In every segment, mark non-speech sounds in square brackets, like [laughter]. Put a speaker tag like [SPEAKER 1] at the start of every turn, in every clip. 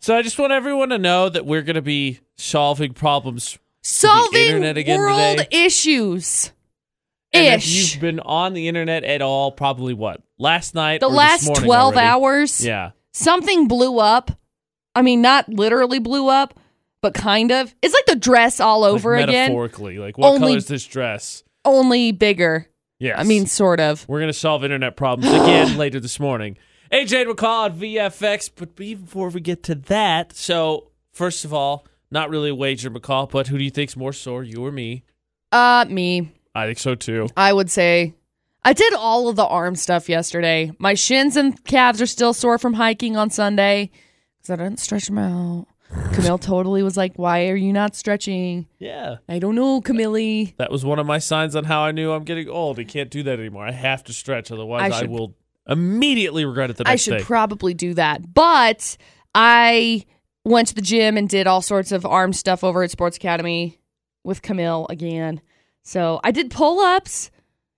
[SPEAKER 1] So I just want everyone to know that we're going to be solving problems.
[SPEAKER 2] Solving
[SPEAKER 1] internet again
[SPEAKER 2] world
[SPEAKER 1] today?
[SPEAKER 2] issues.
[SPEAKER 1] And if
[SPEAKER 2] Ish.
[SPEAKER 1] you've been on the internet at all, probably what? Last night?
[SPEAKER 2] The
[SPEAKER 1] or this
[SPEAKER 2] last
[SPEAKER 1] morning
[SPEAKER 2] 12
[SPEAKER 1] already.
[SPEAKER 2] hours,
[SPEAKER 1] Yeah.
[SPEAKER 2] something blew up. I mean, not literally blew up, but kind of. It's like the dress all over
[SPEAKER 1] like
[SPEAKER 2] again,
[SPEAKER 1] Metaphorically. Like, what
[SPEAKER 2] Only-
[SPEAKER 1] color is this dress?
[SPEAKER 2] only bigger.
[SPEAKER 1] Yes.
[SPEAKER 2] I mean, sort of.
[SPEAKER 1] We're going to solve internet problems
[SPEAKER 2] [gasps]
[SPEAKER 1] again later this morning. AJ McCall at VFX. But even before we get to that, so first of all, not really a wager, McCall, but who do you think's more sore, you or me?
[SPEAKER 2] Uh, me.
[SPEAKER 1] I think so too.
[SPEAKER 2] I would say I did all of the arm stuff yesterday. My shins and calves are still sore from hiking on Sunday because I didn't stretch them out. Camille totally was like, Why are you not stretching?
[SPEAKER 1] Yeah.
[SPEAKER 2] I don't know, Camille.
[SPEAKER 1] That was one of my signs on how I knew I'm getting old. I can't do that anymore. I have to stretch, otherwise
[SPEAKER 2] I
[SPEAKER 1] I,
[SPEAKER 2] should-
[SPEAKER 1] will immediately regret it the next
[SPEAKER 2] I should
[SPEAKER 1] day.
[SPEAKER 2] probably do that. But I went to the gym and did all sorts of arm stuff over at Sports Academy with Camille again. So I did pull ups.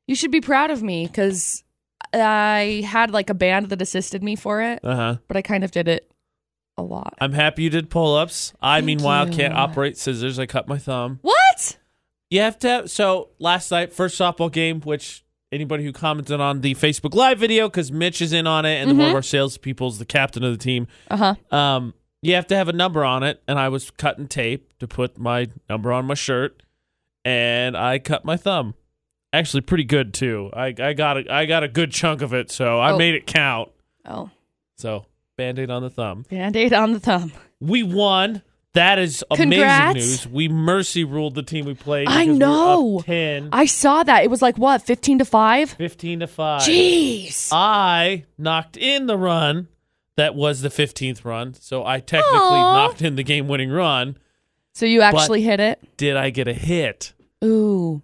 [SPEAKER 2] You should be proud of me because I had like a band that assisted me for it.
[SPEAKER 1] uh huh.
[SPEAKER 2] but I kind of did it a lot.
[SPEAKER 1] I'm happy you did pull ups. I
[SPEAKER 2] Thank
[SPEAKER 1] meanwhile
[SPEAKER 2] you.
[SPEAKER 1] can't operate scissors. I cut my thumb.
[SPEAKER 2] What?
[SPEAKER 1] You have to. Have, so last night, first softball game, which anybody who commented on the Facebook Live video, because Mitch is in on it, and
[SPEAKER 2] Mm-hmm.
[SPEAKER 1] one of our salespeople is the captain of the team.
[SPEAKER 2] Uh huh.
[SPEAKER 1] Um, you have to have a number on it, and I was cutting tape to put my number on my shirt, and I cut my thumb. Actually, pretty good too. I, I got a, I got a good chunk of it, so I
[SPEAKER 2] Oh.
[SPEAKER 1] made it count.
[SPEAKER 2] Oh,
[SPEAKER 1] So band-aid on the thumb.
[SPEAKER 2] band aid on the thumb.
[SPEAKER 1] We won. That is amazing
[SPEAKER 2] Congrats.
[SPEAKER 1] news. We mercy ruled the team we played.
[SPEAKER 2] I
[SPEAKER 1] because we were up
[SPEAKER 2] know.
[SPEAKER 1] 10,
[SPEAKER 2] I saw that. It was like what, fifteen to five?
[SPEAKER 1] 15 to five.
[SPEAKER 2] Jeez.
[SPEAKER 1] I knocked in the run that was the 15th run, so I technically
[SPEAKER 2] Aw.
[SPEAKER 1] knocked in the game-winning run.
[SPEAKER 2] So you actually hit it?
[SPEAKER 1] Did I get a hit?
[SPEAKER 2] Ooh,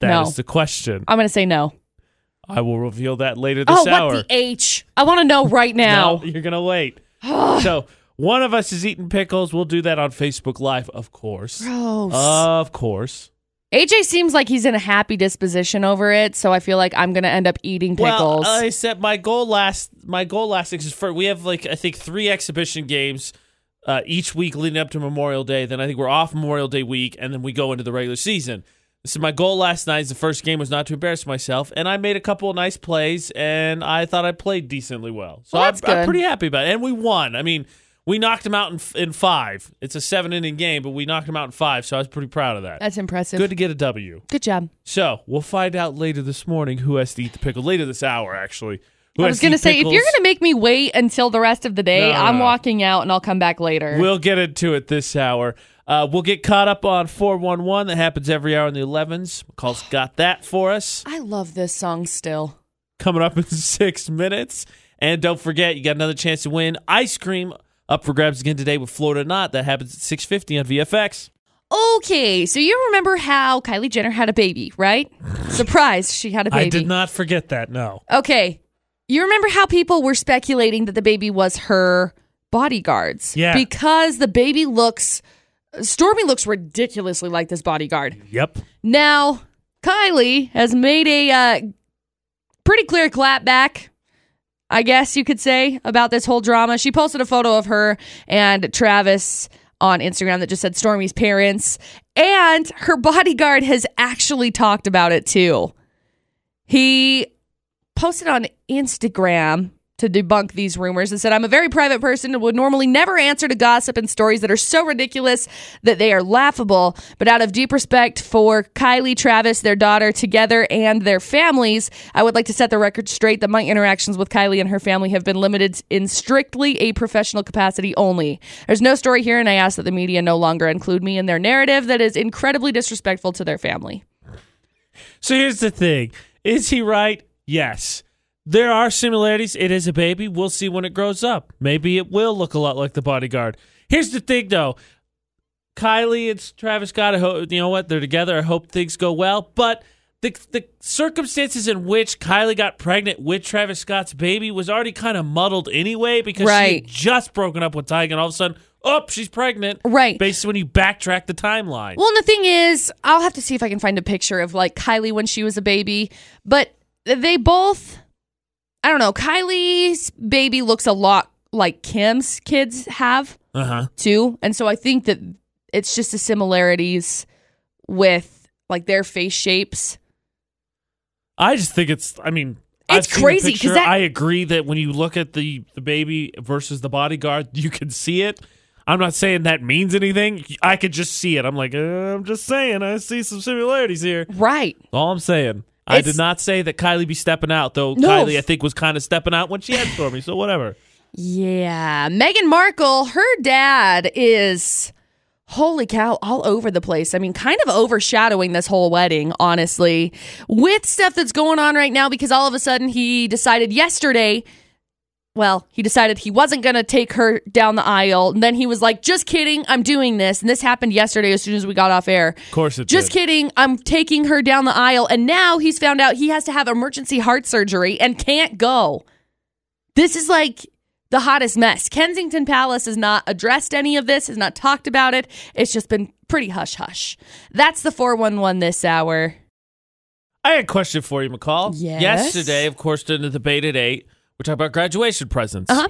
[SPEAKER 1] That is
[SPEAKER 2] No.
[SPEAKER 1] the question.
[SPEAKER 2] I'm gonna say no.
[SPEAKER 1] I will reveal that later this
[SPEAKER 2] Oh,
[SPEAKER 1] hour.
[SPEAKER 2] what the h? I want to know right now.
[SPEAKER 1] No, you're gonna wait. [sighs] so one of us is eating pickles. We'll do that on Facebook Live, of course.
[SPEAKER 2] [sighs] Gross.
[SPEAKER 1] Of course.
[SPEAKER 2] AJ seems like he's in a happy disposition over it, so I feel like I'm gonna end up eating pickles.
[SPEAKER 1] Well, I said my goal last my goal last is for we have like I think three exhibition games uh, each week leading up to Memorial Day. Then I think we're off Memorial Day week, and then we go into the regular season. So my goal last night is the first game was not to embarrass myself, and I made a couple of nice plays, and I thought I played decently well. So
[SPEAKER 2] Well,
[SPEAKER 1] I'm,
[SPEAKER 2] that's
[SPEAKER 1] I'm
[SPEAKER 2] good.
[SPEAKER 1] pretty happy about it, and we won. I mean, we knocked them out in, f- in five. It's a seven inning game, but we knocked them out in five, so I was pretty proud of that.
[SPEAKER 2] That's impressive.
[SPEAKER 1] Good to get a W.
[SPEAKER 2] Good job.
[SPEAKER 1] So we'll find out later this morning who has to eat the pickle. Later this hour, actually. Who
[SPEAKER 2] I
[SPEAKER 1] has
[SPEAKER 2] was gonna
[SPEAKER 1] eat
[SPEAKER 2] say if you're
[SPEAKER 1] pickles.
[SPEAKER 2] gonna make me wait until the rest of the day,
[SPEAKER 1] No, no,
[SPEAKER 2] I'm
[SPEAKER 1] no.
[SPEAKER 2] walking out and I'll come back later.
[SPEAKER 1] We'll get into it this hour. Uh, we'll get caught up on 411. That happens every hour in the 11s. McCall's got that for us.
[SPEAKER 2] I love this song still.
[SPEAKER 1] Coming up in [laughs] six minutes. And don't forget, you got another chance to win ice cream up for grabs again today with Florida or Not. That happens at 650 on VFX.
[SPEAKER 2] Okay, so you remember how Kylie Jenner had a baby, right? Surprise, she had a baby.
[SPEAKER 1] I did not forget that, no.
[SPEAKER 2] Okay, you remember how people were speculating that the baby was her bodyguards?
[SPEAKER 1] Yeah.
[SPEAKER 2] Because the baby looks, Stormy looks ridiculously like this bodyguard.
[SPEAKER 1] Yep.
[SPEAKER 2] Now, Kylie has made a uh, pretty clear clapback, I guess you could say, about this whole drama. She posted a photo of her and Travis on Instagram that just said Stormy's parents, and her [laughs] bodyguard has actually talked about it too. He posted on Instagram to debunk these rumors and said, I'm a very private person and would normally never answer to gossip and stories that are so ridiculous that they are laughable. But out of deep respect for Kylie, Travis, their daughter, together, and their families, I would like to set the record straight that my interactions with Kylie and her family have been limited in strictly a professional capacity only. There's no story here, and I ask that the media no longer include me in their narrative that is incredibly disrespectful to their family.
[SPEAKER 1] So here's the thing: is he right? Yes. There are similarities. It is a baby. We'll see when it grows up. Maybe it will look a lot like the bodyguard. Here's the thing, though. Kylie, it's Travis Scott. I hope, you know what? They're together. I hope things go well. But the the circumstances in which Kylie got pregnant with Travis Scott's baby was already kind of muddled anyway because she
[SPEAKER 2] Right.
[SPEAKER 1] had just broken up with Tyga, and all of a sudden, oh, she's pregnant.
[SPEAKER 2] Right.
[SPEAKER 1] Based when you backtrack the timeline.
[SPEAKER 2] Well, and the thing is, I'll have to see if I can find a picture of like Kylie when she was a baby, but they both I don't know, Kylie's baby looks a lot like Kim's kids have
[SPEAKER 1] Uh huh.
[SPEAKER 2] too. And so I think that it's just the similarities with like their face shapes.
[SPEAKER 1] I just think it's. I mean, I've
[SPEAKER 2] It's
[SPEAKER 1] seen the
[SPEAKER 2] crazy, 'cause
[SPEAKER 1] picture.
[SPEAKER 2] that-
[SPEAKER 1] I agree that when you look at the the baby versus the bodyguard, you can see it. I'm not saying that means anything. I could just see it. I'm like, uh, I'm just saying. I see some similarities here.
[SPEAKER 2] Right.
[SPEAKER 1] All I'm saying. I
[SPEAKER 2] It's-
[SPEAKER 1] did not say that Kylie be stepping out, though.
[SPEAKER 2] No.
[SPEAKER 1] Kylie, I think, was kind of stepping out when she had Stormy. So whatever.
[SPEAKER 2] Yeah. Meghan Markle, her dad is holy cow all over the place. I mean, kind of overshadowing this whole wedding, honestly, with stuff that's going on right now because all of a sudden he decided yesterday well, he decided he wasn't going to take her down the aisle. And then he was like, just kidding, I'm doing this. And this happened yesterday as soon as we got off air.
[SPEAKER 1] Of course, it
[SPEAKER 2] Just
[SPEAKER 1] did.
[SPEAKER 2] kidding. I'm taking her down the aisle. And now he's found out he has to have emergency heart surgery and can't go. This is like the hottest mess. Kensington Palace has not addressed any of this, has not talked about it. It's just been pretty hush hush. That's the 411 this hour.
[SPEAKER 1] I had a question for you, McCall.
[SPEAKER 2] Yes?
[SPEAKER 1] Yesterday, of course, during the debate at eight, we talked about graduation presents.
[SPEAKER 2] Uh huh.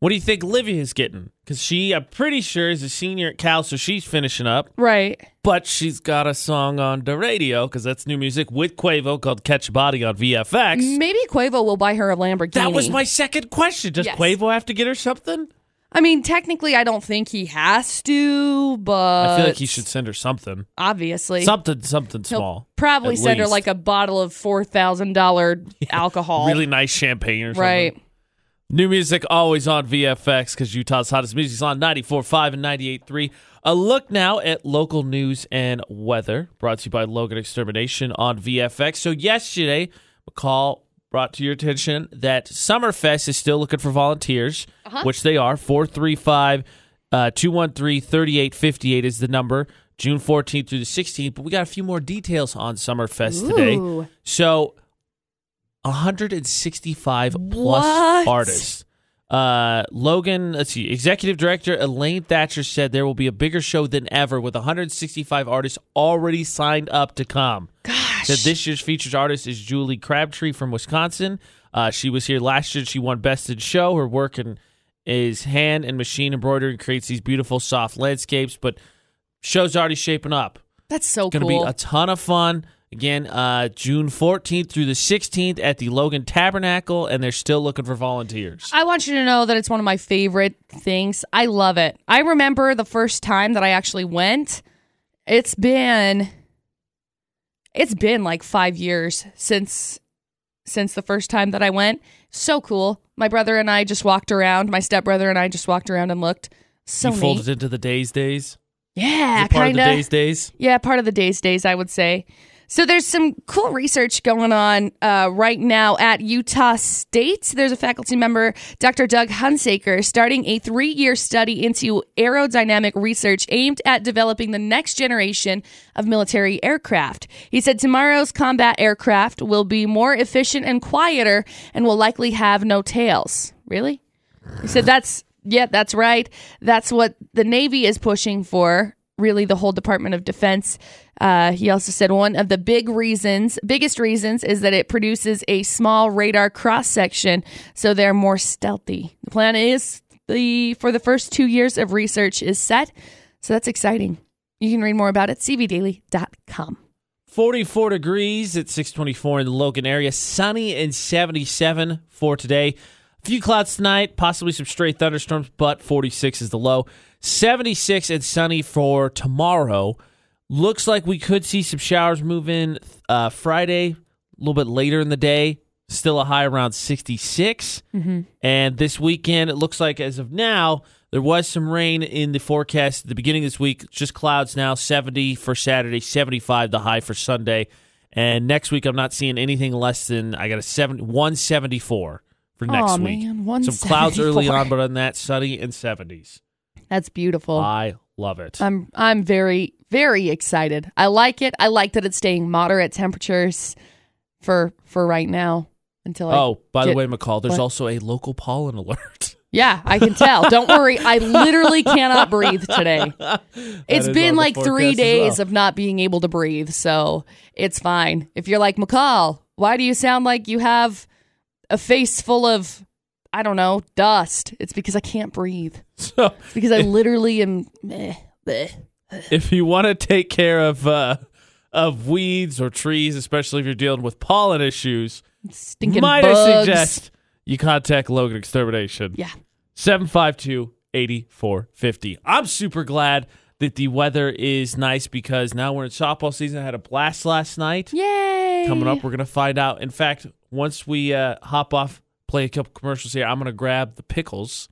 [SPEAKER 1] What do you think Livy is getting? Because she, I'm pretty sure, is a senior at Cal, so she's finishing up.
[SPEAKER 2] Right.
[SPEAKER 1] But she's got a song on the radio because that's new music with Quavo called "Catch a Body" on VFX.
[SPEAKER 2] Maybe Quavo will buy her a Lamborghini.
[SPEAKER 1] that was my second question. Does
[SPEAKER 2] Yes.
[SPEAKER 1] Quavo have to get her something?
[SPEAKER 2] I mean, technically, I don't think he has to, but
[SPEAKER 1] I feel like he should send her something,
[SPEAKER 2] Obviously,
[SPEAKER 1] something, something
[SPEAKER 2] Uh, he'll
[SPEAKER 1] small.
[SPEAKER 2] probably
[SPEAKER 1] at
[SPEAKER 2] send her
[SPEAKER 1] least.
[SPEAKER 2] like a bottle of four
[SPEAKER 1] [laughs]
[SPEAKER 2] thousand dollar alcohol.
[SPEAKER 1] really nice champagne or something.
[SPEAKER 2] right?
[SPEAKER 1] New music always on VFX because Utah's hottest music's on 94.5 and 98.3. A look now at local news and weather brought to you by Logan Extermination on VFX. So, yesterday, McCall brought to your attention that Summerfest is still looking for volunteers, which they are 435 uh, 213 3858 is the number. June 14th through the 16th, but we got a few more details on Summerfest today.
[SPEAKER 2] Ooh.
[SPEAKER 1] So 165 plus
[SPEAKER 2] What?
[SPEAKER 1] artists. Uh, Logan, let's see, executive director Elaine Thatcher said there will be a bigger show than ever with 165 artists already signed up to come.
[SPEAKER 2] Gosh,
[SPEAKER 1] Said this year's featured artist is Julie Crabtree from Wisconsin. Uh, she was here last year. She won Best in Show. Her work in, is hand and machine embroidery and creates these beautiful soft landscapes, but show's already shaping up
[SPEAKER 2] that's so
[SPEAKER 1] going to
[SPEAKER 2] cool.
[SPEAKER 1] be a ton of fun. Again, uh, June 14th through the 16th at the Logan Tabernacle, and they're still looking for volunteers.
[SPEAKER 2] I want you to know that it's one of my favorite things. I love it. I remember the first time that I actually went. It's been it's been like 5 years since since the first time that I went. So cool. My brother and I just walked around. My stepbrother and I just walked around and looked. So
[SPEAKER 1] you
[SPEAKER 2] neat.
[SPEAKER 1] folded into the days days. Is
[SPEAKER 2] yeah,
[SPEAKER 1] it part of the
[SPEAKER 2] kind
[SPEAKER 1] days days.
[SPEAKER 2] yeah, part of the day's days, I would say. So there's some cool research going on uh, right now at Utah State. There's a faculty member, Dr. Doug Hunsaker, starting a three-year study into aerodynamic research aimed at developing the next generation of military aircraft. He said tomorrow's combat aircraft will be more efficient and quieter, and will likely have no tails. Really? He said that's yeah, that's right. That's what the Navy is pushing for. Really, the whole Department of Defense. Uh, he also said one of the big reasons, biggest reasons, is that it produces a small radar cross section, so they're more stealthy. The plan is the for the first two years of research is set, so that's exciting. You can read more about it at cvdaily.com.
[SPEAKER 1] 44 degrees at 624 in the Logan area. Sunny and 77 for today. A few clouds tonight, possibly some straight thunderstorms, but 46 is the low. 76 and sunny for tomorrow. Looks like we could see some showers move in uh, Friday, a little bit later in the day. Still a high around 66. And this weekend, it looks like as of now, there was some rain in the forecast at the beginning of this week. Just clouds now, 70 for Saturday, 75 the high for Sunday. And next week, I'm not seeing anything less than, I got a 70, 174 for next
[SPEAKER 2] Aw,
[SPEAKER 1] week.
[SPEAKER 2] man,
[SPEAKER 1] some clouds early
[SPEAKER 2] 174.
[SPEAKER 1] on, but on that, sunny and 70s.
[SPEAKER 2] [laughs] That's beautiful.
[SPEAKER 1] I love it.
[SPEAKER 2] I'm I'm very very excited. I like it. I like that it's staying moderate temperatures for for right now until I,
[SPEAKER 1] oh, by the
[SPEAKER 2] get-
[SPEAKER 1] way, McCall, there's
[SPEAKER 2] what?
[SPEAKER 1] also a local pollen alert. [laughs]
[SPEAKER 2] yeah, I can tell. Don't worry, I literally cannot breathe
[SPEAKER 1] [laughs]
[SPEAKER 2] today. It's
[SPEAKER 1] is on
[SPEAKER 2] been
[SPEAKER 1] the
[SPEAKER 2] like three
[SPEAKER 1] forecast as well.
[SPEAKER 2] days of not being able to breathe, so it's fine. If you're like McCall, why do you sound like you have a face full of I don't know, dust. It's because I can't breathe.
[SPEAKER 1] So
[SPEAKER 2] It's
[SPEAKER 1] [laughs]
[SPEAKER 2] because I literally am. Meh, bleh.
[SPEAKER 1] if you want to take care of uh, of weeds or trees, especially if you're dealing with pollen issues,
[SPEAKER 2] Stinking
[SPEAKER 1] might
[SPEAKER 2] bugs.
[SPEAKER 1] I suggest you contact Logan Extermination.
[SPEAKER 2] Yeah.
[SPEAKER 1] 752 8450. oh. I'm super glad that the weather is nice because now we're in softball season. I had a blast last night.
[SPEAKER 2] Yay.
[SPEAKER 1] Coming up, we're going to find out. In fact, once we uh, hop off, play a couple commercials here, I'm going to grab the pickles.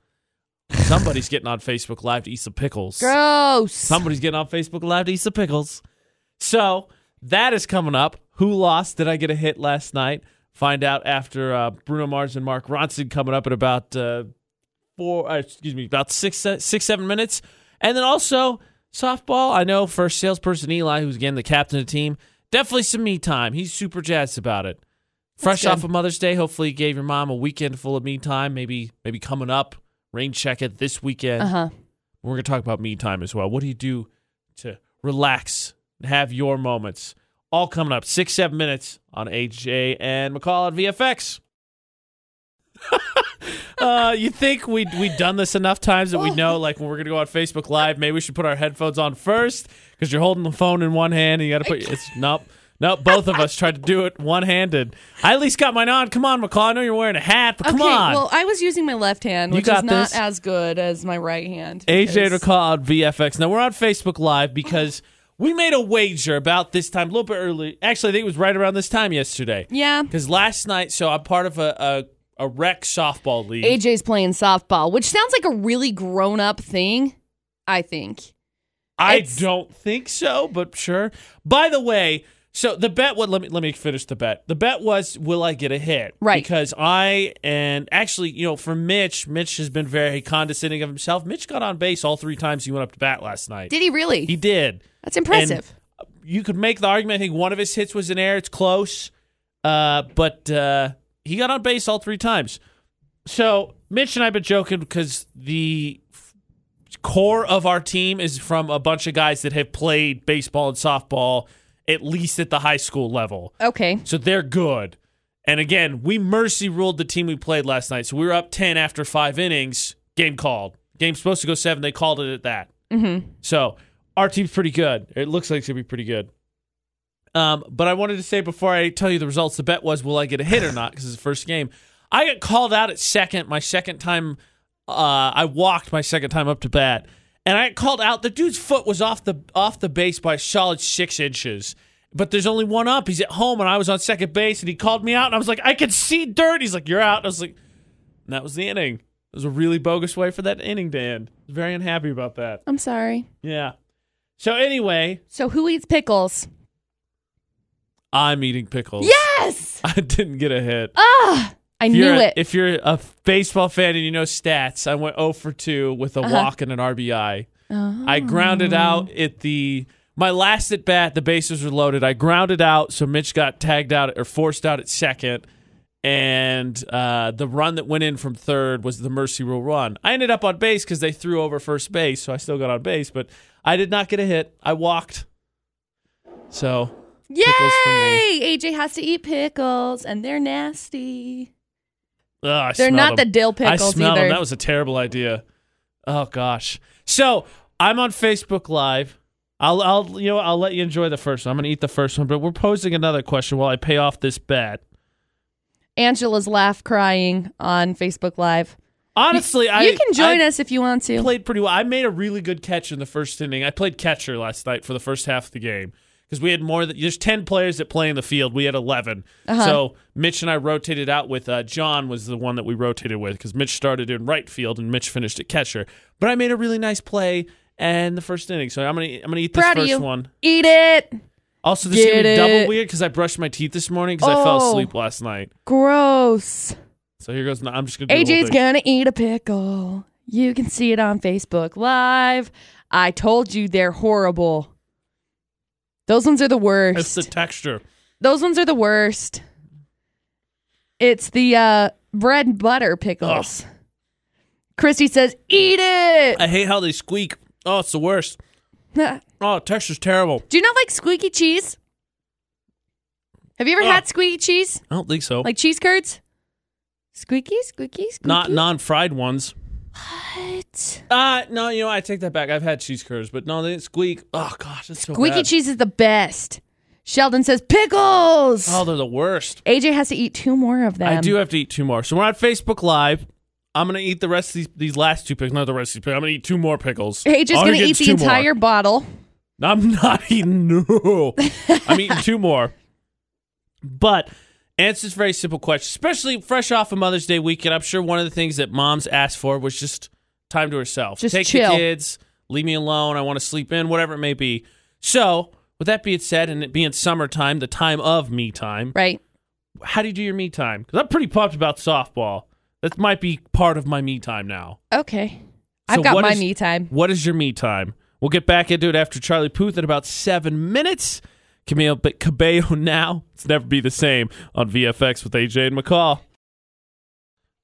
[SPEAKER 1] Somebody's [laughs] getting on Facebook Live to eat some pickles.
[SPEAKER 2] Gross.
[SPEAKER 1] Somebody's getting on Facebook Live to eat some pickles. So that is coming up. Who lost? Did I get a hit last night? Find out after uh, Bruno Mars and Mark Ronson coming up in about uh, four. Uh, excuse me, about six, uh, six, seven minutes, and then also softball. I know first salesperson Eli, who's again the captain of the team, definitely some me time. He's super jazzed about it. Fresh
[SPEAKER 2] good.
[SPEAKER 1] off of Mother's Day, hopefully you gave your mom a weekend full of me time. Maybe maybe coming up, rain check it this weekend.
[SPEAKER 2] Uh huh.
[SPEAKER 1] We're going to talk about me time as well. What do you do to relax and have your moments? All coming up six, seven minutes on AJ and McCall at VFX. [laughs] uh, you think we we done this enough times that we know, like when we're gonna go on Facebook Live, maybe we should put our headphones on first because you're holding the phone in one hand and you got to put. It's nope, nope. Both of us tried to do it one handed. I at least got mine on. Come on, McCall. I know you're wearing a hat, but come
[SPEAKER 2] okay,
[SPEAKER 1] on.
[SPEAKER 2] well, I was using my left hand,
[SPEAKER 1] You
[SPEAKER 2] which
[SPEAKER 1] got
[SPEAKER 2] is not
[SPEAKER 1] this.
[SPEAKER 2] as good as my right hand.
[SPEAKER 1] AJ
[SPEAKER 2] because-
[SPEAKER 1] to call out VFX. Now we're on Facebook Live because we made a wager about this time, a little bit early. Actually, I think it was right around this time yesterday.
[SPEAKER 2] Yeah.
[SPEAKER 1] Because last night, so I'm part of a a, a rec softball league.
[SPEAKER 2] AJ's playing softball, which sounds like a really grown up thing, I think.
[SPEAKER 1] I
[SPEAKER 2] it's-
[SPEAKER 1] don't think so, but sure. By the way, so the bet what let me let me finish the bet. The bet was will I get a hit?
[SPEAKER 2] Right.
[SPEAKER 1] Because I and actually, you know, for Mitch, Mitch has been very condescending of himself. Mitch got on base all three times he went up to bat last night.
[SPEAKER 2] Did he really?
[SPEAKER 1] he did.
[SPEAKER 2] That's impressive.
[SPEAKER 1] you could make the argument. I think one of his hits was an air. It's close, uh, but uh, he got on base all three times. So Mitch and I've been joking because the f- core of our team is from a bunch of guys that have played baseball and softball at least at the high school level.
[SPEAKER 2] okay.
[SPEAKER 1] So they're good. And again, we mercy ruled the team we played last night. So we were up 10 after five innings. Game called. Game's supposed to go seven. They called it at that. Mm-hmm. So our team's pretty good. It looks like it's going to be pretty good. Um, but I wanted to say before I tell you the results, the bet was will I get a hit or not? Because it's the first game. I got called out at second, my second time. Uh, I walked my second time up to bat, and I got called out. The dude's foot was off the off the base by a solid six inches. But there's only one up. He's at home, and I was on second base, and he called me out, and I was like, I can see dirt. He's like, you're out. I was like, and that was the inning. It was a really bogus way for that inning to end. Very unhappy about that.
[SPEAKER 2] I'm sorry.
[SPEAKER 1] Yeah. So anyway,
[SPEAKER 2] So who eats pickles?
[SPEAKER 1] I'm eating pickles.
[SPEAKER 2] Yes.
[SPEAKER 1] [laughs] I didn't get a hit.
[SPEAKER 2] Ah, I
[SPEAKER 1] If you're
[SPEAKER 2] knew
[SPEAKER 1] a-
[SPEAKER 2] it.
[SPEAKER 1] If you're a baseball fan and you know stats, I went 0 for 2 with a
[SPEAKER 2] Uh-huh.
[SPEAKER 1] walk and an RBI. I grounded
[SPEAKER 2] Oh.
[SPEAKER 1] out at the my last at bat. The bases were loaded. I grounded out, so Mitch got tagged out or forced out at second, and uh, the run that went in from third was the mercy rule run. I ended up on base because they threw over first base, so I still got on base, but I did not get a hit. I walked. So pickles for me.
[SPEAKER 2] Yay! AJ has to eat pickles, and they're nasty.
[SPEAKER 1] ugh, I
[SPEAKER 2] They're
[SPEAKER 1] smelled
[SPEAKER 2] not the
[SPEAKER 1] them.
[SPEAKER 2] dill pickles
[SPEAKER 1] I smelled
[SPEAKER 2] either.
[SPEAKER 1] them. That was a terrible idea. Oh gosh. So I'm on Facebook Live. I'll, I'll, you know, what? I'll let you enjoy the first one. I'm gonna eat the first one, but we're posing another question while I pay off this bet.
[SPEAKER 2] Angela's laugh crying on Facebook Live.
[SPEAKER 1] Honestly, I
[SPEAKER 2] you can join
[SPEAKER 1] I
[SPEAKER 2] us if you want to.
[SPEAKER 1] Played pretty well. I made a really good catch in the first inning. I played catcher last night for the first half of the game because we had more than there's ten players that play in the field. We had 11
[SPEAKER 2] Uh-huh.
[SPEAKER 1] So Mitch and I rotated out with uh, John was the one that we rotated with because Mitch started in right field and Mitch finished at catcher. But I made a really nice play in the first inning. So I'm gonna I'm gonna eat this
[SPEAKER 2] Proud of
[SPEAKER 1] first
[SPEAKER 2] you.
[SPEAKER 1] one.
[SPEAKER 2] Eat it.
[SPEAKER 1] Also, this is gonna be
[SPEAKER 2] Get
[SPEAKER 1] double
[SPEAKER 2] it.
[SPEAKER 1] weird because I brushed my teeth this morning because I fell
[SPEAKER 2] Oh.
[SPEAKER 1] asleep last night.
[SPEAKER 2] Gross.
[SPEAKER 1] So here goes. no- I'm just gonna. Do the whole
[SPEAKER 2] AJ's
[SPEAKER 1] thing.
[SPEAKER 2] gonna eat a pickle. You can see it on Facebook Live. I told you they're horrible. Those ones are the
[SPEAKER 1] It's
[SPEAKER 2] worst.
[SPEAKER 1] the texture.
[SPEAKER 2] Those ones are the worst. It's the uh, bread and butter pickles. Christy says, "Eat it."
[SPEAKER 1] I hate how they squeak. Oh, it's the worst.
[SPEAKER 2] [laughs] Do
[SPEAKER 1] Oh, texture's terrible.
[SPEAKER 2] you not like squeaky cheese? Have you ever
[SPEAKER 1] Ugh.
[SPEAKER 2] had squeaky cheese,
[SPEAKER 1] I don't think so.
[SPEAKER 2] like cheese curds? Squeaky, squeaky, squeaky.
[SPEAKER 1] Not non-fried ones.
[SPEAKER 2] What?
[SPEAKER 1] Uh no, you know I take that back. I've had cheese curds, but no, they didn't squeak. Oh gosh, that's so
[SPEAKER 2] Squeaky
[SPEAKER 1] bad.
[SPEAKER 2] cheese is the best. Sheldon says pickles.
[SPEAKER 1] Oh, they're the worst.
[SPEAKER 2] AJ has to eat two more of them.
[SPEAKER 1] I do have to eat two more. So we're on Facebook Live. I'm gonna eat the rest of these, these last two pickles. Not the rest of these pickles. I'm gonna eat two more pickles.
[SPEAKER 2] AJ's
[SPEAKER 1] I'm
[SPEAKER 2] gonna
[SPEAKER 1] get
[SPEAKER 2] eat the
[SPEAKER 1] two more.
[SPEAKER 2] entire bottle.
[SPEAKER 1] I'm not [laughs] eating. No, I'm eating two more. But answers very simple question, especially fresh off of Mother's Day weekend. I'm sure one of the things that moms asked for was just time to herself.
[SPEAKER 2] Just
[SPEAKER 1] Take
[SPEAKER 2] chill.
[SPEAKER 1] the kids, leave me alone. I want to sleep in, whatever it may be. So, with that being said, and it being summertime, the time of me time,
[SPEAKER 2] Right.
[SPEAKER 1] how do you do your me time? Because I'm pretty pumped about softball. That might be part of my me time now.
[SPEAKER 2] Okay.
[SPEAKER 1] So
[SPEAKER 2] I've got
[SPEAKER 1] what
[SPEAKER 2] my
[SPEAKER 1] is-
[SPEAKER 2] me time.
[SPEAKER 1] What is your me time? We'll get back into it after Charlie Puth in about seven minutes. Camille B- Cabello now. It's never be the same on VFX with AJ and McCall.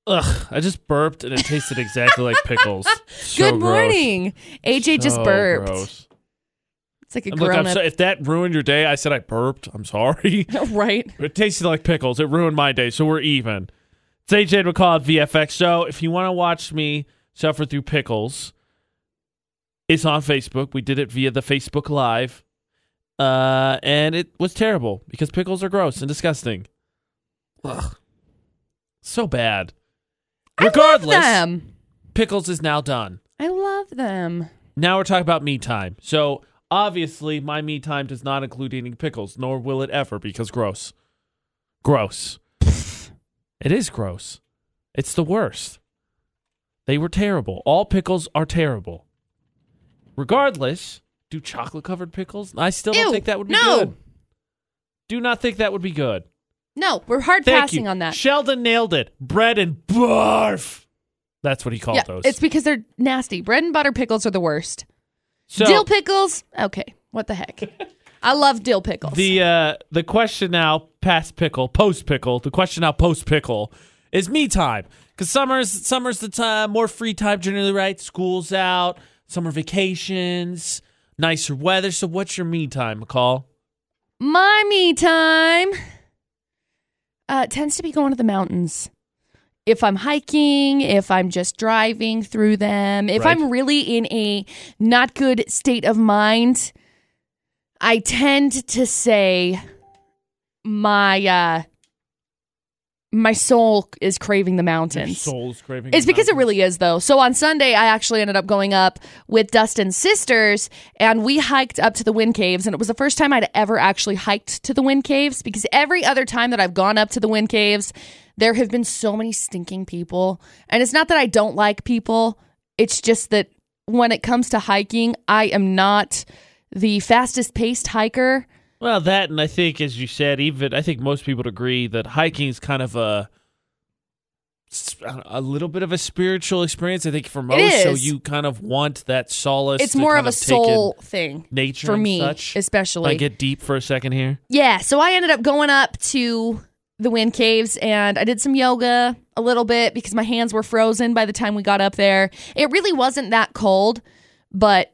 [SPEAKER 1] Ugh, I just burped and it tasted exactly like pickles. So
[SPEAKER 2] [laughs] Good
[SPEAKER 1] gross.
[SPEAKER 2] morning. AJ just
[SPEAKER 1] So
[SPEAKER 2] burped.
[SPEAKER 1] gross.
[SPEAKER 2] It's like a
[SPEAKER 1] I'm like,
[SPEAKER 2] grown
[SPEAKER 1] I'm
[SPEAKER 2] up.
[SPEAKER 1] so, if that ruined your day, I said I burped. I'm sorry.
[SPEAKER 2] [laughs] right.
[SPEAKER 1] It tasted like pickles. It ruined my day, so we're even. It's AJ and McCall at VFX. So if you want to watch me suffer through pickles, it's on Facebook. We did it via the Facebook Live. Uh, and it was terrible because pickles are gross and disgusting. Ugh. So bad. Regardless,
[SPEAKER 2] I love them.
[SPEAKER 1] pickles is now done.
[SPEAKER 2] I love them.
[SPEAKER 1] Now we're talking about me time. So obviously, my me time does not include eating pickles, nor will it ever, because gross. Gross. it is gross. It's the worst. They were terrible. All pickles are terrible. Regardless, do chocolate covered pickles? I still don't
[SPEAKER 2] Ew,
[SPEAKER 1] think that would be
[SPEAKER 2] no.
[SPEAKER 1] good. Do not think that would be good.
[SPEAKER 2] No, we're hard
[SPEAKER 1] Thank
[SPEAKER 2] passing
[SPEAKER 1] you.
[SPEAKER 2] on that.
[SPEAKER 1] Sheldon nailed it. Bread and barf. That's what he called
[SPEAKER 2] yeah,
[SPEAKER 1] those.
[SPEAKER 2] it's because they're nasty. Bread and butter pickles are the worst.
[SPEAKER 1] so,
[SPEAKER 2] dill pickles. Okay, what the heck? I love dill pickles.
[SPEAKER 1] The uh the question now past pickle, post pickle, the question now post pickle is me time. Cause summer's summer's the time, more free time generally, right? School's out, summer vacations, nicer weather. So what's your me time, McCall?
[SPEAKER 2] My me time uh, tends to be going to the mountains. If I'm hiking, if I'm just driving through them, if
[SPEAKER 1] Right.
[SPEAKER 2] I'm really in a not good state of mind, I tend to say my uh, my soul is craving the mountains.
[SPEAKER 1] Soul's craving.
[SPEAKER 2] It's because it really is, though. So on Sunday, I actually ended up going up with Dustin's sisters, and we hiked up to the Wind Caves. And it was the first time I'd ever actually hiked to the Wind Caves because every other time that I've gone up to the Wind Caves, there have been so many stinking people. And it's not that I don't like people, it's just that when it comes to hiking, I am not the fastest paced hiker.
[SPEAKER 1] Well, that and I think as you said, even I think most people would agree that hiking is kind of a a little bit of a spiritual experience. I think for most, so
[SPEAKER 2] is.
[SPEAKER 1] you kind of want that solace.
[SPEAKER 2] It's
[SPEAKER 1] to
[SPEAKER 2] more
[SPEAKER 1] kind
[SPEAKER 2] of a
[SPEAKER 1] take in
[SPEAKER 2] soul thing.
[SPEAKER 1] nature
[SPEAKER 2] For
[SPEAKER 1] and
[SPEAKER 2] me,
[SPEAKER 1] such.
[SPEAKER 2] especially,
[SPEAKER 1] Like get deep for a second here.
[SPEAKER 2] Yeah, so I ended up going up to the wind caves and I did some yoga a little bit because my hands were frozen by the time we got up there. It really wasn't that cold, but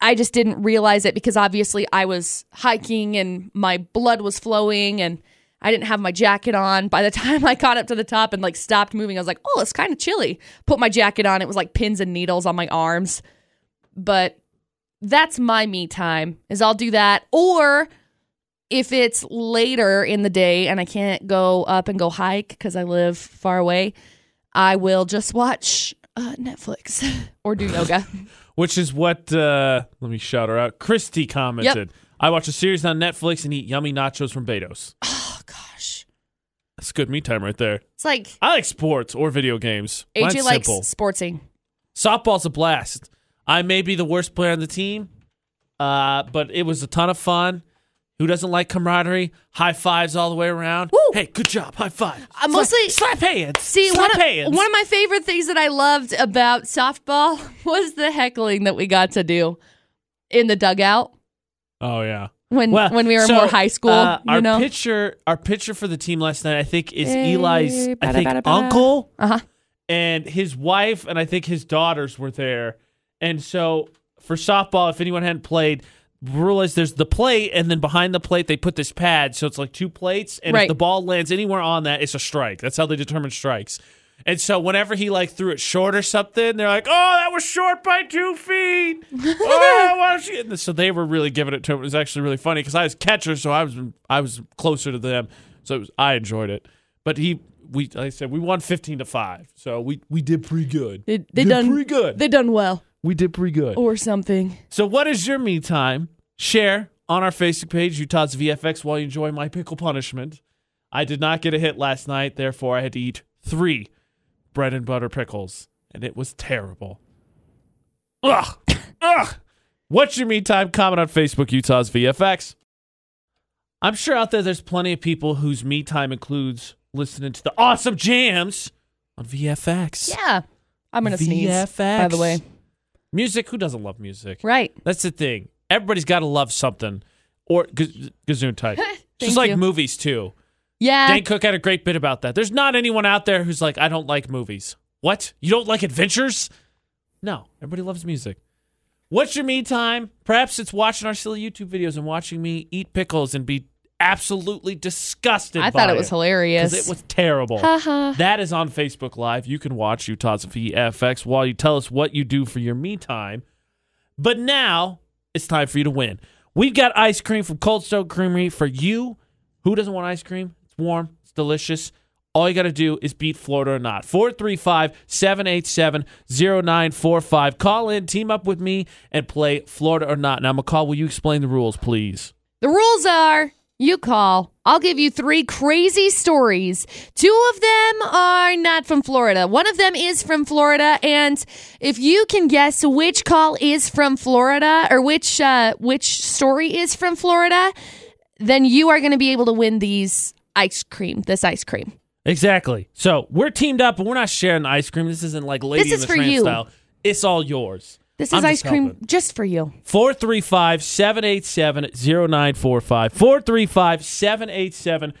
[SPEAKER 2] I just didn't realize it because obviously I was hiking and my blood was flowing and I didn't have my jacket on. By the [laughs] time I got up to the top and like stopped moving, I was like, "Oh, it's kind of chilly." Put my jacket on. It was like pins and needles on my arms. But that's my me time. Is I'll do that or if it's later in the day and I can't go up and go hike because I live far away, I will just watch uh, Netflix [laughs] or do yoga.
[SPEAKER 1] Which is what uh let me shout her out. Christy commented. I watch a series on Netflix and eat yummy nachos from Beto's.
[SPEAKER 2] oh gosh,
[SPEAKER 1] That's good me time right there.
[SPEAKER 2] it's like
[SPEAKER 1] I like sports or video games.
[SPEAKER 2] AJ
[SPEAKER 1] Mine's
[SPEAKER 2] likes
[SPEAKER 1] simple.
[SPEAKER 2] sportsing.
[SPEAKER 1] Softball's a blast. I may be the worst player on the team, uh, but it was a ton of fun. Who doesn't like camaraderie? High fives all the way around.
[SPEAKER 2] Woo!
[SPEAKER 1] Hey, good job. High five.
[SPEAKER 2] Uh, mostly-
[SPEAKER 1] slap, slap hands.
[SPEAKER 2] See,
[SPEAKER 1] slap
[SPEAKER 2] one of,
[SPEAKER 1] hands.
[SPEAKER 2] one of my favorite things that I loved about softball [laughs] was the heckling that we got to do in the dugout
[SPEAKER 1] oh yeah.
[SPEAKER 2] when
[SPEAKER 1] Well,
[SPEAKER 2] when we were
[SPEAKER 1] so,
[SPEAKER 2] more high school.
[SPEAKER 1] uh,
[SPEAKER 2] you
[SPEAKER 1] our
[SPEAKER 2] know,
[SPEAKER 1] pitcher, our pitcher for the team last night, I think is
[SPEAKER 2] Eh,
[SPEAKER 1] Eli's. I
[SPEAKER 2] bada,
[SPEAKER 1] think
[SPEAKER 2] bada, bada.
[SPEAKER 1] uncle
[SPEAKER 2] uh huh.
[SPEAKER 1] and his wife, and I think his daughters were there. And so for softball, if anyone hadn't played, realize there's the plate, and then behind the plate they put this pad, so it's like two plates, and if
[SPEAKER 2] Right.
[SPEAKER 1] the ball lands anywhere on that, it's a strike. That's how they determine strikes. And so whenever he like threw it short or something, they're like, "Oh, that was short by two
[SPEAKER 2] [laughs]
[SPEAKER 1] feet." Oh, why don't you-" And so they were really giving it to him. It was actually really funny because I was catcher, so I was I was closer to them, so it was, I enjoyed it. But he, we, like I said, we won fifteen to five, so we we did pretty good.
[SPEAKER 2] They, they
[SPEAKER 1] did
[SPEAKER 2] done
[SPEAKER 1] pretty good.
[SPEAKER 2] They done well
[SPEAKER 1] we did pretty good.
[SPEAKER 2] or something.
[SPEAKER 1] So, what is your me time? Share on our Facebook page, Utah's VFX, while you enjoy my pickle punishment. I did not get a hit last night, therefore, I had to eat three bread and butter pickles, and it was terrible. Ugh! [coughs] Ugh! What's your me time? Comment on Facebook, Utah's VFX. I'm sure out there there's plenty of people whose me time includes listening to the awesome jams on VFX.
[SPEAKER 2] Yeah, I'm gonna sneeze.
[SPEAKER 1] VFX.
[SPEAKER 2] By the way,
[SPEAKER 1] Music, who doesn't love music?
[SPEAKER 2] right?
[SPEAKER 1] That's the thing. Everybody's got to love something, or g-
[SPEAKER 2] [laughs]
[SPEAKER 1] Gesundheit. Just like
[SPEAKER 2] you. Uh,
[SPEAKER 1] movies too.
[SPEAKER 2] Yeah,
[SPEAKER 1] Dan Cook had a great bit about that. There's not anyone out there who's like, I don't like movies. What? You don't like adventures? No, everybody loves music. What's your me time? Perhaps it's watching our silly YouTube videos and watching me eat pickles and be absolutely disgusted.
[SPEAKER 2] I thought
[SPEAKER 1] by
[SPEAKER 2] it was
[SPEAKER 1] 'cause
[SPEAKER 2] hilarious.
[SPEAKER 1] It was terrible.
[SPEAKER 2] Haha.
[SPEAKER 1] That is on Facebook Live. You can watch Utah's VFX while you tell us what you do for your me time. But now it's time for you to win. We've got ice cream from Cold Stone Creamery for you. Who doesn't want ice cream? It's warm, it's delicious. All you got to do is beat Florida or not. 435 787 0945. Call in, team up with me, and play Florida or not. Now, McCall, will you explain the rules, please?
[SPEAKER 2] The rules are you call. I'll give you three crazy stories. Two of them are not from Florida. One of them is from Florida, and if you can guess which call is from Florida or which uh, which story is from Florida, then you are going to be able to win these ice cream. This ice cream.
[SPEAKER 1] Exactly. So we're teamed up, but we're not sharing the ice cream. This isn't like Lady
[SPEAKER 2] This
[SPEAKER 1] in
[SPEAKER 2] is
[SPEAKER 1] the
[SPEAKER 2] for
[SPEAKER 1] Tramp
[SPEAKER 2] you.
[SPEAKER 1] style. It's all yours.
[SPEAKER 2] This
[SPEAKER 1] I'm just
[SPEAKER 2] is ice cream
[SPEAKER 1] helping.
[SPEAKER 2] just for you.
[SPEAKER 1] 435 787 0945. 435 787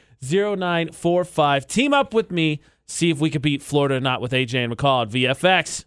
[SPEAKER 1] 0945. Team up with me. See if we could beat Florida or not with AJ and McCall at VFX.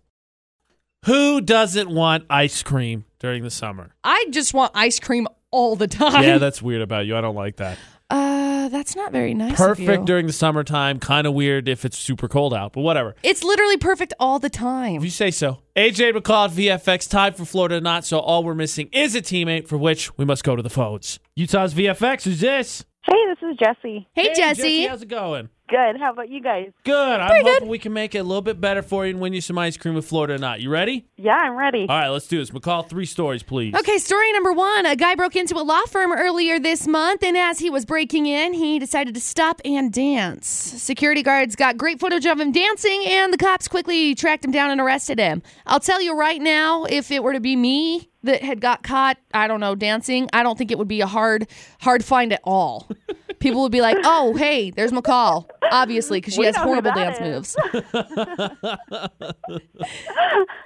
[SPEAKER 1] Who doesn't want ice cream during the
[SPEAKER 2] [laughs]
[SPEAKER 1] summer?
[SPEAKER 2] I just want ice cream all the time.
[SPEAKER 1] Yeah, that's weird about you. I don't like that.
[SPEAKER 2] uh, that's not very nice. of
[SPEAKER 1] Perfect
[SPEAKER 2] you.
[SPEAKER 1] during the summertime. Kind of weird if it's super cold out, but whatever.
[SPEAKER 2] it's literally perfect all the time.
[SPEAKER 1] If you say so. AJ McCall at VFX tied for Florida or not, so all we're missing is a teammate for which we must go to the phones. Utah's VFX, who's this?
[SPEAKER 3] Hey, this is Jesse.
[SPEAKER 2] hey, Jesse.
[SPEAKER 1] How's it going?
[SPEAKER 3] Good. How about you guys?
[SPEAKER 1] Good. I'm hoping we can make it a little bit better for you and win you some ice cream with Florida or not. You ready?
[SPEAKER 3] Yeah, I'm ready.
[SPEAKER 1] All right, let's do this. McCall, three stories, please.
[SPEAKER 2] Okay, story number one. A guy broke into a law firm earlier this month, and as he was breaking in, he decided to stop and dance. Security guards got great footage of him dancing, and the cops quickly tracked him down and arrested him. I'll tell you right now, if it were to be me that had got caught, I don't know, dancing, I don't think it would be a hard, hard find at all. [laughs] People would be like, "Oh, hey, there's McCall, obviously, because she
[SPEAKER 3] We
[SPEAKER 2] has
[SPEAKER 3] know who
[SPEAKER 2] horrible dance
[SPEAKER 3] that
[SPEAKER 2] moves."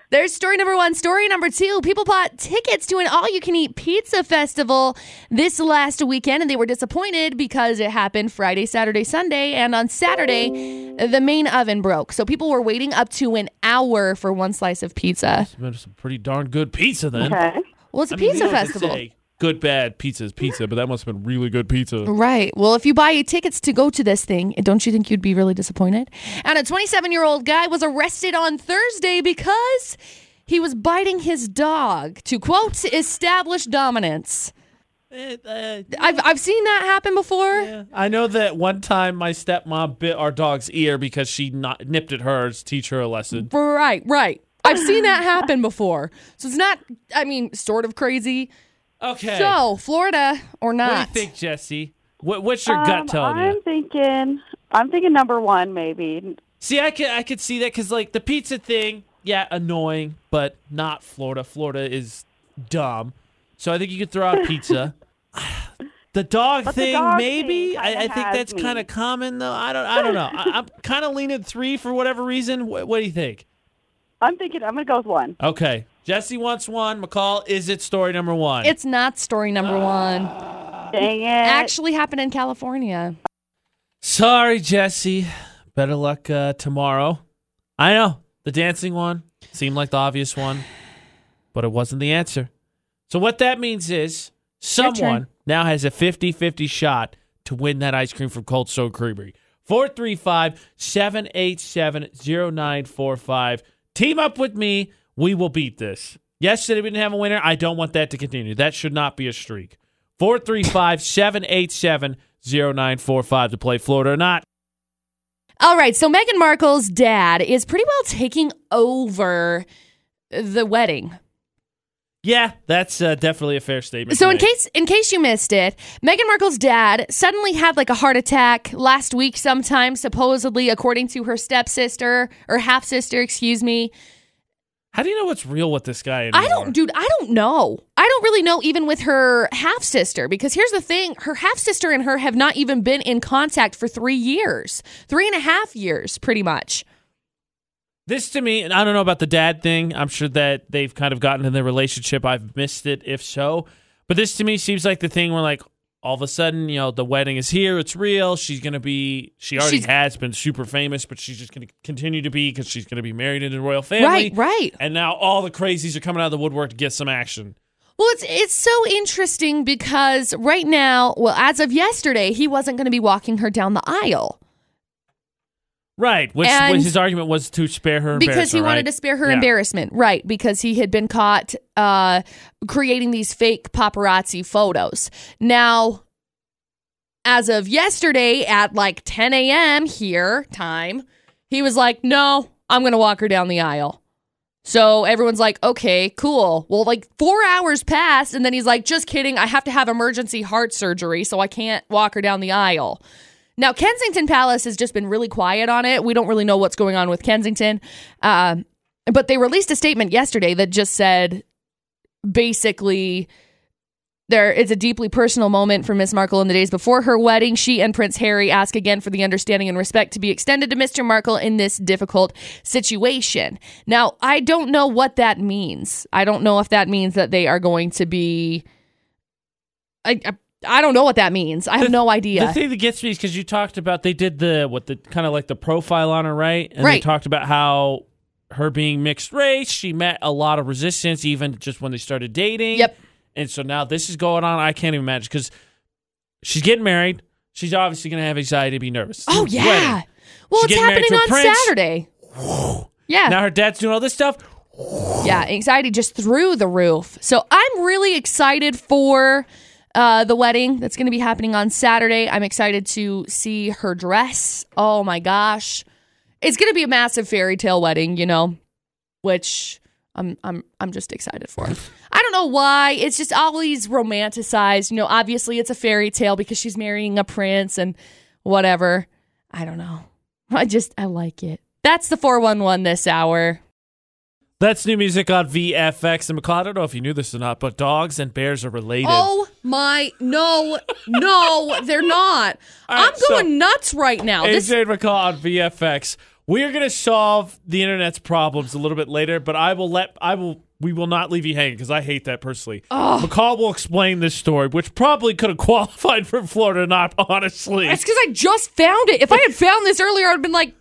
[SPEAKER 2] There's story number one. Story number two people bought tickets to an all you can eat pizza festival this last weekend, and they were disappointed because it happened Friday, Saturday, Sunday. And on Saturday, the main oven broke. So people were waiting up to an hour for one slice of pizza.
[SPEAKER 1] It's been some pretty darn good pizza then.
[SPEAKER 3] Okay.
[SPEAKER 2] Well, it's a
[SPEAKER 1] I mean, we
[SPEAKER 2] pizza
[SPEAKER 1] don't
[SPEAKER 2] festival.
[SPEAKER 1] say Good, bad pizza is pizza, but that must have been really good
[SPEAKER 2] [laughs]
[SPEAKER 1] pizza.
[SPEAKER 2] Right. Well, if you buy tickets to go to this thing, don't you think you'd be really disappointed? And a 27 year old guy was arrested on Thursday because he was biting his dog to quote, establish dominance.
[SPEAKER 1] Eh, eh,
[SPEAKER 2] I've, I've seen that happen before.
[SPEAKER 1] yeah. I know that one time my stepmom bit our dog's ear because she not- nipped at hers to teach her a lesson.
[SPEAKER 2] Right, right. I've
[SPEAKER 1] [laughs]
[SPEAKER 2] seen that happen before. So it's not, I mean, sort of crazy.
[SPEAKER 1] Okay.
[SPEAKER 2] So, Florida or
[SPEAKER 1] what do you
[SPEAKER 2] not.
[SPEAKER 1] think, Jesse? What, what's your gut
[SPEAKER 3] Um,
[SPEAKER 1] telling you?
[SPEAKER 3] I'm thinking. I'm thinking number one, maybe.
[SPEAKER 1] See, I could I could see that because like the pizza thing, yeah, annoying, but not Florida. Florida is dumb, so I think you could throw out
[SPEAKER 3] [laughs]
[SPEAKER 1] pizza. the dog
[SPEAKER 3] But the
[SPEAKER 1] thing,
[SPEAKER 3] dog
[SPEAKER 1] maybe.
[SPEAKER 3] thing
[SPEAKER 1] I, I
[SPEAKER 3] kinda
[SPEAKER 1] think
[SPEAKER 3] has
[SPEAKER 1] that's
[SPEAKER 3] me.
[SPEAKER 1] kind of common though. I don't I don't know. I,
[SPEAKER 3] [laughs]
[SPEAKER 1] I'm kind of leaning three for whatever reason. What, what do you think?
[SPEAKER 3] I'm thinking. I'm gonna go with one.
[SPEAKER 1] Okay, Jesse wants one. McCall, is it story number one?
[SPEAKER 2] It's not story number
[SPEAKER 1] Uh,
[SPEAKER 2] one.
[SPEAKER 3] Dang it!
[SPEAKER 2] Actually happened in California.
[SPEAKER 1] Sorry, Jesse. Better luck uh, tomorrow. I know the dancing one seemed like the obvious one, but it wasn't the answer. So what that means is Someone now has a 50 50 shot to win that ice cream from Cold Stone Creamery. 435 787 0945. Team up with me. We will beat this. Yesterday we didn't have a winner. I don't want that to continue. That should not be a streak. 435 787 0945 to play Florida or not.
[SPEAKER 2] All right, so Meghan Markle's dad is pretty well taking over the wedding.
[SPEAKER 1] Yeah, that's uh, definitely a fair statement.
[SPEAKER 2] So
[SPEAKER 1] to
[SPEAKER 2] in
[SPEAKER 1] make.
[SPEAKER 2] case in case you missed it, Meghan Markle's dad suddenly had like a heart attack last week sometime supposedly according to her stepsister or half sister, excuse me.
[SPEAKER 1] How do you know what's real with this guy? Anymore?
[SPEAKER 2] I don't dude, I don't know. I don't really know even with her half sister because here's the thing, her half sister and her have not even been in contact for 3 years. Three and a half years pretty much.
[SPEAKER 1] This to me, and I don't know about the dad thing. I'm sure that they've kind of gotten in their relationship. I've missed it, if so. But this to me seems like the thing where, like, all of a sudden, you know, the wedding is here. It's real. She's going to be, she already
[SPEAKER 2] She's-
[SPEAKER 1] has been super famous, but she's just going to continue to be because she's going to be married into the royal family.
[SPEAKER 2] Right, right.
[SPEAKER 1] And now all the crazies are coming out of the woodwork to get some action.
[SPEAKER 2] Well, it's it's so interesting because right now, well, as of yesterday, he wasn't going to be walking her down the aisle
[SPEAKER 1] Right. Which,
[SPEAKER 2] And-
[SPEAKER 1] which his argument was to spare her
[SPEAKER 2] because he
[SPEAKER 1] embarrassment,
[SPEAKER 2] wanted
[SPEAKER 1] right?
[SPEAKER 2] to spare her
[SPEAKER 1] Yeah.
[SPEAKER 2] embarrassment, right? Because he had been caught uh, creating these fake paparazzi photos. Now, as of yesterday at like 10 a.m. here time, he was like, "No, I'm going to walk her down the aisle." So everyone's like, okay, cool. Well, like four hours passed, and then he's like, just kidding. I have to have emergency heart surgery, so I can't walk her down the aisle. Now, Kensington Palace has just been really quiet on it. We don't really know what's going on with Kensington. Um, but they released a statement yesterday that just said basically there it's a deeply personal moment for Miss Markle in the days before her wedding. She and Prince Harry ask again for the understanding and respect to be extended to Mr. Markle in this difficult situation. Now, I don't know what that means. I don't know if that means that they are going to be I I, I don't know what that means. I have no idea.
[SPEAKER 1] The thing that gets me is because you talked about they did the what the kind of like the profile on her right, and they
[SPEAKER 2] Right.
[SPEAKER 1] talked about how her being mixed race, she met a lot of resistance even just when they started dating.
[SPEAKER 2] Yep.
[SPEAKER 1] And so now this is going on. I can't even imagine because she's getting married. She's obviously going to have anxiety, and be nervous.
[SPEAKER 2] Oh
[SPEAKER 1] It's a
[SPEAKER 2] yeah.
[SPEAKER 1] wedding.
[SPEAKER 2] Well,
[SPEAKER 1] She's
[SPEAKER 2] it's
[SPEAKER 1] getting married
[SPEAKER 2] happening
[SPEAKER 1] to a
[SPEAKER 2] on
[SPEAKER 1] prince.
[SPEAKER 2] Saturday. Yeah.
[SPEAKER 1] Now her dad's doing all this stuff.
[SPEAKER 2] yeah, anxiety just through the roof. So I'm really excited for uh, the wedding that's going to be happening on Saturday. I'm excited to see her dress. Oh my gosh, it's going to be a massive fairy tale wedding, you know, which I'm I'm I'm just excited for. I don't know why. It's just always romanticized, you know. Obviously, it's a fairy tale because she's marrying a prince and whatever. I don't know. I just I like it. That's the four one one this hour.
[SPEAKER 1] That's new music on VFX and McCloud. I don't know if you knew this or not, but dogs and bears are related.
[SPEAKER 2] Oh my no, no, they're not.
[SPEAKER 1] right,
[SPEAKER 2] I'm going
[SPEAKER 1] so-
[SPEAKER 2] nuts right now. This
[SPEAKER 1] AJ McCall on VFX. We are going to solve the internet's problems a little bit later, but I will let I will we will not leave you hanging because I hate that personally. McCall will explain this story, which probably could have [laughs] qualified for Florida, or not honestly.
[SPEAKER 2] it's because I just found it. If I had found this earlier, I'd have been like,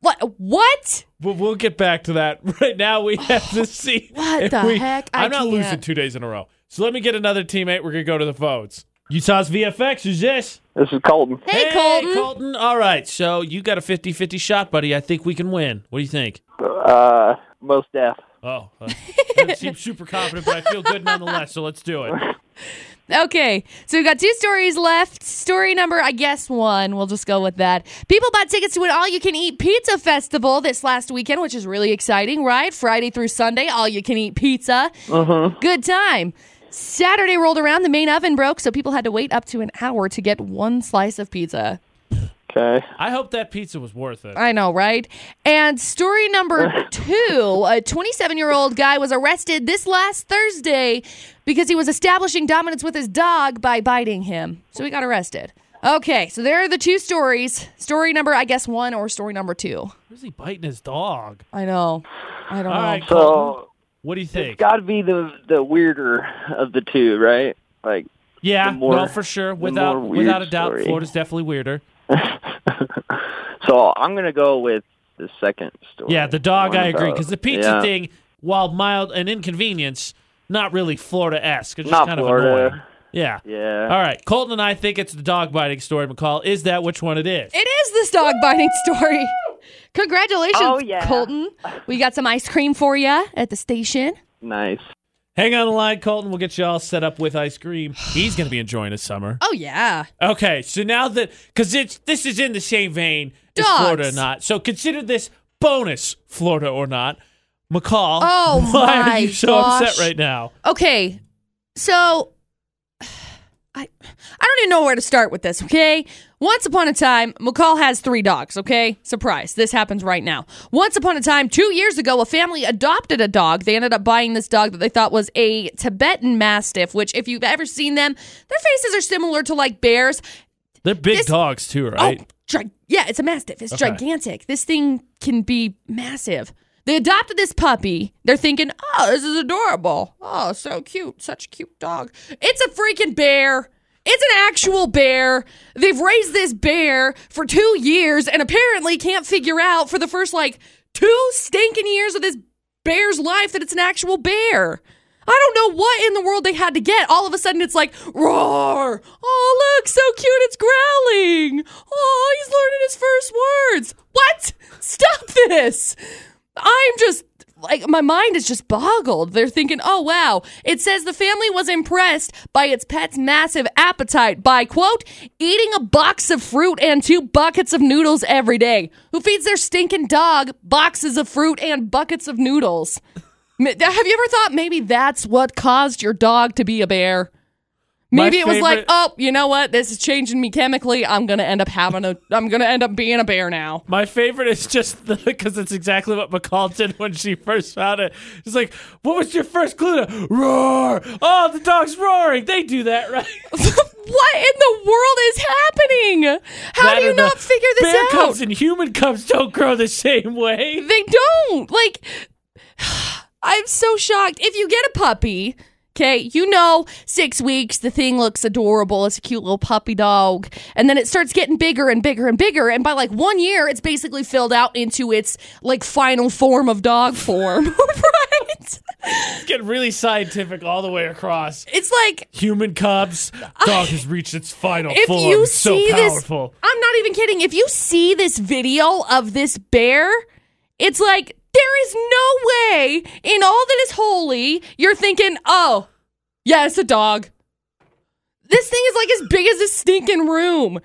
[SPEAKER 2] what? What?
[SPEAKER 1] But we'll get back to that. [laughs] Right now, we have to see.
[SPEAKER 2] Oh, [laughs] What
[SPEAKER 1] if
[SPEAKER 2] the
[SPEAKER 1] we-
[SPEAKER 2] heck? I
[SPEAKER 1] I'm not
[SPEAKER 2] can't.
[SPEAKER 1] losing two days in a row. So let me get another teammate. We're gonna go to the phones. Utah's VFX. Who's this?
[SPEAKER 4] This is Colton.
[SPEAKER 2] Hey, Colton.
[SPEAKER 1] Colton. All right. So you got a 50-50 shot, buddy. I think we can win. What do you think?
[SPEAKER 4] Uh, most deaf.
[SPEAKER 1] Oh, uh, doesn't seem super confident, but I feel good nonetheless. So let's do it.
[SPEAKER 2] Okay, so we got two stories left. Story number, I guess one. We'll just go with that. People bought tickets to an all-you-can-eat pizza festival this last weekend, which is really exciting, right? Friday through Sunday, all-you-can-eat pizza. Good time. Saturday rolled around, the main oven broke, so people had to wait up to an hour to get one slice of pizza.
[SPEAKER 4] Okay.
[SPEAKER 1] I hope that pizza was worth it.
[SPEAKER 2] I know, right? And story
[SPEAKER 3] [laughs]
[SPEAKER 2] number two a 27 year old guy was arrested this last Thursday because he was establishing dominance with his dog by biting him. So he got arrested. Okay, so there are the two stories. Story number, I guess, one or story number two.
[SPEAKER 1] Where's he biting his dog?
[SPEAKER 2] I know. I don't
[SPEAKER 1] All
[SPEAKER 2] know.
[SPEAKER 1] right, Colton.
[SPEAKER 4] Um, So
[SPEAKER 1] What do you
[SPEAKER 4] it's
[SPEAKER 1] think?
[SPEAKER 4] got to be the the weirder of the two, right? Like, [laughs]
[SPEAKER 1] Yeah,
[SPEAKER 4] the more-
[SPEAKER 1] no, for sure.
[SPEAKER 4] the
[SPEAKER 1] Without
[SPEAKER 4] more weird
[SPEAKER 1] without a doubt,
[SPEAKER 4] story.
[SPEAKER 1] Florida's definitely weirder.
[SPEAKER 4] so I'm gonna go with the second story.
[SPEAKER 1] Yeah, the dog.
[SPEAKER 4] One
[SPEAKER 1] I agree
[SPEAKER 4] about-
[SPEAKER 1] because the pizza
[SPEAKER 4] yeah.
[SPEAKER 1] thing, while mild and inconvenience, not really Florida esque. It's just
[SPEAKER 4] Not
[SPEAKER 1] kind of annoying.
[SPEAKER 4] Florida.
[SPEAKER 1] Yeah.
[SPEAKER 4] Yeah.
[SPEAKER 1] All right. Colton and I think it's the dog biting story, McCall. Is that which one it is?
[SPEAKER 2] It is this dog biting story. Congratulations,
[SPEAKER 3] Oh, yeah.
[SPEAKER 2] Colton. We got some ice cream for you at the station.
[SPEAKER 4] Nice.
[SPEAKER 1] Hang on the line, Colton. We'll get you all set up with ice cream. He's going to be enjoying his summer.
[SPEAKER 2] Oh yeah.
[SPEAKER 1] Okay, so now that because it's this is in the same vein as
[SPEAKER 2] Dogs.
[SPEAKER 1] Florida or not, so consider this bonus Florida or not. McCall,
[SPEAKER 2] Oh
[SPEAKER 1] [laughs] why
[SPEAKER 2] my
[SPEAKER 1] are you so
[SPEAKER 2] gosh.
[SPEAKER 1] upset right now?
[SPEAKER 2] Okay. So [sighs] I I don't even know where to start with this, okay? Once upon a time, McCall has three dogs, okay? Surprise. This happens right now. Once upon a time, 2 years ago, a family adopted a dog. They ended up buying this dog that they thought was a Tibetan mastiff, which if you've ever seen them, their faces are similar to like bears.
[SPEAKER 1] They're big
[SPEAKER 2] This-
[SPEAKER 1] dogs too, right?
[SPEAKER 2] Oh, gi- yeah, it's a mastiff. It's
[SPEAKER 1] Okay.
[SPEAKER 2] gigantic. This thing can be massive. They adopted this puppy. They're thinking, oh, this is adorable. Oh, so cute. Such a cute dog. It's a freaking bear. It's an actual bear. They've raised this bear for two years and apparently can't figure out for the first like two stinking years of this bear's life that it's an actual bear. I don't know what in the world they had to get. All of a sudden, it's like, roar! Oh, look, so cute, it's growling! Oh, he's learning his first words! What? Stop this! I'm just, like, my mind is just boggled. They're thinking, oh, wow. It says the family was impressed by its pet's massive appetite by, quote, eating a box of fruit and two buckets of noodles every day. Who feeds their stinking dog boxes of fruit and buckets of noodles? Ma- th- Have you ever thought maybe that's what caused your dog to be a bear?
[SPEAKER 1] My
[SPEAKER 2] Maybe it was like,
[SPEAKER 1] favorite-
[SPEAKER 2] oh, you know what? This is changing me chemically. I'm gonna end up having a. I'm gonna end up being a bear now.
[SPEAKER 1] My favorite is just because it's exactly what McCall did when she first found it. She's like, "What was your first clue?" To? Roar! Oh, the dog's roaring. They do that, right?
[SPEAKER 2] [laughs] what in the world is happening? How
[SPEAKER 1] That
[SPEAKER 2] do you
[SPEAKER 1] and the
[SPEAKER 2] not figure this
[SPEAKER 1] Bear
[SPEAKER 2] out?
[SPEAKER 1] cubs and human cubs don't grow the same way.
[SPEAKER 2] They don't. Like, [sighs] I'm so shocked. If you get a puppy, okay, you know, six weeks, the thing looks adorable. It's a cute little puppy dog. And then it starts getting bigger and bigger and bigger. And by like one year, it's basically filled out into its like final form of dog form, [laughs] right?
[SPEAKER 1] It's getting really scientific all the way across.
[SPEAKER 2] It's like,
[SPEAKER 1] human cubs. Dog has reached its final
[SPEAKER 2] if
[SPEAKER 1] form.
[SPEAKER 2] you
[SPEAKER 1] It's so
[SPEAKER 2] see this,
[SPEAKER 1] powerful. [laughs]
[SPEAKER 2] I'm not even kidding. If you see this video of this bear, it's like there is no way in all that is holy you're thinking, oh, yeah, it's a dog. This thing is like as big as a stinking room.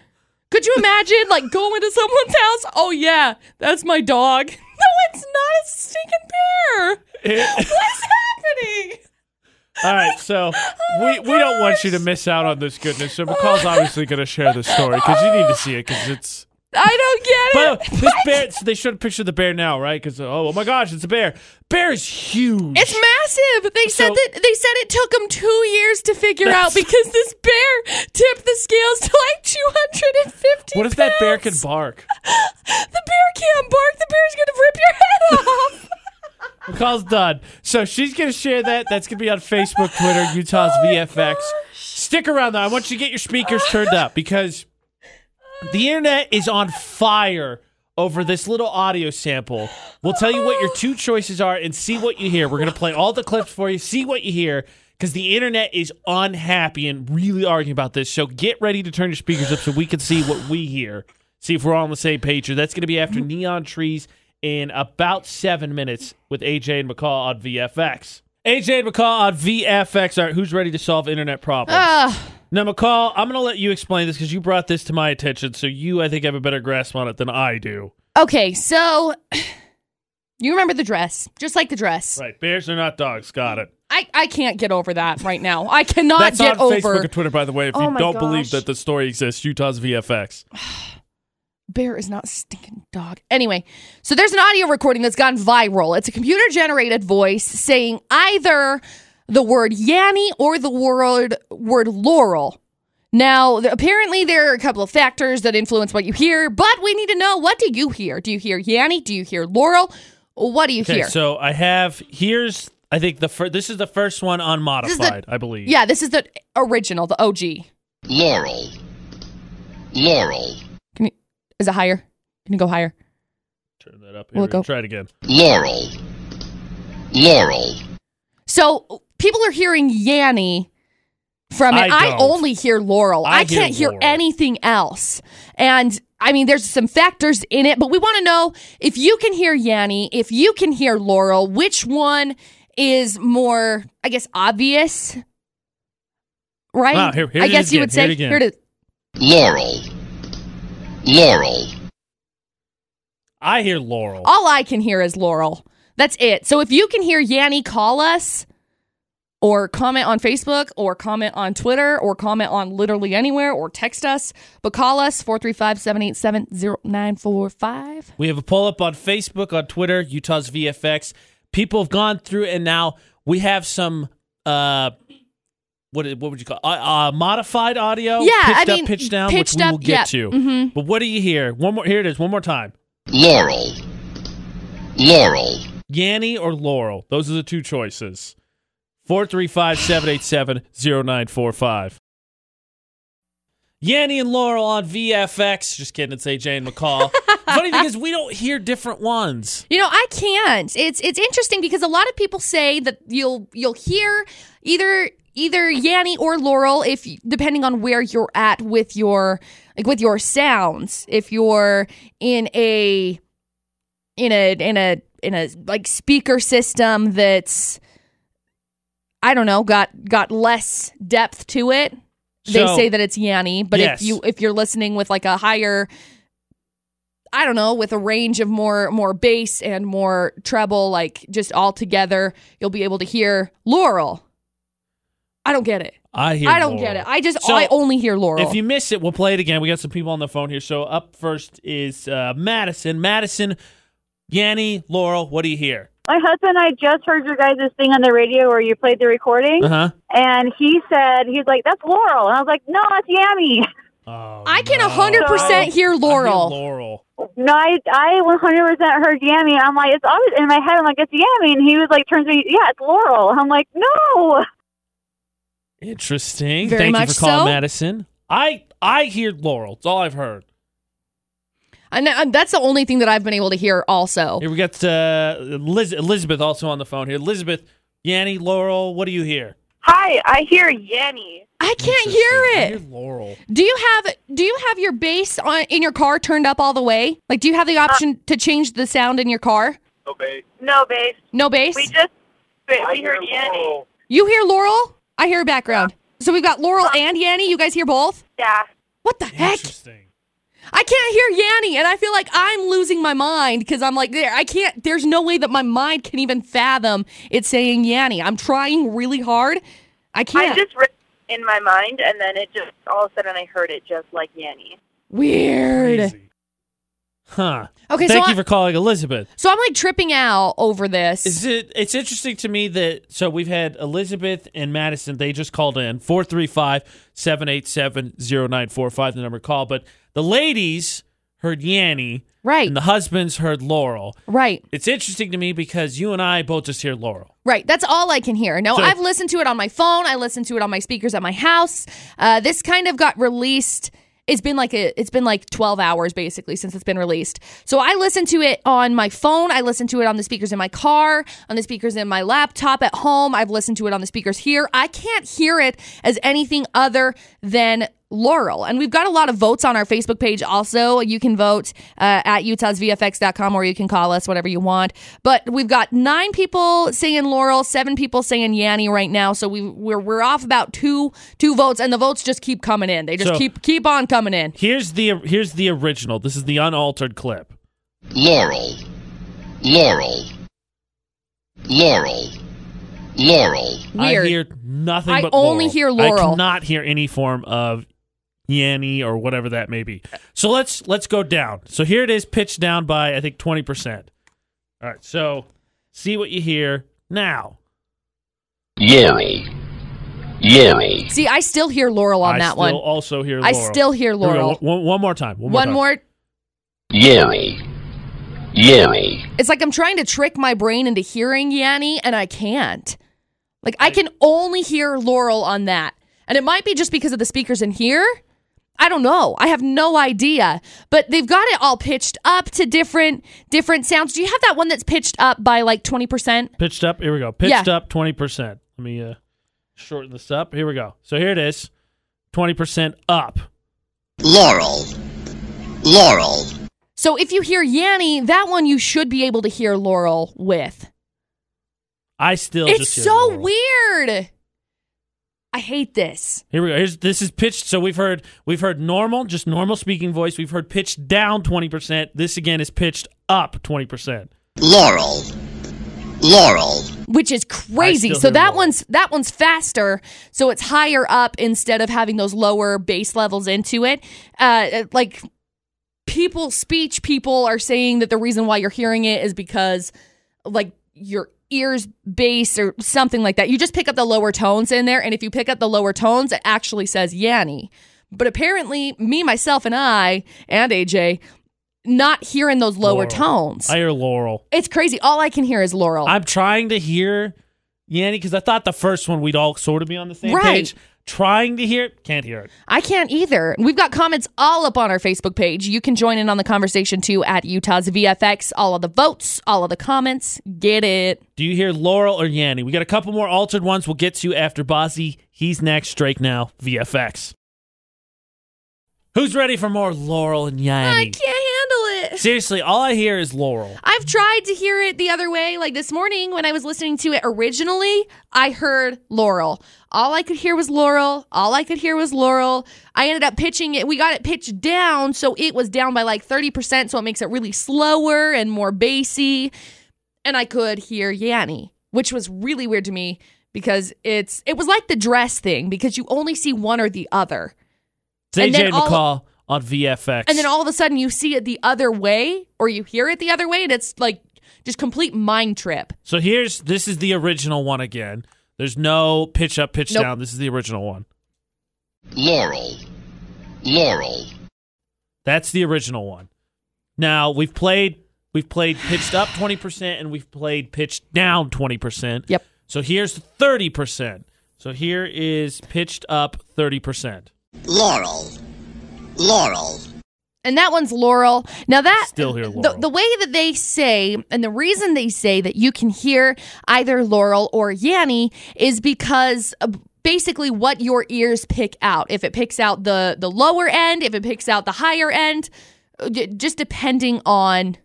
[SPEAKER 2] Could you imagine like going to someone's house? Oh yeah, that's my dog. [laughs] No, it's not. It's a stinking bear.
[SPEAKER 1] It-
[SPEAKER 2] What's happening?
[SPEAKER 1] all right, so
[SPEAKER 2] Oh,
[SPEAKER 1] we, we don't want you to miss out on this goodness. So McCall's obviously going to share this story because you need to see it because it's.
[SPEAKER 2] I don't
[SPEAKER 1] But
[SPEAKER 2] get it.
[SPEAKER 1] this bear, so they showed a picture of the bear now, right? Because oh, oh my gosh, it's a bear. Bear is huge.
[SPEAKER 2] It's massive. They said
[SPEAKER 1] So-
[SPEAKER 2] that they said it took them two years to figure out
[SPEAKER 1] That's-
[SPEAKER 2] because this bear tipped the scales to like two hundred and fifty.
[SPEAKER 1] what if that bear can bark?
[SPEAKER 2] The bear can't bark. The bear's gonna rip your head [laughs] off.
[SPEAKER 1] McCall's done. So she's going to share that. That's going to be on Facebook, Twitter, Utah's VFX. Stick around, though. I want you to get your speakers turned up because the internet is on fire over this little audio sample. We'll tell you what your two choices are and see what you hear. We're going to play all the clips for you, see what you hear. Because the internet is unhappy and really arguing about this. So get ready to turn your speakers up so we can see what we hear. See if we're all on the same page. Or that's going to be after Neon Trees in about seven minutes with AJ and McCall on VFX. AJ and McCall on VFX. All right, who's ready to solve internet problems?
[SPEAKER 2] Ah,
[SPEAKER 1] now, McCall, I'm going to let you explain this because you brought this to my attention. So you, I think, have a better grasp on it than I do.
[SPEAKER 2] okay, so [sighs] you remember the dress, just like the dress.
[SPEAKER 1] Right. Bears are not dogs. Got it.
[SPEAKER 2] I I can't get over that right now. I cannot
[SPEAKER 1] That's
[SPEAKER 2] get
[SPEAKER 1] on
[SPEAKER 2] over.
[SPEAKER 1] Facebook and Twitter, by the way. If
[SPEAKER 2] Oh
[SPEAKER 1] you
[SPEAKER 2] my
[SPEAKER 1] don't
[SPEAKER 2] gosh.
[SPEAKER 1] believe that the story exists, Utah's VFX.
[SPEAKER 2] bear is not a stinking dog. Anyway, so there's an audio recording that's gone viral. It's a computer generated voice saying either the word Yanny or the word word Laurel. Now, th- apparently there are a couple of factors that influence what you hear, but we need to know what do you hear? Do you hear Yanny? Do you hear Laurel? What do you
[SPEAKER 1] Okay,
[SPEAKER 2] hear?
[SPEAKER 1] so I have here's I think the first. This is the first one on
[SPEAKER 2] is the-
[SPEAKER 1] modified, I believe.
[SPEAKER 2] yeah, this is the original, the OG.
[SPEAKER 5] Laurel. Laurel.
[SPEAKER 2] Can you, is it higher? Can you go higher?
[SPEAKER 1] Turn that up.
[SPEAKER 2] We'll
[SPEAKER 1] Here,
[SPEAKER 2] go-
[SPEAKER 1] Try it again.
[SPEAKER 5] Laurel. Laurel.
[SPEAKER 2] So people are hearing Yanny from it.
[SPEAKER 1] I
[SPEAKER 2] I,
[SPEAKER 1] don't.
[SPEAKER 2] only hear Laurel.
[SPEAKER 1] I
[SPEAKER 2] I,
[SPEAKER 1] hear
[SPEAKER 2] can't hear
[SPEAKER 1] Laurel.
[SPEAKER 2] anything else. And I mean, there's some factors in it, but we want to know if you can hear Yanni, if you can hear Laurel, which one is more, I guess, obvious, right?
[SPEAKER 1] Wow, here- here
[SPEAKER 2] I
[SPEAKER 1] it
[SPEAKER 2] guess
[SPEAKER 1] is
[SPEAKER 2] you
[SPEAKER 1] again,
[SPEAKER 2] would
[SPEAKER 1] here it again.
[SPEAKER 2] say it is.
[SPEAKER 5] Laurel. Laurel.
[SPEAKER 1] I hear Laurel.
[SPEAKER 2] All I can hear is Laurel. That's it. So if you can hear Yanni, call us or comment on Facebook or comment on Twitter or comment on literally anywhere or text us, but call us 435 787 0945.
[SPEAKER 1] We have a poll up on Facebook, on Twitter, Utah's VFX. People have gone through, and now we have some. Uh, what i- what would you call uh, uh, modified audio?
[SPEAKER 2] Yeah, I
[SPEAKER 1] pitched
[SPEAKER 2] mean,
[SPEAKER 1] up, pitch down,
[SPEAKER 2] pitched
[SPEAKER 1] which we
[SPEAKER 2] up,
[SPEAKER 1] will get
[SPEAKER 2] yeah,
[SPEAKER 1] to.
[SPEAKER 2] mhm.
[SPEAKER 1] But what do you hear? One more. Here it is. One more time.
[SPEAKER 5] Laurel. Laurel.
[SPEAKER 1] Yanny or Laurel? Those are the two choices. 435 787 0945. Yanny and Laurel on VFX. Just kidding. It's AJ and
[SPEAKER 2] [laughs]
[SPEAKER 1] McCall. Funny thing is, we don't hear different ones.
[SPEAKER 2] You know, I can't. It's it's interesting because a lot of people say that you'll you'll hear either either Yanni or Laurel if depending on where you're at with your like with your sounds. If you're in a in a in a in a like speaker system that's I don't know, got got less depth to it. They
[SPEAKER 1] So-
[SPEAKER 2] say that it's Yanni, but
[SPEAKER 1] Yes.
[SPEAKER 2] if you if you're listening with like a higher I don't know, with a range of more more bass and more treble, like just all together, you'll be able to hear Laurel. I don't get it.
[SPEAKER 1] I hear
[SPEAKER 2] I don't
[SPEAKER 1] Laurel.
[SPEAKER 2] get it. I just
[SPEAKER 1] So,
[SPEAKER 2] I only hear Laurel.
[SPEAKER 1] If you miss it, we'll play it again. We got some people on the phone here. So up first is uh, Madison. Madison, Yanny, Laurel, what do you hear?
[SPEAKER 3] My husband and I just heard your guys' thing on the radio where you played the
[SPEAKER 1] [laughs]
[SPEAKER 3] recording,
[SPEAKER 1] Uh-huh.
[SPEAKER 3] and he said, he's like, that's Laurel. And I was like, no, it's Yami.
[SPEAKER 1] Oh,
[SPEAKER 2] I can
[SPEAKER 1] no.
[SPEAKER 2] hundred percent hear
[SPEAKER 1] I hear
[SPEAKER 2] Laurel.
[SPEAKER 1] Laurel.
[SPEAKER 3] No, I, I 100% heard Yami. And I'm like, it's always in my head. I'm like, it's Yami. And he was like, turns to me, yeah, it's Laurel. I'm like, no.
[SPEAKER 1] Interesting.
[SPEAKER 2] Very
[SPEAKER 1] Thank
[SPEAKER 2] much
[SPEAKER 1] you for calling
[SPEAKER 2] so.
[SPEAKER 1] Madison. I I hear Laurel. It's all I've heard.
[SPEAKER 2] And uh, that's the only thing that I've been able to hear. Also,
[SPEAKER 1] Here we got uh, Liz- Elizabeth also on the phone here. Elizabeth, Yanny, Laurel, what do you hear?
[SPEAKER 3] Hi, I hear Yanny.
[SPEAKER 2] I can't
[SPEAKER 1] Interesting.
[SPEAKER 2] hear
[SPEAKER 1] I
[SPEAKER 2] it.
[SPEAKER 1] hear Laurel.
[SPEAKER 2] Do you have Do you have your bass on, in your car turned up all the way? Like, do you have the option to change the sound in your car?
[SPEAKER 6] Oh,
[SPEAKER 3] No, babe.
[SPEAKER 2] No bass.
[SPEAKER 3] just, we heard Yanny.
[SPEAKER 2] You hear Laurel? I hear background. So we've got Laurel and Yanni. You guys hear both?
[SPEAKER 3] Yeah.
[SPEAKER 2] What the heck?
[SPEAKER 1] Interesting.
[SPEAKER 2] I can't hear Yanni, and I feel like I'm losing my mind because I'm like, there, I can't. There's no way that my mind can even fathom it saying Yanni. I'm trying really hard. I can't.
[SPEAKER 6] I just read it in my mind, and then it just all of a sudden I heard it just like Yanny.
[SPEAKER 2] Weird.
[SPEAKER 1] Crazy. Huh.
[SPEAKER 2] Okay, so
[SPEAKER 1] Thank
[SPEAKER 2] I-
[SPEAKER 1] you for calling Elizabeth.
[SPEAKER 2] So I'm like tripping out over this.
[SPEAKER 1] Is it? It's interesting to me that so we've had Elizabeth and Madison. They just called in 435-787-0945, the number to call. But the ladies heard Yanny,
[SPEAKER 2] right,
[SPEAKER 1] and the husbands heard Laurel.
[SPEAKER 2] right,
[SPEAKER 1] It's interesting to me because you and I both just hear Laurel.
[SPEAKER 2] right. That's all I can hear. Now
[SPEAKER 1] So-
[SPEAKER 2] I've listened to it on my phone. I listened to it on my speakers at my house. Uh, this kind of got released. It's been like a, it's been like 12 hours basically since it's been released. So I listened to it on my phone. I listened to it on the speakers in my car, on the speakers in my laptop at home. I've listened to it on the speakers here. I can't hear it as anything other than Laurel. And we've got a lot of votes on our Facebook page also. You can vote uh, at utahsvfx.com or you can call us, whatever you want. But we've got nine people saying Laurel, seven people saying Yanni right now. So we, we're, we're off about two two votes, and the votes just keep coming in. They just
[SPEAKER 1] So-
[SPEAKER 2] keep keep on coming in.
[SPEAKER 1] Here's the here's the original. This is the unaltered clip.
[SPEAKER 5] Laurel. Laurel. Laurel. Laurel.
[SPEAKER 2] Weird.
[SPEAKER 1] I hear nothing.
[SPEAKER 2] I
[SPEAKER 1] but
[SPEAKER 2] only
[SPEAKER 1] Laurel.
[SPEAKER 2] hear Laurel.
[SPEAKER 1] I cannot hear any form of Yanny or whatever that may be. So let's let's go down. So here it is, pitched down by I think twenty percent. All right. So see what you hear now.
[SPEAKER 5] Laurel. Laurel.
[SPEAKER 2] See, I still hear Laurel on
[SPEAKER 1] I
[SPEAKER 2] that
[SPEAKER 1] still
[SPEAKER 2] one.
[SPEAKER 1] Also hear.
[SPEAKER 2] I
[SPEAKER 1] Laurel.
[SPEAKER 2] still hear
[SPEAKER 1] Here we go.
[SPEAKER 2] Laurel.
[SPEAKER 1] One, one more time. One more.
[SPEAKER 2] One
[SPEAKER 1] time.
[SPEAKER 2] more.
[SPEAKER 5] Laurel. Laurel.
[SPEAKER 2] It's like I'm trying to trick my brain into hearing Yanni, and I can't. Like I can only hear Laurel on that, and it might be just because of the speakers in here. I don't know. I have no idea. But they've got it all pitched up to different different sounds. Do you have that one that's pitched up by like twenty percent?
[SPEAKER 1] Pitched up. Here we go. Pitched up twenty percent. Let me uh, shorten this up. Here we go. So here it is 20% up.
[SPEAKER 5] Laurel. Laurel.
[SPEAKER 2] So if you hear Yanni, that one you should be able to hear Laurel with.
[SPEAKER 1] I still
[SPEAKER 2] it's
[SPEAKER 1] just hear
[SPEAKER 2] so
[SPEAKER 1] Laurel.
[SPEAKER 2] weird. I hate this.
[SPEAKER 1] Here we go. Here's this is pitched. So we've heard we've heard normal, just normal speaking voice. We've heard pitched down 20%. This again is pitched up 20%.
[SPEAKER 5] Laurel. Laurel.
[SPEAKER 2] which is crazy.
[SPEAKER 1] still
[SPEAKER 2] So
[SPEAKER 1] hear
[SPEAKER 2] that
[SPEAKER 1] Laurel.
[SPEAKER 2] one's that one's faster, so it's higher up instead of having those lower base levels into it. Uh, it- like people, speech people are saying that the reason why you're hearing it is because like your ears bass or something like that. You just pick up the lower tones in there, and if you pick up the lower tones, it actually says Yanni. But apparently, me, myself, and I, and AJ, not hearing those lower
[SPEAKER 1] Laurel.
[SPEAKER 2] tones.
[SPEAKER 1] I hear Laurel.
[SPEAKER 2] it's crazy. All I can hear is Laurel.
[SPEAKER 1] I'm trying to hear Yanni because I thought the first one we'd all sort of be on the same
[SPEAKER 2] Right.
[SPEAKER 1] page. Trying to hear it, can't hear it.
[SPEAKER 2] I can't either. We've got comments all up on our Facebook page. You can join in on the conversation too at Utah's VFX. All of the votes, all of the comments. Get it.
[SPEAKER 1] Do you hear Laurel or Yanni? We got a couple more altered ones we'll get to after Bossy. He's next, Drake now, VFX. Who's ready for more Laurel and
[SPEAKER 2] I
[SPEAKER 1] Yanni?
[SPEAKER 2] can't handle it.
[SPEAKER 1] Seriously, all I hear is Laurel.
[SPEAKER 2] I've tried to hear it the other way. Like this morning when I was listening to it originally, I heard Laurel. All I could hear was Laurel. All I could hear was Laurel. I ended up pitching it. We got it pitched down, so it was down by like 30%, so it makes it really slower and more bassy. And I could hear Yanni, which was really weird to me because it's it was like the dress thing because you only see one or the other.
[SPEAKER 1] It's
[SPEAKER 2] And
[SPEAKER 1] AJ
[SPEAKER 2] then all-
[SPEAKER 1] McCall on VFX.
[SPEAKER 2] And then all of a sudden you see it the other way or you hear it the other way and it's like just complete mind trip.
[SPEAKER 1] so here's this is the original one again. There's no pitch up, pitch
[SPEAKER 2] Nope.
[SPEAKER 1] down. This is the original one.
[SPEAKER 5] Laurel. Laurel.
[SPEAKER 1] That's the original one. Now we've played we've played pitched up twenty percent and we've played pitched down twenty percent.
[SPEAKER 2] Yep.
[SPEAKER 1] So here's thirty percent. So here is pitched up thirty percent.
[SPEAKER 5] Laurel. Laurel.
[SPEAKER 2] And that one's Laurel. Now that
[SPEAKER 1] Still hear
[SPEAKER 2] the,
[SPEAKER 1] Laurel.
[SPEAKER 2] the way that they say and the reason they say that you can hear either Laurel or Yanni is because uh, basically what your ears pick out. If it picks out the the lower end, if it picks out the higher end, uh, j- just depending on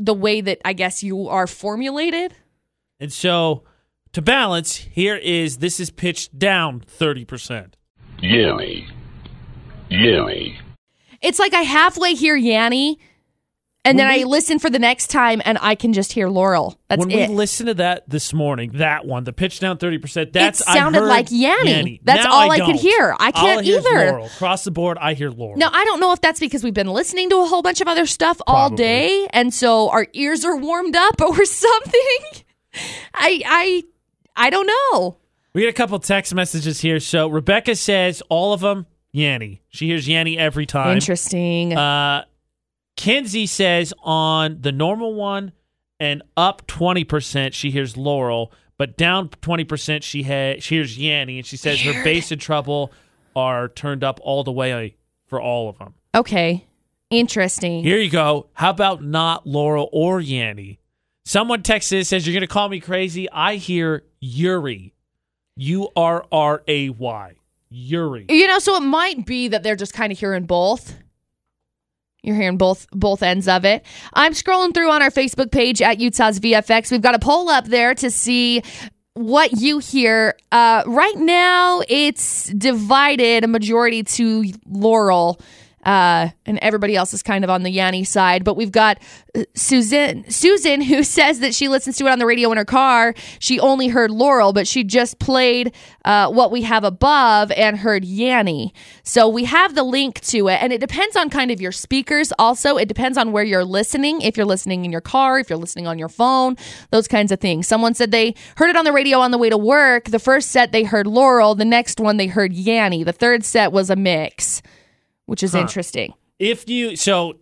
[SPEAKER 2] the way that I guess you are formulated.
[SPEAKER 1] And so to balance, here is this is pitched down thirty percent.
[SPEAKER 5] Yanny. Yanny.
[SPEAKER 2] It's like I halfway hear Yanni and then I listen for the next time and I can just hear Laurel. That's
[SPEAKER 1] when
[SPEAKER 2] it.
[SPEAKER 1] we listened to that this morning, that one, the pitch down thirty percent, that's
[SPEAKER 2] it sounded
[SPEAKER 1] I heard
[SPEAKER 2] like Yanni.
[SPEAKER 1] Yanni.
[SPEAKER 2] That's
[SPEAKER 1] Now
[SPEAKER 2] all I, could
[SPEAKER 1] don't.
[SPEAKER 2] hear. I
[SPEAKER 1] All
[SPEAKER 2] can't
[SPEAKER 1] hear is
[SPEAKER 2] either.
[SPEAKER 1] Laurel. Across the board, I hear Laurel.
[SPEAKER 2] Now I don't know if that's because we've been listening to a whole bunch of other stuff all
[SPEAKER 1] Probably.
[SPEAKER 2] day, and so our ears are warmed up [laughs] or something. I I I don't know.
[SPEAKER 1] We get a couple text messages here. So Rebecca says all of them Yanny. She hears Yanny every time.
[SPEAKER 2] Interesting.
[SPEAKER 1] Uh, Kinsey says on the normal one and up twenty percent, she hears Laurel, but down twenty percent, she ha- she hears Yanny, and she says her
[SPEAKER 2] Weird.
[SPEAKER 1] bass and treble are turned up all the way for all of them.
[SPEAKER 2] okay. Interesting.
[SPEAKER 1] Here you go. How about not Laurel or Yanny? Someone texts this says you're gonna call me crazy. I hear Yuri, U R R A Y, Yuri.
[SPEAKER 2] You know, so it might be that they're just kind of hearing both. You're hearing both both ends of it. I'm scrolling through on our Facebook page at Utah's VFX. We've got a poll up there to see what you hear. Uh, right now, it's divided a majority to Laurel, uh, and everybody else is kind of on the Yanni side. But we've got uh, Susan Susan who [laughs] says that she listens to it on the radio in her car. She only heard Laurel, but she just played uh, what we have above and heard Yanni. So we have the link to it, and it depends on kind of your speakers. Also, it depends on where you're listening. If you're listening in your car, if you're listening on your phone, those kinds of things. Someone said they heard it on the radio on the way to work. The first set they heard Laurel. The next one they heard Yanni. The third set was a mix, which is interesting.
[SPEAKER 1] if you so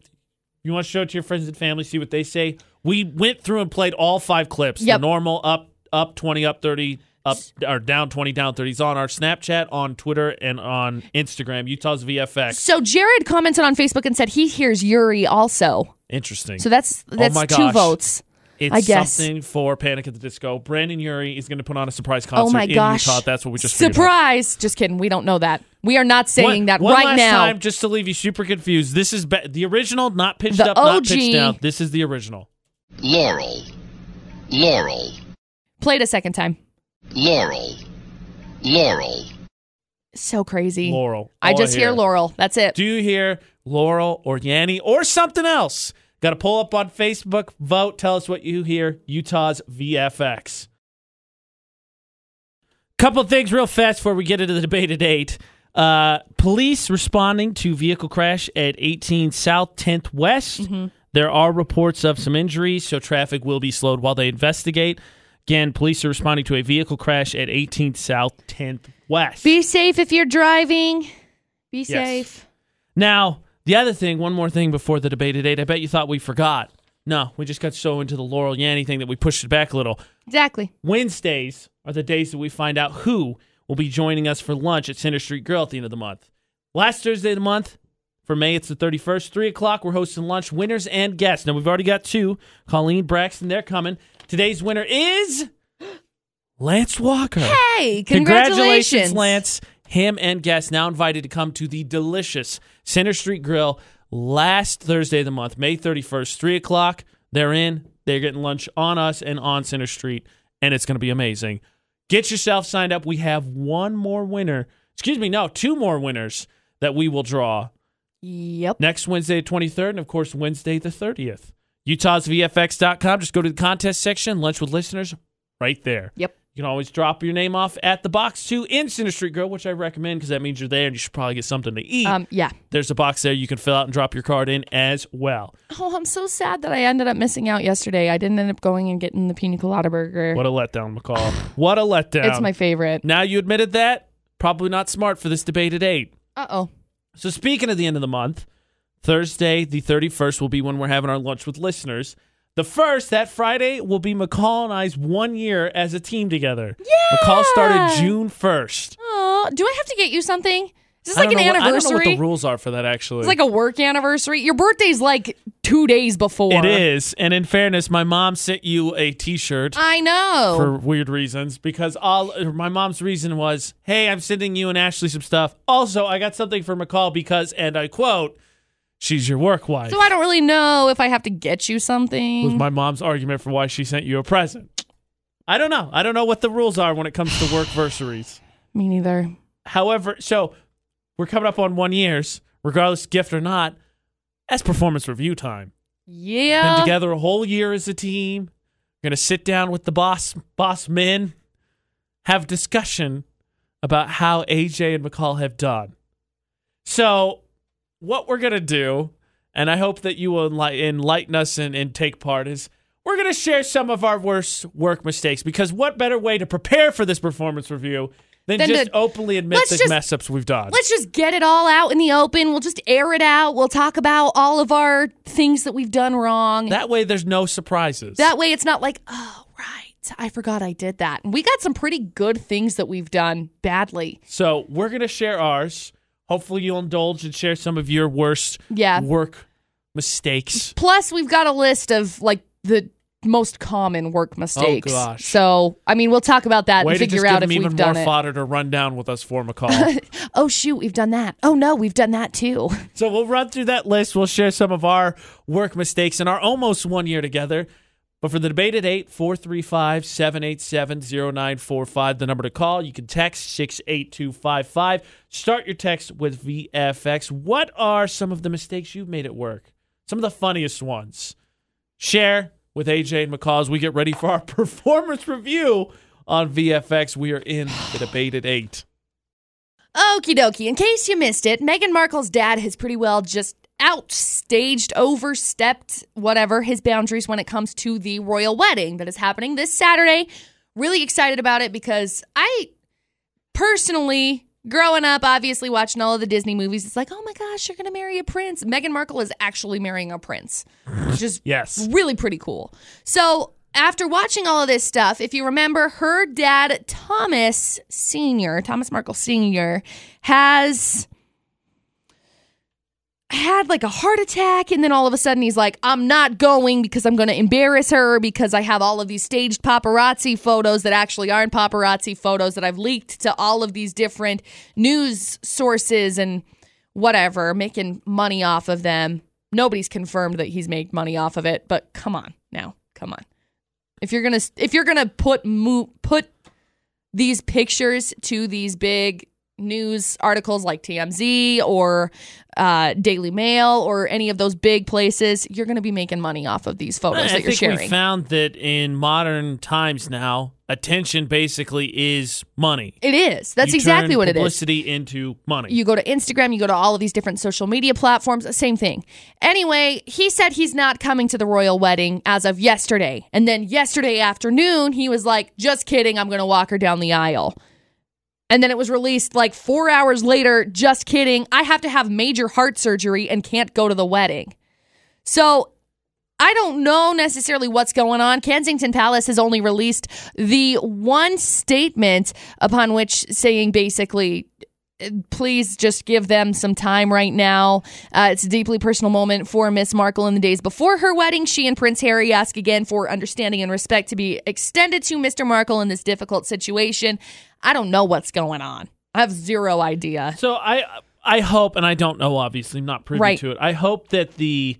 [SPEAKER 1] you want to show it to your friends and family see what they say we went through and played all five clips
[SPEAKER 2] Yep.
[SPEAKER 1] the normal up up 20 up 30 up or down 20 down 30 is on our snapchat on twitter and on instagram utah's vfx
[SPEAKER 2] So Jared commented on Facebook and said he hears Yuri also.
[SPEAKER 1] interesting
[SPEAKER 2] So that's that's
[SPEAKER 1] Oh my
[SPEAKER 2] two
[SPEAKER 1] gosh.
[SPEAKER 2] votes.
[SPEAKER 1] It's
[SPEAKER 2] I guess.
[SPEAKER 1] something for Panic at the Disco. Brandon Yuri is going to put on a surprise concert
[SPEAKER 2] oh my
[SPEAKER 1] in
[SPEAKER 2] gosh.
[SPEAKER 1] Utah. That's what we just figured out.
[SPEAKER 2] Surprise! Just kidding. We don't know that. We are not saying
[SPEAKER 1] One-
[SPEAKER 2] that
[SPEAKER 1] one
[SPEAKER 2] right
[SPEAKER 1] last
[SPEAKER 2] now.
[SPEAKER 1] time, just to leave you super confused. This is be- the original, not pitched
[SPEAKER 2] The
[SPEAKER 1] up, not
[SPEAKER 2] OG.
[SPEAKER 1] pitched down. This is the original.
[SPEAKER 5] Laurel. Laurel.
[SPEAKER 2] Play it a second time.
[SPEAKER 5] Laurel. Laurel.
[SPEAKER 2] So crazy.
[SPEAKER 1] Laurel.
[SPEAKER 2] I
[SPEAKER 1] All
[SPEAKER 2] just hear Laurel. That's it.
[SPEAKER 1] Do you hear Laurel or Yanni or something else? Got to pull up on Facebook, vote, tell us what you hear. Utah's VFX. Couple things real fast before we get into the debate at eight. Uh, police responding to vehicle crash at 18 South 10th West. There are reports of some injuries, so traffic will be slowed while they investigate. Again, police are responding to a vehicle crash at 18 South 10th West.
[SPEAKER 2] Be safe if you're driving. Be
[SPEAKER 1] Yes.
[SPEAKER 2] safe.
[SPEAKER 1] Now, the other thing, one more thing before the debate at eight, I bet you thought we forgot. No, we just got so into the Laurel Yanny thing that we pushed it back a little.
[SPEAKER 2] Exactly.
[SPEAKER 1] Wednesdays are the days that we find out who will be joining us for lunch at Center Street Grill at the end of the month. Last Thursday of the month, for May, it's the 31st, 3 o'clock, we're hosting lunch, winners and guests. Now, we've already got two Colleen, Braxton, they're coming. Today's winner is [gasps] Lance Walker.
[SPEAKER 2] Hey, congratulations,
[SPEAKER 1] Lance. Him and guests now invited to come to the delicious Center Street Grill last Thursday of the month, May 31st, 3 o'clock. They're in. They're getting lunch on us and on Center Street, and it's going to be amazing. Get yourself signed up. We have one more winner. Excuse me, no, two more winners that we will draw
[SPEAKER 2] Yep.
[SPEAKER 1] next Wednesday, the 23rd, and of course, Wednesday, the 30th. UtahsVFX.com. Just go to the contest section, lunch with listeners, right there.
[SPEAKER 2] Yep.
[SPEAKER 1] You can always drop your name off at the box too in Center Street Grill, which I recommend because that means you're there and you should probably get something to eat.
[SPEAKER 2] Um. Yeah.
[SPEAKER 1] There's a box there you can fill out and drop your card in as well.
[SPEAKER 2] Oh, I'm so sad that I ended up missing out yesterday. I didn't end up going and getting the pina colada burger.
[SPEAKER 1] What Mm. a letdown,
[SPEAKER 2] [sighs]
[SPEAKER 1] McCall. what a letdown.
[SPEAKER 2] It's my favorite.
[SPEAKER 1] now you admitted that? Probably not smart for this debate at 8.
[SPEAKER 2] Uh oh.
[SPEAKER 1] So speaking of the end of the month, Thursday the 31st will be when we're having our lunch with listeners. The first, that Friday, will be McCall and I's one year as a team together. Yeah! McCall started June 1st.
[SPEAKER 2] Oh, do I have to get you something? Is this
[SPEAKER 1] I
[SPEAKER 2] like an
[SPEAKER 1] don't know what-
[SPEAKER 2] anniversary?
[SPEAKER 1] I don't know what the rules are for that, actually.
[SPEAKER 2] It's like a work anniversary. Your birthday's like two days before.
[SPEAKER 1] It is. And in fairness, my mom sent you a t shirt
[SPEAKER 2] I know.
[SPEAKER 1] for weird reasons because all or my mom's reason was, hey, I'm sending you and Ashley some stuff. Also, I got something for McCall because, and I quote, she's your work wife.
[SPEAKER 2] so I don't really know if I have to get you
[SPEAKER 1] was
[SPEAKER 2] something.
[SPEAKER 1] my mom's argument for why she sent you a present. I don't know. I don't know what the rules are when it comes to work versaries.
[SPEAKER 2] Me neither.
[SPEAKER 1] However, so we're coming up on one year's, regardless gift or not, that's performance review time. been
[SPEAKER 2] Yeah.
[SPEAKER 1] together a whole year as a team. Gonna sit down with the boss, boss men, have discussion about how AJ and McCall have done. So, what we're gonna do, and I hope that you will enli- enlighten us and, and take part, is we're gonna share some of our worst work mistakes because what better way to prepare for this performance review than
[SPEAKER 2] Than
[SPEAKER 1] just
[SPEAKER 2] to-
[SPEAKER 1] openly admit
[SPEAKER 2] let's
[SPEAKER 1] the
[SPEAKER 2] just-
[SPEAKER 1] mess ups we've done?
[SPEAKER 2] Let's just get it all out in the open. We'll just air it out. We'll talk about all of our things that we've done wrong.
[SPEAKER 1] That way, there's no surprises.
[SPEAKER 2] That way it's not like, oh, right, I forgot I did that. And we got some pretty good things that we've done badly.
[SPEAKER 1] So we're gonna share ours. Hopefully, you'll indulge and share some of your worst
[SPEAKER 2] Yeah.
[SPEAKER 1] work mistakes.
[SPEAKER 2] Plus, we've got a list of like the most common work mistakes.
[SPEAKER 1] Oh, gosh.
[SPEAKER 2] So, I mean, we'll talk about that
[SPEAKER 1] Way
[SPEAKER 2] and
[SPEAKER 1] to just
[SPEAKER 2] figure
[SPEAKER 1] give
[SPEAKER 2] out if
[SPEAKER 1] them even
[SPEAKER 2] we've done
[SPEAKER 1] more
[SPEAKER 2] it.
[SPEAKER 1] fodder to run down with us for
[SPEAKER 2] [laughs]
[SPEAKER 1] McCall.
[SPEAKER 2] Oh, shoot, we've done that. Oh, no, we've done that too. [laughs]
[SPEAKER 1] so we'll run through that list. We'll share some of our work mistakes in our almost one year together. But for the debate at 8 435 787 0945, the number to call, you can text 68255. Start your text with VFX. What are some of the mistakes you've made at work? Some of the funniest ones. share with AJ and McCall as we get ready for our [laughs] performance review on VFX. We are in the debate at eight.
[SPEAKER 2] Okie dokie. In case you missed it, Meghan Markle's dad has pretty well just outstaged, overstepped, whatever, his boundaries when it comes to the royal wedding that is happening this Saturday. Really excited about it because I personally, growing up, obviously watching all of the Disney movies, it's like, oh my gosh, you're going to marry a prince. Meghan Markle is actually marrying a prince, which is
[SPEAKER 1] Yes.
[SPEAKER 2] really pretty cool. So, after watching all of this stuff, if you remember, her dad, Thomas Sr., Thomas Markle Sr., has had like a heart attack and then all of a sudden he's like i'm not going because i'm going to embarrass her because i have all of these staged paparazzi photos that actually aren't paparazzi photos that i've leaked to all of these different news sources and whatever making money off of them nobody's confirmed that he's made money off of it but come on now come on if you're going to if you're going to put mo- put these pictures to these big news articles like TMZ or uh, Daily Mail or any of those big places, you're going to be making money off of these
[SPEAKER 1] I
[SPEAKER 2] photos that Oh, you're
[SPEAKER 1] think we
[SPEAKER 2] sharing.
[SPEAKER 1] found that in modern times now, attention basically is money.
[SPEAKER 2] it is. That's
[SPEAKER 1] You
[SPEAKER 2] exactly
[SPEAKER 1] turn
[SPEAKER 2] what it is.
[SPEAKER 1] publicity into money.
[SPEAKER 2] You go to Instagram, you go to all of these different social media platforms, same thing. Anyway, he said he's not coming to the royal wedding as of yesterday. And then yesterday afternoon, he was like, just kidding, I'm going to walk her down the aisle. And then it was released like four hours later, just kidding, I have to have major heart surgery and can't go to the wedding. So I don't know necessarily what's going on. Kensington Palace has only released the one statement upon which saying basically, please just give them some time right now. Uh, it's a deeply personal moment for Miss Markle in the days before her wedding. She and Prince Harry ask again for understanding and respect to be extended to Mr. Markle in this difficult situation. I don't know what's going on. I have zero idea.
[SPEAKER 1] So I I hope, and I don't know, obviously, I'm not privy
[SPEAKER 2] Right.
[SPEAKER 1] to it. I hope that the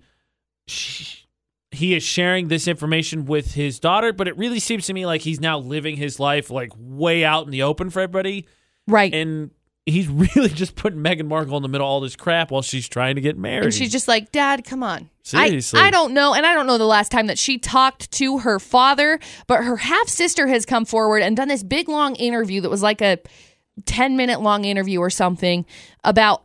[SPEAKER 1] sh- he is sharing this information with his daughter, but it really seems to me like he's now living his life like way out in the open for everybody,
[SPEAKER 2] Right.
[SPEAKER 1] and he's [laughs] really just putting Meghan Markle in the middle of all this crap while she's trying to get married.
[SPEAKER 2] And she's just like, Dad, come on. I-
[SPEAKER 1] Seriously.
[SPEAKER 2] I, don't know. And I don't know the last time that she talked to her father, but her half sister has come forward and done this big long interview that was like a 10 minute long interview or something about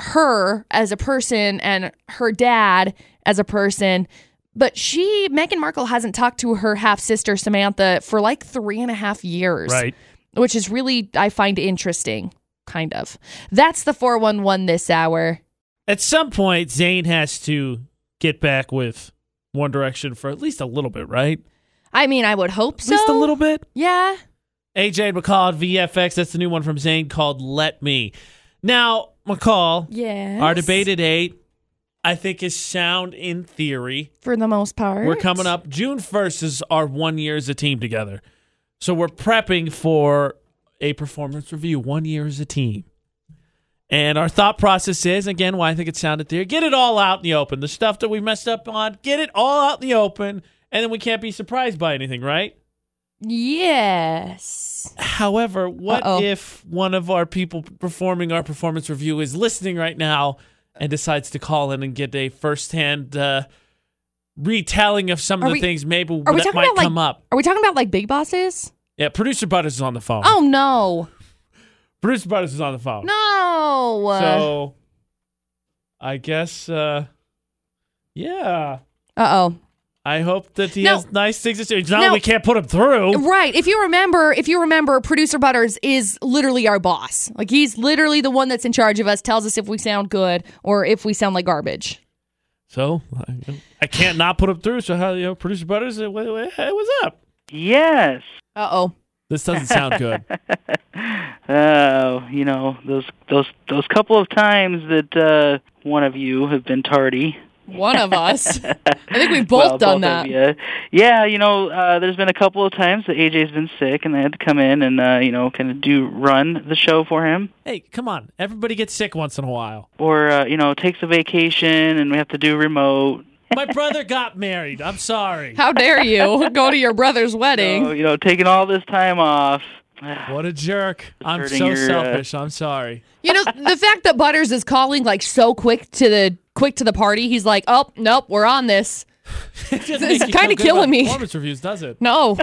[SPEAKER 2] her as a person and her dad as a person. But she, Meghan Markle, hasn't talked to her half sister, Samantha, for like three and a half years
[SPEAKER 1] right.
[SPEAKER 2] which is really I find interesting, kind of. That's the 411 this hour.
[SPEAKER 1] At some point, Zayn has to get back with One Direction for at least a little bit, right?
[SPEAKER 2] I mean, I would hope
[SPEAKER 1] At
[SPEAKER 2] so.
[SPEAKER 1] least a little bit.
[SPEAKER 2] Yeah.
[SPEAKER 1] AJ McCall at VFX. That's the new one from Zane called Let Me. Now, McCall,
[SPEAKER 2] Yeah.
[SPEAKER 1] our debate at eight, I think is sound in theory.
[SPEAKER 2] for the most part.
[SPEAKER 1] We're coming up. June 1st is our one year as a team together. So we're prepping for a performance review, one year as a team. And our thought process is, again, why I think it sounded theory, get it all out in the open. The stuff that we messed up on, get it all out in the open. And then we can't be surprised by anything, right?
[SPEAKER 2] Yes.
[SPEAKER 1] However, what
[SPEAKER 2] Uh-oh.
[SPEAKER 1] if one of our people performing our performance review is listening right now and decides to call in and get a firsthand uh, retelling of some of
[SPEAKER 2] Are
[SPEAKER 1] the
[SPEAKER 2] we-
[SPEAKER 1] things maybe
[SPEAKER 2] Are we
[SPEAKER 1] that
[SPEAKER 2] talking
[SPEAKER 1] might
[SPEAKER 2] about like
[SPEAKER 1] come up?
[SPEAKER 2] Are we talking about like big bosses?
[SPEAKER 1] Yeah, producer Butters is on the phone.
[SPEAKER 2] Oh no.
[SPEAKER 1] producer Butters is on the phone.
[SPEAKER 2] No.
[SPEAKER 1] So I guess, uh, yeah.
[SPEAKER 2] Uh-oh.
[SPEAKER 1] I hope that he
[SPEAKER 2] No.
[SPEAKER 1] has nice things to say. It's not
[SPEAKER 2] No.
[SPEAKER 1] that we can't put him through.
[SPEAKER 2] Right. If you remember, if you remember, producer Butters is literally our boss. Like he's literally the one that's in charge of us, tells us if we sound good or if we sound like garbage.
[SPEAKER 1] So I- I can't not put him through. So how you know, producer Butters? uh, wha- wha- Hey, what's up?
[SPEAKER 4] Yes.
[SPEAKER 2] Uh-oh.
[SPEAKER 1] This doesn't sound
[SPEAKER 2] [laughs]
[SPEAKER 1] good.
[SPEAKER 4] Uh, you know those those those couple of times that uh, one of you have been tardy.
[SPEAKER 2] One of us.
[SPEAKER 4] [laughs]
[SPEAKER 2] I think we've both
[SPEAKER 4] Well,
[SPEAKER 2] done
[SPEAKER 4] both
[SPEAKER 2] that.
[SPEAKER 4] of you. Yeah, you know, uh, there's been a couple of times that AJ's been sick, and I had to come in and uh, you know kind of do run the show for him,
[SPEAKER 1] Hey, come on. Everybody gets sick once in a while.
[SPEAKER 4] or uh, you know takes a vacation and we have to do remote.
[SPEAKER 1] My brother got married. I'm
[SPEAKER 2] [laughs]
[SPEAKER 1] sorry.
[SPEAKER 2] How dare you go to your
[SPEAKER 4] [laughs]
[SPEAKER 2] brother's
[SPEAKER 4] So,
[SPEAKER 2] wedding?
[SPEAKER 4] you know, taking all this time off.
[SPEAKER 1] What a jerk. I'm
[SPEAKER 4] Hurting
[SPEAKER 1] so
[SPEAKER 4] your, uh,
[SPEAKER 1] selfish. I'm sorry.
[SPEAKER 2] You know, the fact that Butters is calling like so quick to the quick to the party, he's like, "Oh, nope, we're on this."
[SPEAKER 1] It just
[SPEAKER 2] [laughs] It's
[SPEAKER 1] makes you feel
[SPEAKER 2] kinda
[SPEAKER 1] good about
[SPEAKER 2] killing me.
[SPEAKER 1] Performance reviews, does it? [laughs]
[SPEAKER 2] No.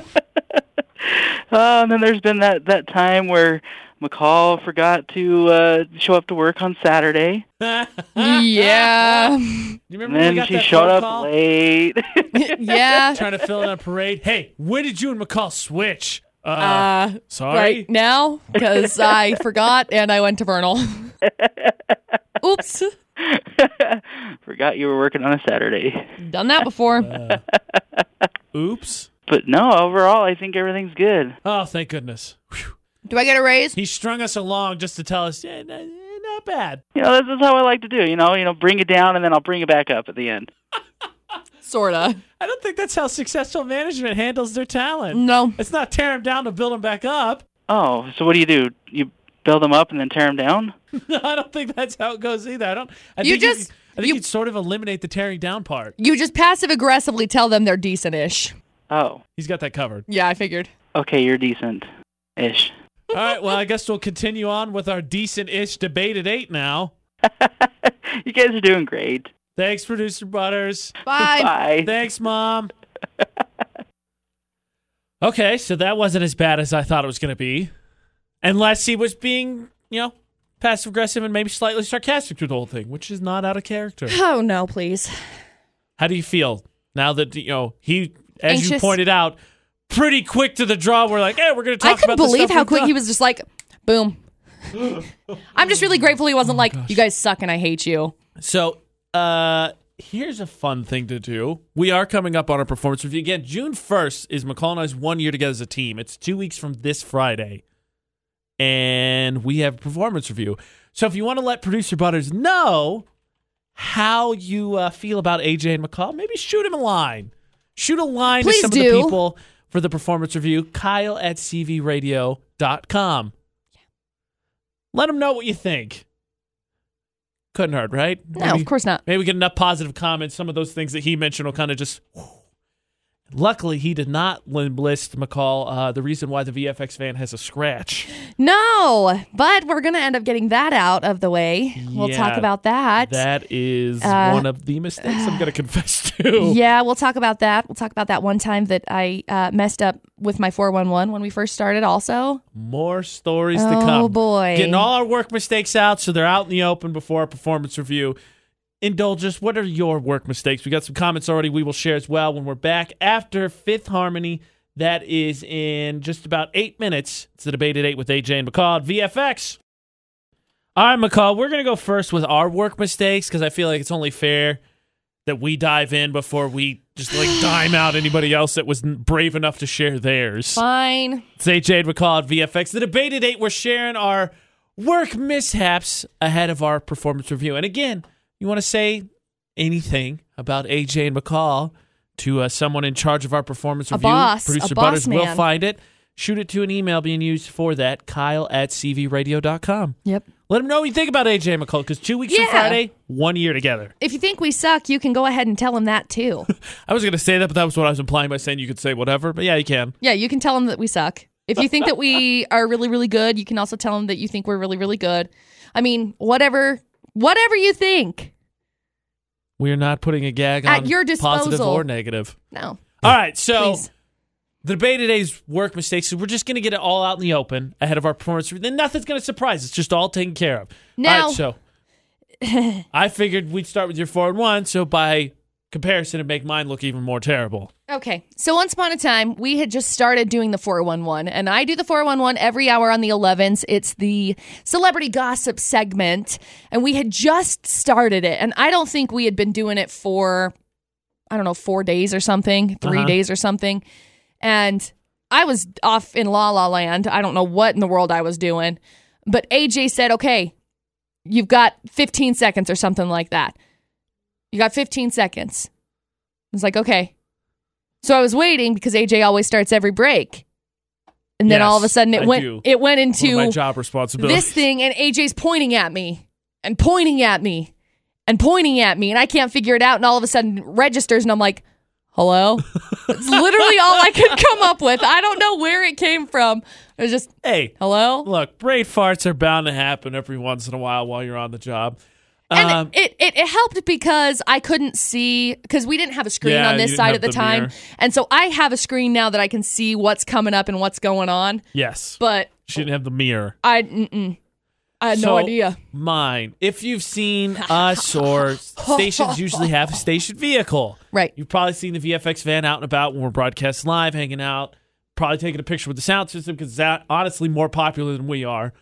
[SPEAKER 4] Uh, and then there's been that that time where McCall forgot to uh, show up to work on Saturday,
[SPEAKER 2] yeah. [laughs]
[SPEAKER 1] You remember when Mm,
[SPEAKER 4] and
[SPEAKER 1] we
[SPEAKER 4] then
[SPEAKER 1] got
[SPEAKER 4] she
[SPEAKER 1] that
[SPEAKER 4] showed
[SPEAKER 1] phone
[SPEAKER 4] up
[SPEAKER 1] call?
[SPEAKER 4] late. [laughs]
[SPEAKER 2] Yeah.
[SPEAKER 1] Trying to fill in a parade. Hey, when did you and McCall switch? Uh,
[SPEAKER 2] Uh,
[SPEAKER 1] sorry.
[SPEAKER 2] right now cuz I forgot and I went to Vernal. Oops.
[SPEAKER 4] forgot you were working on a Saturday.
[SPEAKER 2] Done that before.
[SPEAKER 1] Oops.
[SPEAKER 4] But no, overall, I think everything's good.
[SPEAKER 1] Oh, thank goodness. [laughs] Whew.
[SPEAKER 2] Do I get a raise?
[SPEAKER 1] He strung us along just to tell us, yeah, not, not bad.
[SPEAKER 4] You know, this is how I like to do. You know, you know, bring it down and then I'll bring it back up at the end.
[SPEAKER 2] Sorta.
[SPEAKER 1] I don't think that's how successful management handles their talent.
[SPEAKER 2] No.
[SPEAKER 1] It's not tear them down to build them back up.
[SPEAKER 4] Oh, so what do you do? You build them up and then tear them down?
[SPEAKER 1] [laughs] I don't think that's how it goes either. I don't. I
[SPEAKER 2] You
[SPEAKER 1] think
[SPEAKER 2] just-
[SPEAKER 1] I think
[SPEAKER 2] you-
[SPEAKER 1] you, would sort of eliminate the tearing down part.
[SPEAKER 2] You just passive aggressively tell them they're decent ish.
[SPEAKER 4] Oh,
[SPEAKER 1] He's got that covered.
[SPEAKER 2] Yeah, I figured.
[SPEAKER 4] okay, you're decent, ish.
[SPEAKER 1] All right. Well, I guess we'll continue on with our decent-ish debate at eight now.
[SPEAKER 4] [laughs] you guys are doing great.
[SPEAKER 1] Thanks, producer Butters.
[SPEAKER 2] Bye.
[SPEAKER 4] Bye.
[SPEAKER 1] Thanks, mom. okay, so that wasn't as bad as I thought it was going to be, unless he was being, you know, passive aggressive and maybe slightly sarcastic through the whole thing, which is not out of character.
[SPEAKER 2] Oh no, please.
[SPEAKER 1] How do you feel now that you know he, as you
[SPEAKER 2] Anxious.
[SPEAKER 1] pointed out, pretty quick to the draw? We're like, hey, we're going to talk
[SPEAKER 2] I couldn't
[SPEAKER 1] about this
[SPEAKER 2] believe
[SPEAKER 1] stuff
[SPEAKER 2] how
[SPEAKER 1] we've
[SPEAKER 2] quick
[SPEAKER 1] done."
[SPEAKER 2] he was just like, boom. I'm just really grateful he wasn't like, you guys suck and I hate you.
[SPEAKER 1] So, uh, here's a fun thing to do. We are coming up on our performance review again. June first is McCall and I's one year together as a team. It's two weeks from this Friday, and we have a performance review. So, if you want to let producer Butters know how you uh, feel about AJ and McCall, maybe shoot him a line. Shoot a line
[SPEAKER 2] Please
[SPEAKER 1] to some of
[SPEAKER 2] do.
[SPEAKER 1] the people for the performance review. Kyle at cvradio.com. Let him know what you think. Couldn't hurt, right?
[SPEAKER 2] No,
[SPEAKER 1] Maybe-
[SPEAKER 2] of course not.
[SPEAKER 1] Maybe we get enough positive comments. Some of those things that he mentioned will kind of just. Luckily, he did not lim- list McCall uh, the reason why the VFX van has a scratch.
[SPEAKER 2] No, but we're going to end up getting that out of the way. We'll talk
[SPEAKER 1] Yeah,
[SPEAKER 2] about that.
[SPEAKER 1] That is
[SPEAKER 2] Uh,
[SPEAKER 1] one of the mistakes I'm going to confess to.
[SPEAKER 2] Yeah, we'll talk about that. We'll talk about that one time that I uh, messed up with my 411 when we first started, also.
[SPEAKER 1] More stories to
[SPEAKER 2] Oh,
[SPEAKER 1] come.
[SPEAKER 2] boy.
[SPEAKER 1] Getting all our work mistakes out so they're out in the open before our performance review. Indulge us. What are your work mistakes? We got some comments already we will share as well when we're back after Fifth Harmony. That is in just about eight minutes. It's the debate at eight with AJ and McCall at VFX. All right, McCall, we're going to go first with our work mistakes because I feel like it's only fair that we dive in before we just like dime out anybody else that was brave enough to share theirs.
[SPEAKER 2] Fine.
[SPEAKER 1] It's AJ and McCall at VFX. The debate at eight. We're sharing our work mishaps ahead of our performance review. And again, you want to say anything about AJ and McCall to uh, someone in charge of our performance
[SPEAKER 2] A
[SPEAKER 1] review?
[SPEAKER 2] boss, a
[SPEAKER 1] Producer
[SPEAKER 2] boss
[SPEAKER 1] Butters will
[SPEAKER 2] man.
[SPEAKER 1] find it. Shoot it to an email being used for that, Kyle at cvradio.com.
[SPEAKER 2] Yep.
[SPEAKER 1] Let them know what you think about AJ and McCall because two weeks
[SPEAKER 2] Yeah.
[SPEAKER 1] from Friday, one year together.
[SPEAKER 2] If you think we suck, you can go ahead and tell him that too.
[SPEAKER 1] I was going to say that, but that was what I was implying by saying you could say whatever. But yeah, you can.
[SPEAKER 2] yeah, you can tell him that we suck. If you think that we are really, really good, you can also tell him that you think we're really, really good. I mean, whatever, whatever you think.
[SPEAKER 1] We are not putting a gag
[SPEAKER 2] At
[SPEAKER 1] on
[SPEAKER 2] your
[SPEAKER 1] positive
[SPEAKER 2] disposal.
[SPEAKER 1] or negative.
[SPEAKER 2] No,
[SPEAKER 1] All right, so
[SPEAKER 2] please.
[SPEAKER 1] the debate today's work mistakes. So we're just going to get it all out in the open ahead of our performance. Then nothing's going to surprise. It's just all taken care of.
[SPEAKER 2] Now-
[SPEAKER 1] all right, so [laughs] I figured we'd start with your four and one. So by comparison, it'd make mine look even more terrible.
[SPEAKER 2] Okay. So once upon a time, we had just started doing the 411, and I do the 411 every hour on the 11s. It's the celebrity gossip segment, and we had just started it. And I don't think we had been doing it for, I don't know, four days or something, 3
[SPEAKER 1] Uh-huh.
[SPEAKER 2] days or something. And I was off in La La Land. I don't know what in the world I was doing. But AJ said, okay, you've got 15 seconds or something like that. You got 15 seconds. I was like, okay. So I was waiting because AJ always starts every break. And then
[SPEAKER 1] Yes,
[SPEAKER 2] all of a sudden it
[SPEAKER 1] I
[SPEAKER 2] went
[SPEAKER 1] do.
[SPEAKER 2] it went
[SPEAKER 1] One of my
[SPEAKER 2] into
[SPEAKER 1] job responsibilities.
[SPEAKER 2] this thing and AJ's pointing at me and pointing at me and pointing at me and I can't figure it out and all of a sudden it registers and I'm like, "Hello?" It's literally all I could [laughs] come up with. I don't know where it came from. It was just,
[SPEAKER 1] Hey,
[SPEAKER 2] "Hello?"
[SPEAKER 1] look, brain farts are bound to happen every once in a while while you're on the job.
[SPEAKER 2] And
[SPEAKER 1] Um,
[SPEAKER 2] it, it, it helped because I couldn't see because we didn't have a screen
[SPEAKER 1] Yeah,
[SPEAKER 2] on
[SPEAKER 1] you
[SPEAKER 2] this
[SPEAKER 1] didn't
[SPEAKER 2] side
[SPEAKER 1] have
[SPEAKER 2] at the,
[SPEAKER 1] the
[SPEAKER 2] time,
[SPEAKER 1] mirror.
[SPEAKER 2] and so I have a screen now that I can see what's coming up and what's going on.
[SPEAKER 1] yes,
[SPEAKER 2] But
[SPEAKER 1] she didn't have the mirror.
[SPEAKER 2] I, mm-mm, I had
[SPEAKER 1] So,
[SPEAKER 2] no idea.
[SPEAKER 1] Mine. If you've seen us
[SPEAKER 2] [laughs]
[SPEAKER 1] or stations usually have a station vehicle.
[SPEAKER 2] Right.
[SPEAKER 1] You've probably seen the VFX van out and about when we're broadcast live, hanging out, probably taking a picture with the sound system because that honestly more popular than we are.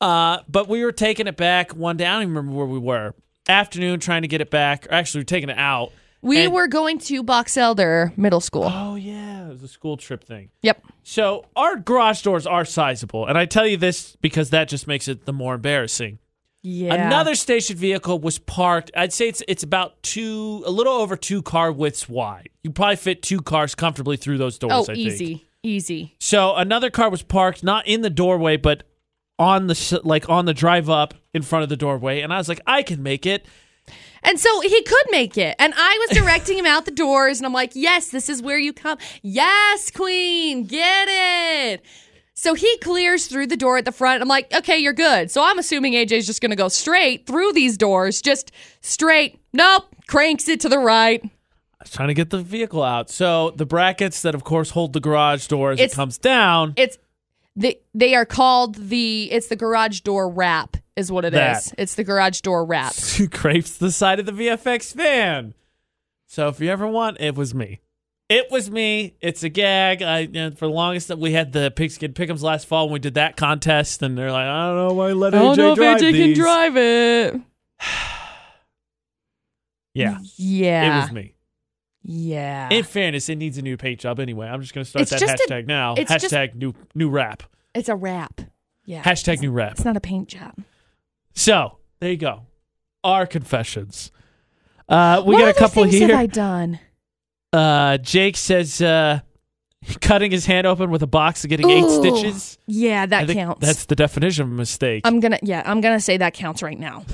[SPEAKER 1] Uh, but we were taking it back one day. I don't even remember where we were. Afternoon, trying to get it back. Or actually, we were taking it out.
[SPEAKER 2] We
[SPEAKER 1] and-
[SPEAKER 2] were going to Box Elder Middle School.
[SPEAKER 1] Oh yeah, it was a school trip thing.
[SPEAKER 2] Yep.
[SPEAKER 1] So our garage doors are sizable, and I tell you this because that just makes it the more embarrassing.
[SPEAKER 2] Yeah.
[SPEAKER 1] Another station vehicle was parked. I'd say it's it's about two, a little over two car widths wide. You probably fit two cars comfortably through those doors.
[SPEAKER 2] Oh,
[SPEAKER 1] I think.
[SPEAKER 2] easy, easy.
[SPEAKER 1] So another car was parked not in the doorway, but on the s- like on the drive up in front of the doorway, and I was like, I can make it.
[SPEAKER 2] And so he could make it. And I was directing him out the doors, and I'm like, yes, this is where you come. Yes, queen, get it. So he clears through the door at the front. I'm like, okay, you're good. So I'm assuming AJ's just going to go straight through these doors, just straight. Nope, cranks it to the right.
[SPEAKER 1] I was trying to get the vehicle out. So the brackets that, of course, hold the garage door as
[SPEAKER 2] It's-
[SPEAKER 1] it comes down.
[SPEAKER 2] It's they, they are called the it's the garage door wrap is what it is.
[SPEAKER 1] That.
[SPEAKER 2] It's the garage
[SPEAKER 1] [laughs]
[SPEAKER 2] door wrap.
[SPEAKER 1] scrapes the side of the VFX fan. So if you ever want, it was me. It was me. It's a gag. I you know, for the longest time, we had the pigskin pickums last fall when we did that contest, and they're like, I don't know why I let AJ drive these.
[SPEAKER 2] it.
[SPEAKER 1] Yeah,
[SPEAKER 2] Yeah.
[SPEAKER 1] it was me.
[SPEAKER 2] Yeah.
[SPEAKER 1] In fairness, it needs a new paint job anyway. I'm just gonna start
[SPEAKER 2] It's
[SPEAKER 1] that
[SPEAKER 2] just a-
[SPEAKER 1] hashtag now.
[SPEAKER 2] it's just-
[SPEAKER 1] Hashtag new new rap.
[SPEAKER 2] it's a wrap. Yeah.
[SPEAKER 1] Hashtag new rap.
[SPEAKER 2] It's not a paint job.
[SPEAKER 1] So there you go. Our confessions. Uh, we
[SPEAKER 2] what
[SPEAKER 1] got a
[SPEAKER 2] other
[SPEAKER 1] couple
[SPEAKER 2] things
[SPEAKER 1] here.
[SPEAKER 2] Have I done?
[SPEAKER 1] Uh, Jake says uh, cutting his hand open with a box and getting eight
[SPEAKER 2] Ooh.
[SPEAKER 1] stitches.
[SPEAKER 2] Yeah,
[SPEAKER 1] I
[SPEAKER 2] that
[SPEAKER 1] think
[SPEAKER 2] counts. Um,
[SPEAKER 1] That's the definition of a mistake.
[SPEAKER 2] I'm gonna. Yeah, I'm gonna say that counts right now.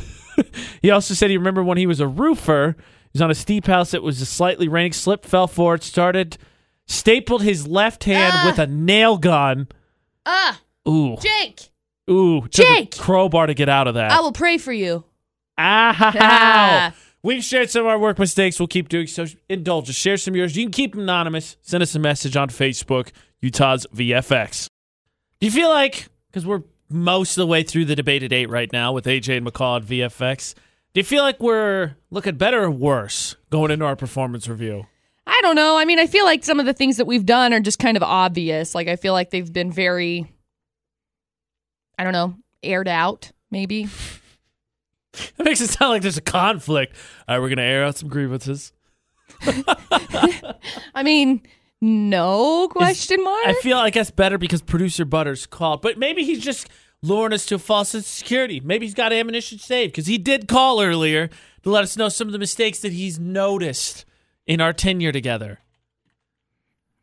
[SPEAKER 1] he also said he remembered when he was a roofer. He was on a steep house. It was slightly raining. Slipped, fell forward, started, stapled his left hand
[SPEAKER 2] Ah.
[SPEAKER 1] with a nail gun.
[SPEAKER 2] Ah,
[SPEAKER 1] Ooh,
[SPEAKER 2] Jake,
[SPEAKER 1] ooh, took a
[SPEAKER 2] Jake!
[SPEAKER 1] crowbar to get out of that.
[SPEAKER 2] I will pray for you.
[SPEAKER 1] Ah, ha,
[SPEAKER 2] Ah.
[SPEAKER 1] ha. We've shared some of our work mistakes. We'll keep doing so. Indulge us. Share some of yours. You can keep them anonymous. Send us a message on Facebook, Utah's VFX. Do you feel like, because we're most of the way through the debate at eight right now with AJ and McCall at VFX, do you feel like we're looking better or worse going into our performance review? [laughs]
[SPEAKER 2] I don't know. I mean, I feel like some of the things that we've done are just kind of obvious. Like I feel like they've been very, I don't know, aired out. Maybe.
[SPEAKER 1] That makes it sound like there's a conflict. All right, we're going to air out some grievances.
[SPEAKER 2] I mean, no question mark.
[SPEAKER 1] I feel, I guess, better because producer Butters called, but maybe he's just luring us to a false sense of security. Maybe he's got ammunition saved because he did call earlier to let us know some of the mistakes that he's noticed in our tenure together.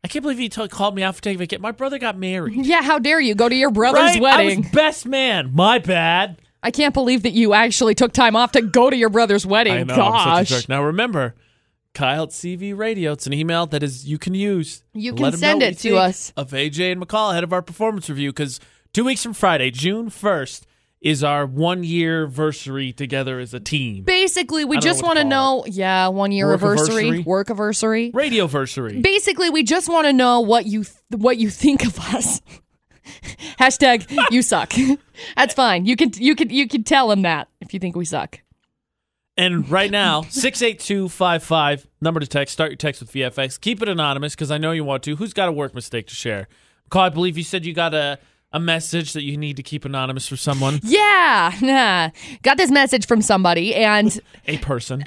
[SPEAKER 1] I can't believe he t- called me out for taking a vacation. My brother got married.
[SPEAKER 2] yeah. How dare you go to your brother's
[SPEAKER 1] Right? I
[SPEAKER 2] wedding?
[SPEAKER 1] was best man. My bad.
[SPEAKER 2] I can't believe that you actually took time off to go to your brother's wedding.
[SPEAKER 1] I know.
[SPEAKER 2] Gosh.
[SPEAKER 1] I'm such a jerk. Now remember, Kyle at CV Radio. It's an email that is you can use.
[SPEAKER 2] You
[SPEAKER 1] to
[SPEAKER 2] can
[SPEAKER 1] let him know
[SPEAKER 2] send
[SPEAKER 1] what
[SPEAKER 2] it
[SPEAKER 1] you
[SPEAKER 2] to
[SPEAKER 1] think
[SPEAKER 2] us.
[SPEAKER 1] of AJ and McCall ahead of our performance review because two weeks from Friday, June first, is our one year anniversary together as a team.
[SPEAKER 2] Basically, we
[SPEAKER 1] I don't know
[SPEAKER 2] just
[SPEAKER 1] what
[SPEAKER 2] want
[SPEAKER 1] to
[SPEAKER 2] to
[SPEAKER 1] call
[SPEAKER 2] know, yeah, one year anniversary,
[SPEAKER 1] Workiversary?
[SPEAKER 2] work anniversary.
[SPEAKER 1] Radio anniversary.
[SPEAKER 2] Basically, we just want to know what you th- what you think of us. [laughs] Hashtag you suck. [laughs] That's fine. You can you can you can tell him that if you think we suck.
[SPEAKER 1] And right now, 68255, number to text. Start your text with VFX. Keep it anonymous because I know you want to. Who's got a work mistake to share? McCall, I believe you said you got a, a message that you need to keep anonymous for someone,
[SPEAKER 2] Yeah, [laughs] nah. Got this message from somebody, and
[SPEAKER 1] a person.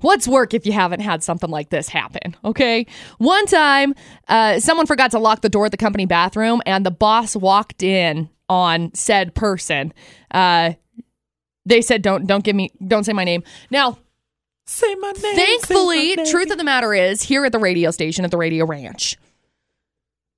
[SPEAKER 2] What's work if you haven't had something like this happen? Okay. One time, uh, someone forgot to lock the door at the company bathroom, and the boss walked in on said person. Uh, they said, "Don't, don't give me, don't say my name." Now,
[SPEAKER 1] Say my name. say my
[SPEAKER 2] thankfully,
[SPEAKER 1] name.
[SPEAKER 2] truth of the matter is, here at the radio station at the Radio Ranch,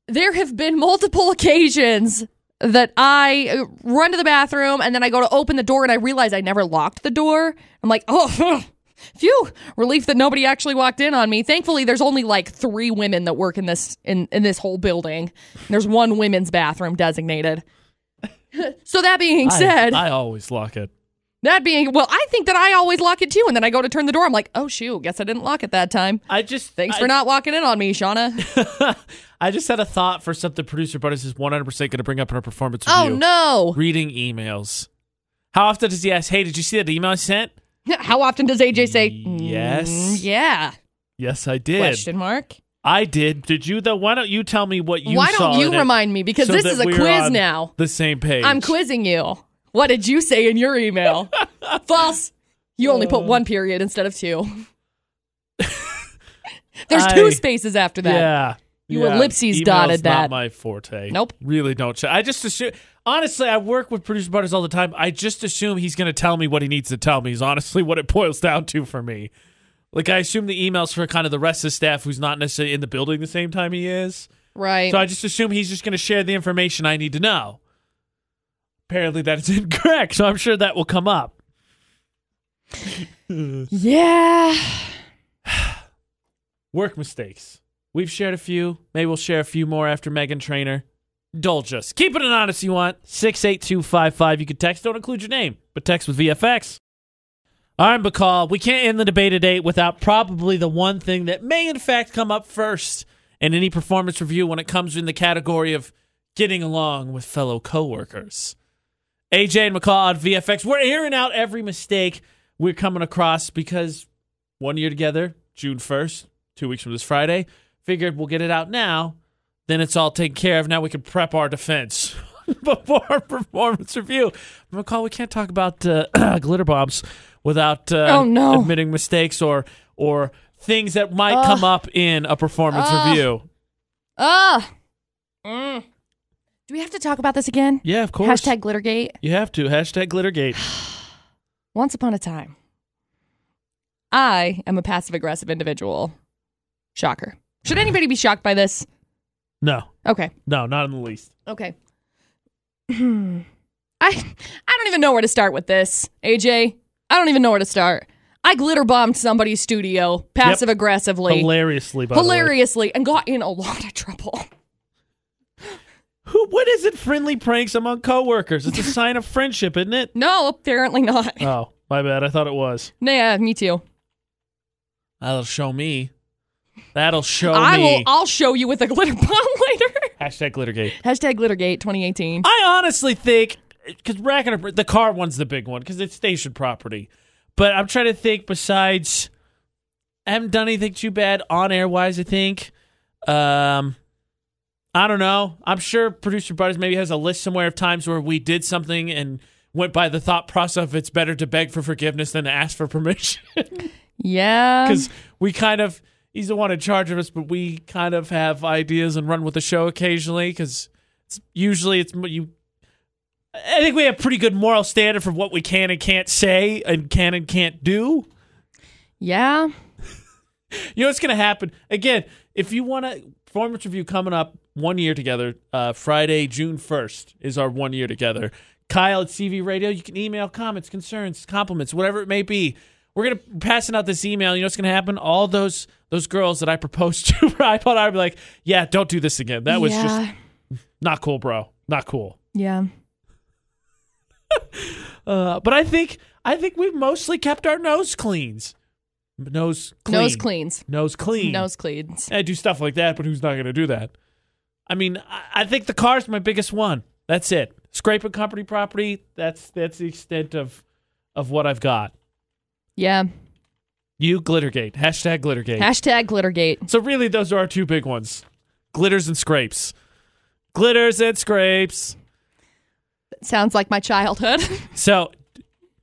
[SPEAKER 2] there have been multiple occasions that I uh, run to the bathroom and then I go to open the door and I realize I never locked the door. I'm like, oh. [laughs] Phew! Relief that nobody actually walked in on me. Thankfully, there's only like three women that work in this in, in this whole building. There's one women's bathroom designated. [laughs] so that being
[SPEAKER 1] I-
[SPEAKER 2] said,
[SPEAKER 1] I always lock it.
[SPEAKER 2] that being well, I think that I always lock it too, and then I go to turn the door. I'm like, oh shoot, guess I didn't lock it that time.
[SPEAKER 1] I just
[SPEAKER 2] Thanks
[SPEAKER 1] I,
[SPEAKER 2] for not walking in on
[SPEAKER 1] [laughs]
[SPEAKER 2] me, Shauna.
[SPEAKER 1] I just had a thought for something producer Butters is 100% going to bring up in our performance
[SPEAKER 2] oh
[SPEAKER 1] review.
[SPEAKER 2] no!
[SPEAKER 1] Reading emails. How often does he ask, hey, did you see that email I sent?
[SPEAKER 2] How often does AJ say "Mm,
[SPEAKER 1] Yes.
[SPEAKER 2] Yeah.
[SPEAKER 1] Yes, I did.
[SPEAKER 2] Question mark.
[SPEAKER 1] I did. Did you, though? Why don't you tell me what you
[SPEAKER 2] Why
[SPEAKER 1] saw
[SPEAKER 2] don't you
[SPEAKER 1] in it
[SPEAKER 2] remind me? Because
[SPEAKER 1] so
[SPEAKER 2] this
[SPEAKER 1] that
[SPEAKER 2] is a
[SPEAKER 1] we're
[SPEAKER 2] quiz
[SPEAKER 1] on
[SPEAKER 2] now.
[SPEAKER 1] The same page.
[SPEAKER 2] I'm quizzing you. What did you say in your
[SPEAKER 1] [laughs]
[SPEAKER 2] email? False. You only put
[SPEAKER 1] Uh.
[SPEAKER 2] one period instead
[SPEAKER 1] [laughs]
[SPEAKER 2] of two. There's
[SPEAKER 1] I-
[SPEAKER 2] two spaces after that.
[SPEAKER 1] Yeah.
[SPEAKER 2] You
[SPEAKER 1] yeah.
[SPEAKER 2] ellipses
[SPEAKER 1] Email's
[SPEAKER 2] dotted
[SPEAKER 1] not
[SPEAKER 2] that.
[SPEAKER 1] my forte.
[SPEAKER 2] Nope.
[SPEAKER 1] Really don't. Check. I just assume. honestly, I work with producer Butters all the time. I just assume he's going to tell me what he needs to tell me. Is honestly what it boils down to for me. Like I assume the emails for kind of the rest of the staff who's not necessarily in the building the same time he is.
[SPEAKER 2] Right.
[SPEAKER 1] So I just assume he's just going to share the information I need to know. Apparently that's [laughs] incorrect, so I'm sure that will come up.
[SPEAKER 2] yeah.
[SPEAKER 1] Work mistakes. We've shared a few. Maybe we'll share a few more after Megan Trainer. Indulge us. Keep it anonymous if you want. 68255. You can text. Don't include your name, but text with VFX. All right, McCall. We can't end the debate today without probably the one thing that may, in fact, come up first in any performance review when it comes in the category of getting along with fellow coworkers. AJ and McCall on VFX. We're airing out every mistake we're coming across because one year together, June 1st, two weeks from this Friday. Figured we'll get it out now. Then it's all taken care of. Now we can prep our defense [laughs] before our performance review. McCall, we can't talk about uh, [clears throat] glitter bombs without uh,
[SPEAKER 2] Oh, no.
[SPEAKER 1] admitting mistakes or or things that might
[SPEAKER 2] Ugh.
[SPEAKER 1] come up in a performance
[SPEAKER 2] Ugh.
[SPEAKER 1] review.
[SPEAKER 2] Ah. Mm. Do we have to talk about this again?
[SPEAKER 1] Yeah, of course.
[SPEAKER 2] Hashtag Glittergate.
[SPEAKER 1] you have to. Hashtag Glittergate.
[SPEAKER 2] Once upon a time, I am a passive aggressive individual. Shocker. Should anybody be shocked by this?
[SPEAKER 1] No,
[SPEAKER 2] Okay.
[SPEAKER 1] no, not in the least.
[SPEAKER 2] Okay. [clears throat] I I don't even know where to start with this, AJ. I don't even know where to start. I glitter bombed somebody's studio passive aggressively,
[SPEAKER 1] Hilariously, by the way.
[SPEAKER 2] hilariously, and got in a lot of trouble. [laughs]
[SPEAKER 1] Who? What is it? Friendly pranks among coworkers.
[SPEAKER 2] [laughs]
[SPEAKER 1] It's a sign of friendship, isn't it?
[SPEAKER 2] No, apparently not.
[SPEAKER 1] Oh, my bad. I thought it was.
[SPEAKER 2] Yeah, me too.
[SPEAKER 1] That'll show me. That'll show
[SPEAKER 2] I
[SPEAKER 1] me.
[SPEAKER 2] will. I'll show you with
[SPEAKER 1] [laughs]
[SPEAKER 2] a glitter bomb later.
[SPEAKER 1] Hashtag Glittergate.
[SPEAKER 2] Hashtag Glittergate 2018.
[SPEAKER 1] I honestly think because racking up the car one's the big one because it's station property. But I'm trying to think. Besides, I haven't done anything too bad on air wise. I think. Um, I don't know. I'm sure producer Butters maybe has a list somewhere of times where we did something and went by the thought process of it's better to beg for forgiveness than to ask for permission. [laughs]
[SPEAKER 2] Yeah.
[SPEAKER 1] because we kind of he's the one in charge of us, but we kind of have ideas and run with the show occasionally because usually it's you. I think we have pretty good moral standard for what we can and can't say and can and can't do.
[SPEAKER 2] Yeah.
[SPEAKER 1] You know what's going to happen again if you want to performance review coming up one year together. Uh, Friday, June first is our one year together. Kyle at CV Radio. You can email comments, concerns, compliments, whatever it may be. We're gonna be passing out this email. You know what's gonna happen? All those those girls that I proposed [laughs] to, I thought I'd be like, yeah, don't do this again. That was
[SPEAKER 2] yeah.
[SPEAKER 1] just not cool, bro. Not cool.
[SPEAKER 2] Yeah.
[SPEAKER 1] Uh, but I think I think we've mostly kept our nose cleans. Nose clean.
[SPEAKER 2] Nose cleans.
[SPEAKER 1] Nose clean.
[SPEAKER 2] Nose cleans.
[SPEAKER 1] I Eh, do stuff like that, but who's not going to do that? I mean, I, I think the car's my biggest one. That's it. Scraping company property. That's that's the extent of of what I've got.
[SPEAKER 2] Yeah.
[SPEAKER 1] You glittergate. Hashtag glittergate.
[SPEAKER 2] Hashtag Glittergate.
[SPEAKER 1] so really, those are our two big ones: glitters and scrapes. Glitters and scrapes.
[SPEAKER 2] Sounds like my childhood. [laughs]
[SPEAKER 1] So,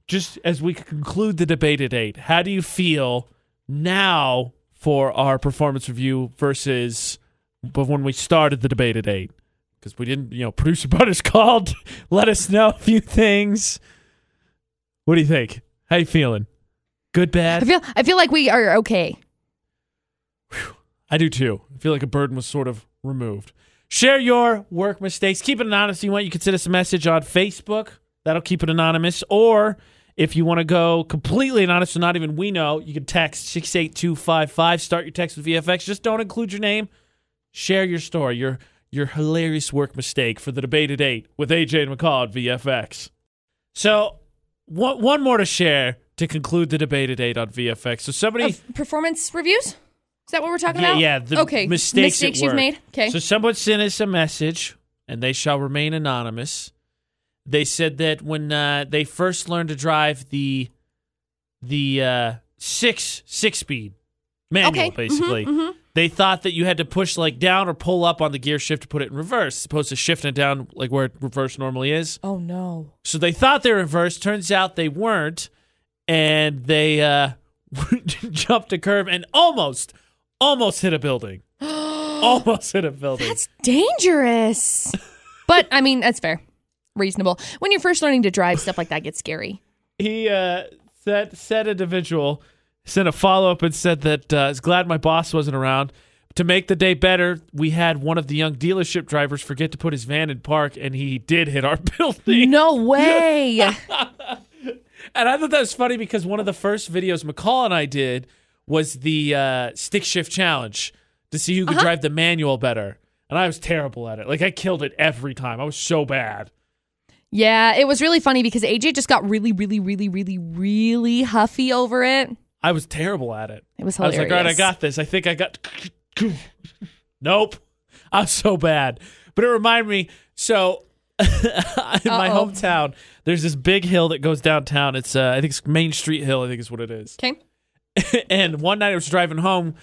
[SPEAKER 1] just as we conclude the debate at eight, how do you feel now for our performance review versus but when we started the debate at eight? Because we didn't, you know, producer [laughs] Butters called, let us know a few things. What do you think? How you feeling? Good,
[SPEAKER 2] I
[SPEAKER 1] bad?
[SPEAKER 2] feel I feel like we are okay.
[SPEAKER 1] I do too. I feel like a burden was sort of removed. Share your work mistakes. Keep it anonymous. If you want, you can send us a message on Facebook. That'll keep it anonymous. Or if you want to go completely anonymous, so not even we know, you can text 68255. Start your text with VFX. Just don't include your name. Share your story, your your hilarious work mistake for the debate at 8 with AJ and McCall at VFX. So one, one more to share to conclude the debate at 8 on VFX. So somebody...
[SPEAKER 2] Of performance reviews? Is that what we're talking
[SPEAKER 1] Yeah,
[SPEAKER 2] about?
[SPEAKER 1] yeah. The
[SPEAKER 2] okay.
[SPEAKER 1] mistakes, at
[SPEAKER 2] you've
[SPEAKER 1] work.
[SPEAKER 2] made. Okay.
[SPEAKER 1] So someone sent us a message, and they shall remain anonymous. They said that when uh, they first learned to drive the the uh, six six speed manual,
[SPEAKER 2] okay.
[SPEAKER 1] basically,
[SPEAKER 2] Mhm, mhm.
[SPEAKER 1] they thought that you had to push like down or pull up on the gear shift to put it in reverse, as opposed to shifting it down like where reverse normally is.
[SPEAKER 2] Oh no.
[SPEAKER 1] So they thought they were reversed. Turns out they weren't, and they uh, [laughs] jumped a curve and almost, almost hit a
[SPEAKER 2] [gasps]
[SPEAKER 1] building. almost hit a building. [laughs]
[SPEAKER 2] That's dangerous. but I mean, that's fair. reasonable. When you're first learning to drive, stuff like that
[SPEAKER 1] [laughs]
[SPEAKER 2] gets scary.
[SPEAKER 1] he uh, said said individual sent a follow up and said that uh, is glad my boss wasn't around. To make the day better, we had one of the young dealership drivers forget to put his van in park, and he did hit our [laughs] building.
[SPEAKER 2] No way.
[SPEAKER 1] And I thought that was funny because one of the first videos McCall and I did was the uh, stick shift challenge to see who could drive the manual better. And I was terrible at it. Like I killed it every time. I was so bad.
[SPEAKER 2] yeah, it was really funny because AJ just got really, really, really, really, really huffy over it.
[SPEAKER 1] I was terrible at it.
[SPEAKER 2] It was
[SPEAKER 1] I was
[SPEAKER 2] hilarious.
[SPEAKER 1] like, all right, I got this. I think I got. [laughs] nope. I'm so bad. But it reminded me. So [laughs] in my
[SPEAKER 2] Uh-oh.
[SPEAKER 1] hometown, there's this big hill that goes downtown. It's uh, I think it's Main Street Hill. I think is what it is.
[SPEAKER 2] Okay.
[SPEAKER 1] and one night I was driving home,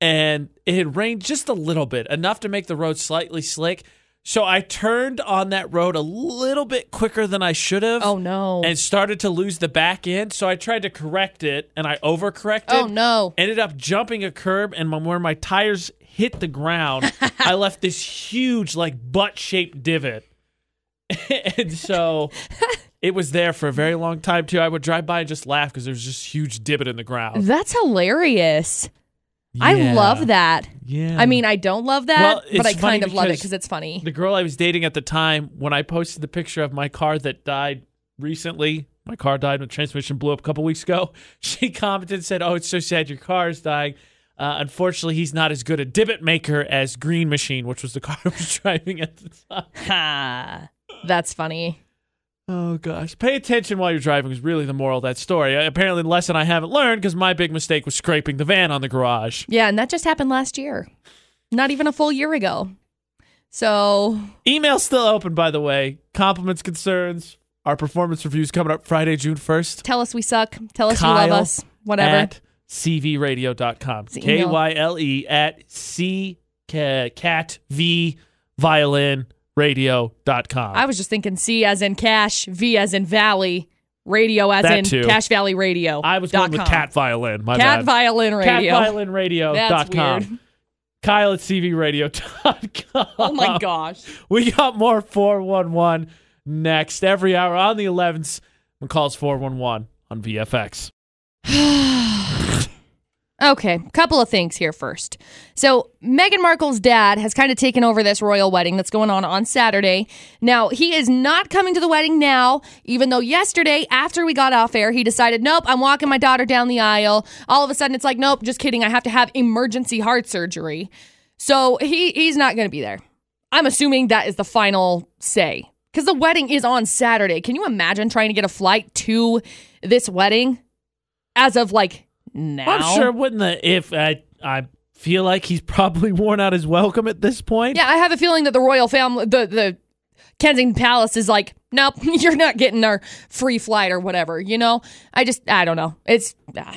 [SPEAKER 1] and it had rained just a little bit, enough to make the road slightly slick. So I turned on that road a little bit quicker than I should have.
[SPEAKER 2] Oh no.
[SPEAKER 1] And started to lose the back end, so I tried to correct it, and I overcorrected
[SPEAKER 2] oh no.
[SPEAKER 1] ended up jumping a curb and my, where my tires hit the
[SPEAKER 2] [laughs]
[SPEAKER 1] ground i left this huge like butt-shaped divot [laughs] and
[SPEAKER 2] [laughs]
[SPEAKER 1] so it was there for a very long time too i would drive by and just laugh because there's just huge divot in the ground
[SPEAKER 2] That's hilarious. I
[SPEAKER 1] Yeah.
[SPEAKER 2] love that.
[SPEAKER 1] yeah
[SPEAKER 2] I mean, I don't love that,
[SPEAKER 1] Well,
[SPEAKER 2] but
[SPEAKER 1] it's funny
[SPEAKER 2] I kind of love it
[SPEAKER 1] because
[SPEAKER 2] because it's funny.
[SPEAKER 1] the girl i was dating at the time when i posted the picture of my car that died recently my car died when the transmission blew up a couple weeks ago [laughs] she commented and said oh it's so sad your car is dying uh, unfortunately, he's not as good a divot maker as Green Machine, which was the [laughs] car I was driving at the time.
[SPEAKER 2] Ha. That's funny.
[SPEAKER 1] Oh gosh, pay attention while you're driving is really the moral of that story. Uh, Apparently, the lesson I haven't learned because my big mistake was scraping the van on the garage.
[SPEAKER 2] Yeah, and that just happened last year. Not even a full year ago. So,
[SPEAKER 1] Email's still open, by the way. Compliments, concerns. Our performance reviews coming up Friday, June first.
[SPEAKER 2] tell us we suck. Tell us you
[SPEAKER 1] Kyle
[SPEAKER 2] love us. Whatever.
[SPEAKER 1] At cvradio.com.
[SPEAKER 2] an
[SPEAKER 1] K
[SPEAKER 2] email.
[SPEAKER 1] y l e at c ca- cat v violin radio.com.
[SPEAKER 2] I was just thinking C as in cash, V as in valley, radio as
[SPEAKER 1] That
[SPEAKER 2] in
[SPEAKER 1] too.
[SPEAKER 2] Cash Valley Radio.
[SPEAKER 1] I was going
[SPEAKER 2] dot
[SPEAKER 1] with
[SPEAKER 2] com.
[SPEAKER 1] cat violin. My
[SPEAKER 2] Cat
[SPEAKER 1] bad.
[SPEAKER 2] Violin Radio. That's
[SPEAKER 1] CatViolinRadio.com.
[SPEAKER 2] weird. [laughs]
[SPEAKER 1] Kyle at cvradio.com. [laughs]
[SPEAKER 2] Oh my gosh.
[SPEAKER 1] We got more 411 next every hour on the 11th. McCall's 411 on VFX.
[SPEAKER 2] Okay, couple of things here first. So, Meghan Markle's dad has kind of taken over this royal wedding that's going on on Saturday. Now, he is not coming to the wedding now, even though yesterday, after we got off air, he decided, nope, I'm walking my daughter down the aisle. All of a sudden, it's like, nope, just kidding. I have to have emergency heart surgery. So, he, he's not going to be there. I'm assuming that is the final say because the wedding is on Saturday. Can you imagine trying to get a flight to this wedding as of like now?
[SPEAKER 1] I'm sure wouldn't the if I I feel like he's probably worn out his welcome at this point.
[SPEAKER 2] Yeah, I have a feeling that the royal family, the the Kensington Palace is like, nope, [laughs] you're not getting our free flight or whatever. You know, I just, I don't know. It's ah,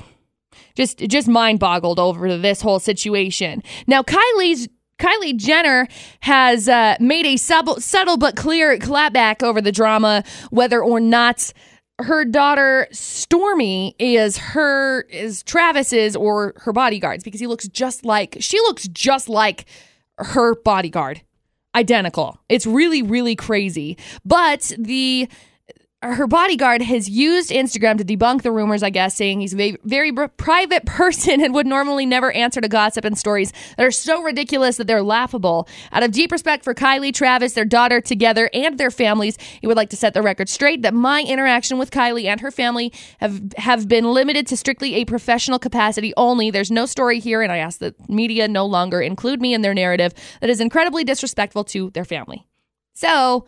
[SPEAKER 2] just, just mind boggled over this whole situation. Now, Kylie's. Kylie Jenner has uh, made a sub- subtle but clear clapback over the drama, whether or not her daughter Stormy is her is Travis's or her bodyguards because he looks just like she looks just like her bodyguard identical it's really really crazy but the her bodyguard has used Instagram to debunk the rumors, I guess, saying he's a ve- very br- private [laughs] person and would normally never answer to gossip and stories that are so ridiculous that they're laughable. Out of deep respect for Kylie, Travis, their daughter, together, and their families, he would like to set the record straight that my interaction with Kylie and her family have have been limited to strictly a professional capacity only. There's no story here, and I ask that media no longer include me in their narrative that is incredibly disrespectful to their family. So.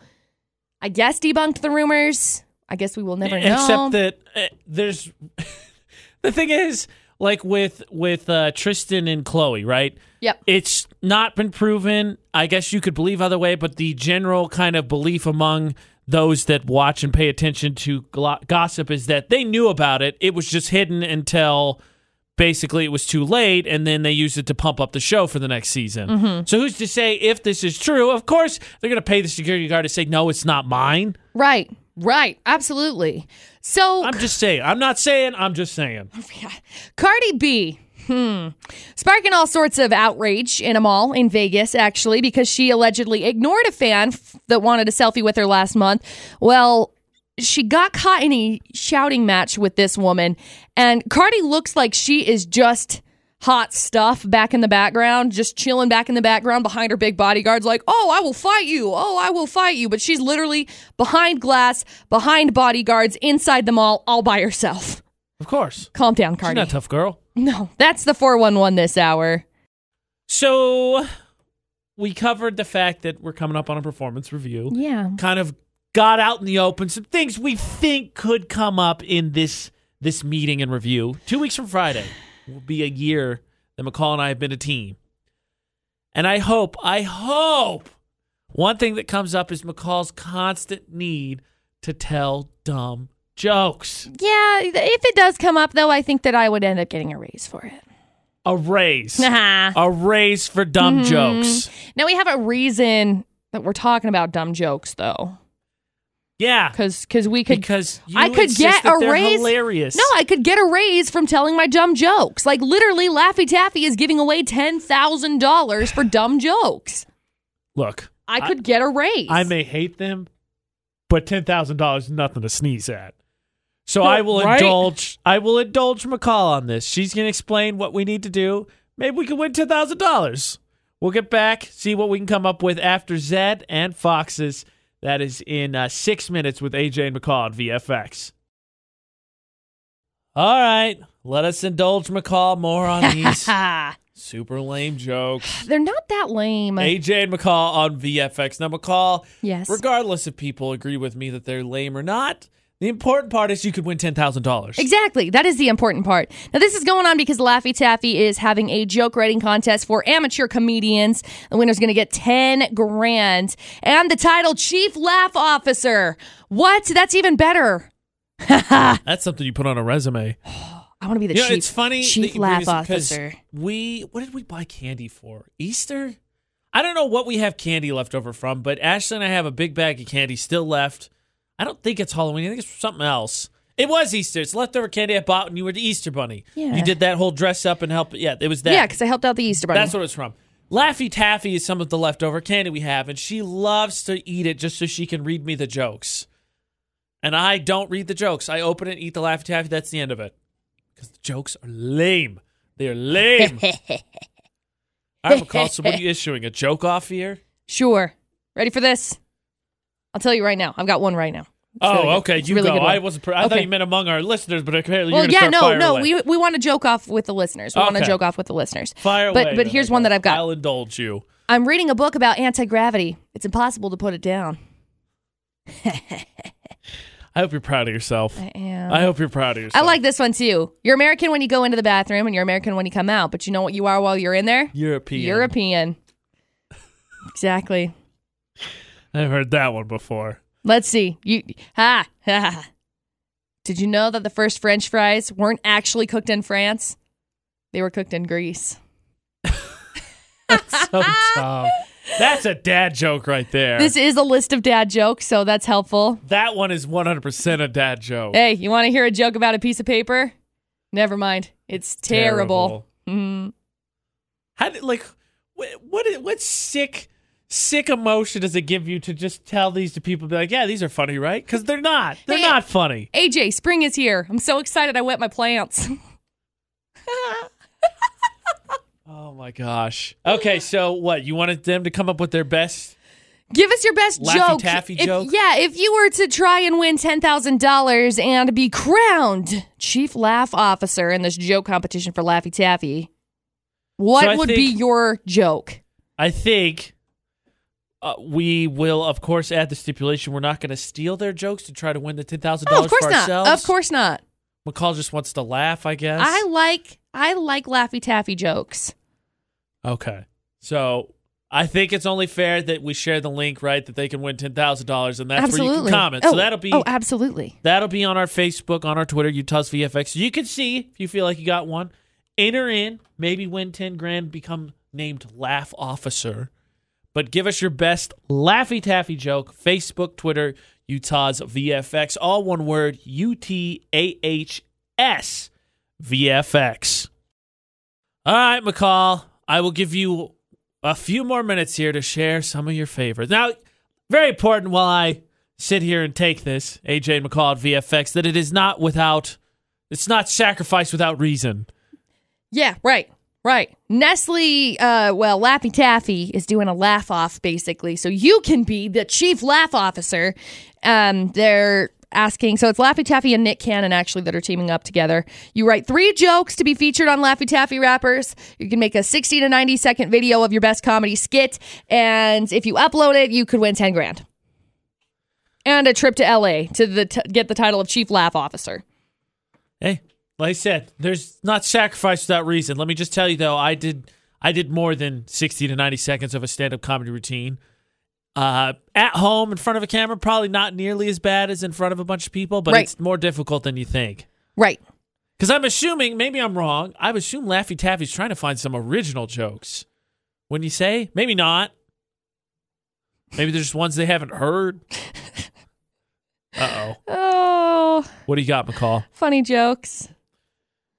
[SPEAKER 2] I guess debunked the rumors. I guess we will never know.
[SPEAKER 1] Except that uh, there's [laughs] the thing is like with with uh, Tristan and Chloe, right?
[SPEAKER 2] Yep.
[SPEAKER 1] It's not been proven. I guess you could believe other way, but the general kind of belief among those that watch and pay attention to glo- gossip is that they knew about it. It was just hidden until basically it was too late and then they used it to pump up the show for the next season.
[SPEAKER 2] Mm-hmm.
[SPEAKER 1] So who's to say if this is true? Of course, they're going to pay the security guard to say no, it's not mine.
[SPEAKER 2] Right. Right. Absolutely. So
[SPEAKER 1] I'm just saying. I'm not saying, I'm just saying.
[SPEAKER 2] Cardi B Hmm. Sparking all sorts of outrage in a mall in Vegas, actually, because she allegedly ignored a fan f- that wanted a selfie with her last month. Well, she got caught in a shouting match with this woman, and Cardi looks like she is just hot stuff back in the background, just chilling back in the background behind her big bodyguards, like, oh, I will fight you. Oh, I will fight you. But she's literally behind glass, behind bodyguards, inside the mall, all by herself.
[SPEAKER 1] Of course.
[SPEAKER 2] Calm down, Cardi.
[SPEAKER 1] She's not a tough girl.
[SPEAKER 2] No, that's the 411 this hour.
[SPEAKER 1] So we covered the fact that we're coming up on a performance review.
[SPEAKER 2] Yeah.
[SPEAKER 1] Kind of got out in the open some things we think could come up in this this meeting and review. Two weeks from Friday will be a year that McCall and I have been a team. And I hope, I hope one thing that comes up is McCall's constant need to tell dumb jokes.
[SPEAKER 2] Yeah, if it does come up, though, I think that I would end up getting a raise for it. [laughs]
[SPEAKER 1] A raise.
[SPEAKER 2] Nah.
[SPEAKER 1] a raise for dumb
[SPEAKER 2] Mm-hmm.
[SPEAKER 1] jokes.
[SPEAKER 2] Now we have a reason that we're talking about dumb jokes, though,
[SPEAKER 1] Yeah.
[SPEAKER 2] because we could.
[SPEAKER 1] because you
[SPEAKER 2] I could
[SPEAKER 1] insist
[SPEAKER 2] get
[SPEAKER 1] that
[SPEAKER 2] a
[SPEAKER 1] they're
[SPEAKER 2] raise.
[SPEAKER 1] Hilarious.
[SPEAKER 2] no, I could get a raise from telling my dumb jokes. Like literally, Laffy Taffy is giving away ten thousand dollars for dumb jokes.
[SPEAKER 1] look,
[SPEAKER 2] I could get a raise.
[SPEAKER 1] I may hate them, but ten thousand dollars is nothing to sneeze at. So I will
[SPEAKER 2] Right?
[SPEAKER 1] indulge. I will indulge McCall on this. She's going to explain what we need to do. Maybe we can win ten thousand dollars. We'll get back, see what we can come up with after Zed and Foxes. That is in uh, six minutes with AJ and McCall on VFX. All right, let us indulge McCall more on
[SPEAKER 2] [laughs]
[SPEAKER 1] these
[SPEAKER 2] Ha.
[SPEAKER 1] super lame jokes.
[SPEAKER 2] They're not that lame.
[SPEAKER 1] AJ and McCall on VFX. Now, McCall,
[SPEAKER 2] yes.
[SPEAKER 1] regardless if people agree with me that they're lame or not, the important part is you could win ten thousand dollars.
[SPEAKER 2] Exactly. That is the important part. Now, this is going on because Laffy Taffy is having a joke writing contest for amateur comedians. The winner's going to get 10 grand and the title Chief Laugh Officer. What? That's even better.
[SPEAKER 1] That's something you put on a resume.
[SPEAKER 2] I want to be the
[SPEAKER 1] You know,
[SPEAKER 2] chief.
[SPEAKER 1] it's funny.
[SPEAKER 2] Chief
[SPEAKER 1] that you bring
[SPEAKER 2] Laugh
[SPEAKER 1] this up 'cause
[SPEAKER 2] Officer.
[SPEAKER 1] We what did we buy candy for? Easter? I don't know what we have candy left over from, but Ashley and I have a big bag of candy still left. I don't think it's Halloween. I think it's something else. It was Easter. It's leftover candy I bought when you were the Easter Bunny.
[SPEAKER 2] Yeah.
[SPEAKER 1] You did that whole dress up and help. Yeah, it was that.
[SPEAKER 2] Yeah, because I helped out the Easter Bunny.
[SPEAKER 1] That's what it's from. Laffy Taffy is some of the leftover candy we have, and she loves to eat it just so she can read me the jokes. And I don't read the jokes. I open it, eat the Laffy Taffy. That's the end of it. Because the jokes are lame. They're
[SPEAKER 2] [laughs]
[SPEAKER 1] lame. All right, McCall, so what are you issuing? A joke off here?
[SPEAKER 2] sure. Ready for this? I'll tell you right now. I've got one right now. It's
[SPEAKER 1] oh,
[SPEAKER 2] really good.
[SPEAKER 1] okay.
[SPEAKER 2] It's a
[SPEAKER 1] You
[SPEAKER 2] really
[SPEAKER 1] go.
[SPEAKER 2] good one.
[SPEAKER 1] I wasn't. Pre- I thought
[SPEAKER 2] Okay.
[SPEAKER 1] you meant among our listeners, but apparently
[SPEAKER 2] Well,
[SPEAKER 1] you're
[SPEAKER 2] yeah,
[SPEAKER 1] going to
[SPEAKER 2] no,
[SPEAKER 1] start
[SPEAKER 2] no.
[SPEAKER 1] fire away.
[SPEAKER 2] We, we want to joke off with the listeners. We want to
[SPEAKER 1] Okay.
[SPEAKER 2] joke off with the listeners.
[SPEAKER 1] fire
[SPEAKER 2] but-
[SPEAKER 1] away.
[SPEAKER 2] but
[SPEAKER 1] then,
[SPEAKER 2] here's one
[SPEAKER 1] okay.
[SPEAKER 2] that I've got.
[SPEAKER 1] I'll indulge you.
[SPEAKER 2] I'm reading a book about anti gravity. It's impossible to put it down.
[SPEAKER 1] I hope you're proud of yourself.
[SPEAKER 2] I am.
[SPEAKER 1] I hope you're proud of
[SPEAKER 2] I
[SPEAKER 1] yourself.
[SPEAKER 2] like this one too. You're American when you go into the bathroom, and you're American when you come out. But you know what you are while you're in there?
[SPEAKER 1] European.
[SPEAKER 2] European. exactly.
[SPEAKER 1] I've heard that one before. [laughs]
[SPEAKER 2] Let's see. You ha ha. ha. Did you know that the first French fries weren't actually cooked in France? They were cooked in Greece.
[SPEAKER 1] so dumb. That's a dad joke right there.
[SPEAKER 2] This is a list of dad jokes, so that's helpful.
[SPEAKER 1] that one is 100% a dad joke.
[SPEAKER 2] Hey, you want to hear a joke about a piece of paper? Never mind. It's terrible. Mhm.
[SPEAKER 1] Mm-hmm. How did, like, wh- what, i- what sick, sick emotion does it give you to just tell these to people, be like, yeah, these are funny, right? Because they're not. They're
[SPEAKER 2] Hey.
[SPEAKER 1] not funny.
[SPEAKER 2] AJ, spring is here. I'm so excited. I wet my plants.
[SPEAKER 1] Oh my gosh. Okay, so what? You wanted them to come up with their best?
[SPEAKER 2] Give us your best
[SPEAKER 1] Laffy
[SPEAKER 2] joke.
[SPEAKER 1] Taffy
[SPEAKER 2] If-
[SPEAKER 1] joke?
[SPEAKER 2] Yeah, if you were to try and win ten thousand dollars and be crowned chief laugh officer in this joke competition for Laffy Taffy, what
[SPEAKER 1] So I
[SPEAKER 2] would
[SPEAKER 1] think-
[SPEAKER 2] be your joke?
[SPEAKER 1] I think uh, we will, of course, add the stipulation we're not going to steal their jokes to try to win the $10,000
[SPEAKER 2] Oh, of course
[SPEAKER 1] for
[SPEAKER 2] not.
[SPEAKER 1] ourselves.
[SPEAKER 2] Of course not.
[SPEAKER 1] McCall just wants to laugh, I guess.
[SPEAKER 2] I like I like Laffy Taffy jokes.
[SPEAKER 1] Okay. So I think it's only fair that we share the link, right? That they can win ten thousand dollars, and that's
[SPEAKER 2] absolutely.
[SPEAKER 1] where you can comment.
[SPEAKER 2] Oh,
[SPEAKER 1] so that'll be
[SPEAKER 2] oh, absolutely.
[SPEAKER 1] that'll be on our Facebook, on our Twitter, Utah's VFX. You can see if you feel like you got one. Enter in, maybe win ten grand, become named Laugh Officer. But give us your best Laffy Taffy joke. Facebook, Twitter, Utah's VFX, all one word: U T A H S VFX. All right, McCall, I will give you a few more minutes here to share some of your favorites. Now, very important while I sit here and take this, AJ McCall at VFX, that it is not without, it's not sacrifice without reason.
[SPEAKER 2] Yeah, right, right. Nestle, uh, well, Laffy Taffy is doing a laugh off basically, so you can be the chief laugh officer. Um, they're asking, so it's Laffy Taffy and Nick Cannon actually that are teaming up together. You write three jokes to be featured on Laffy Taffy Rappers. You can make a sixty to ninety second video of your best comedy skit, and if you upload it, you could win ten grand. And a trip to LA to the t- get the title of chief laugh officer.
[SPEAKER 1] Hey, Eh, like I said, there's not sacrifice without reason. Let me just tell you though, I did I did more than 60 to 90 seconds of a stand-up comedy routine. Uh, at home in front of a camera, probably not nearly as bad as in front of a bunch of people, but
[SPEAKER 2] Right.
[SPEAKER 1] it's more difficult than you think.
[SPEAKER 2] Right.
[SPEAKER 1] Because I'm assuming, maybe I'm wrong. I would assume Laffy Taffy's trying to find some original jokes. When you say, maybe not. Maybe there's just ones they haven't heard.
[SPEAKER 2] [laughs]
[SPEAKER 1] Uh oh.
[SPEAKER 2] Oh,
[SPEAKER 1] What do you got, McCall?
[SPEAKER 2] funny jokes.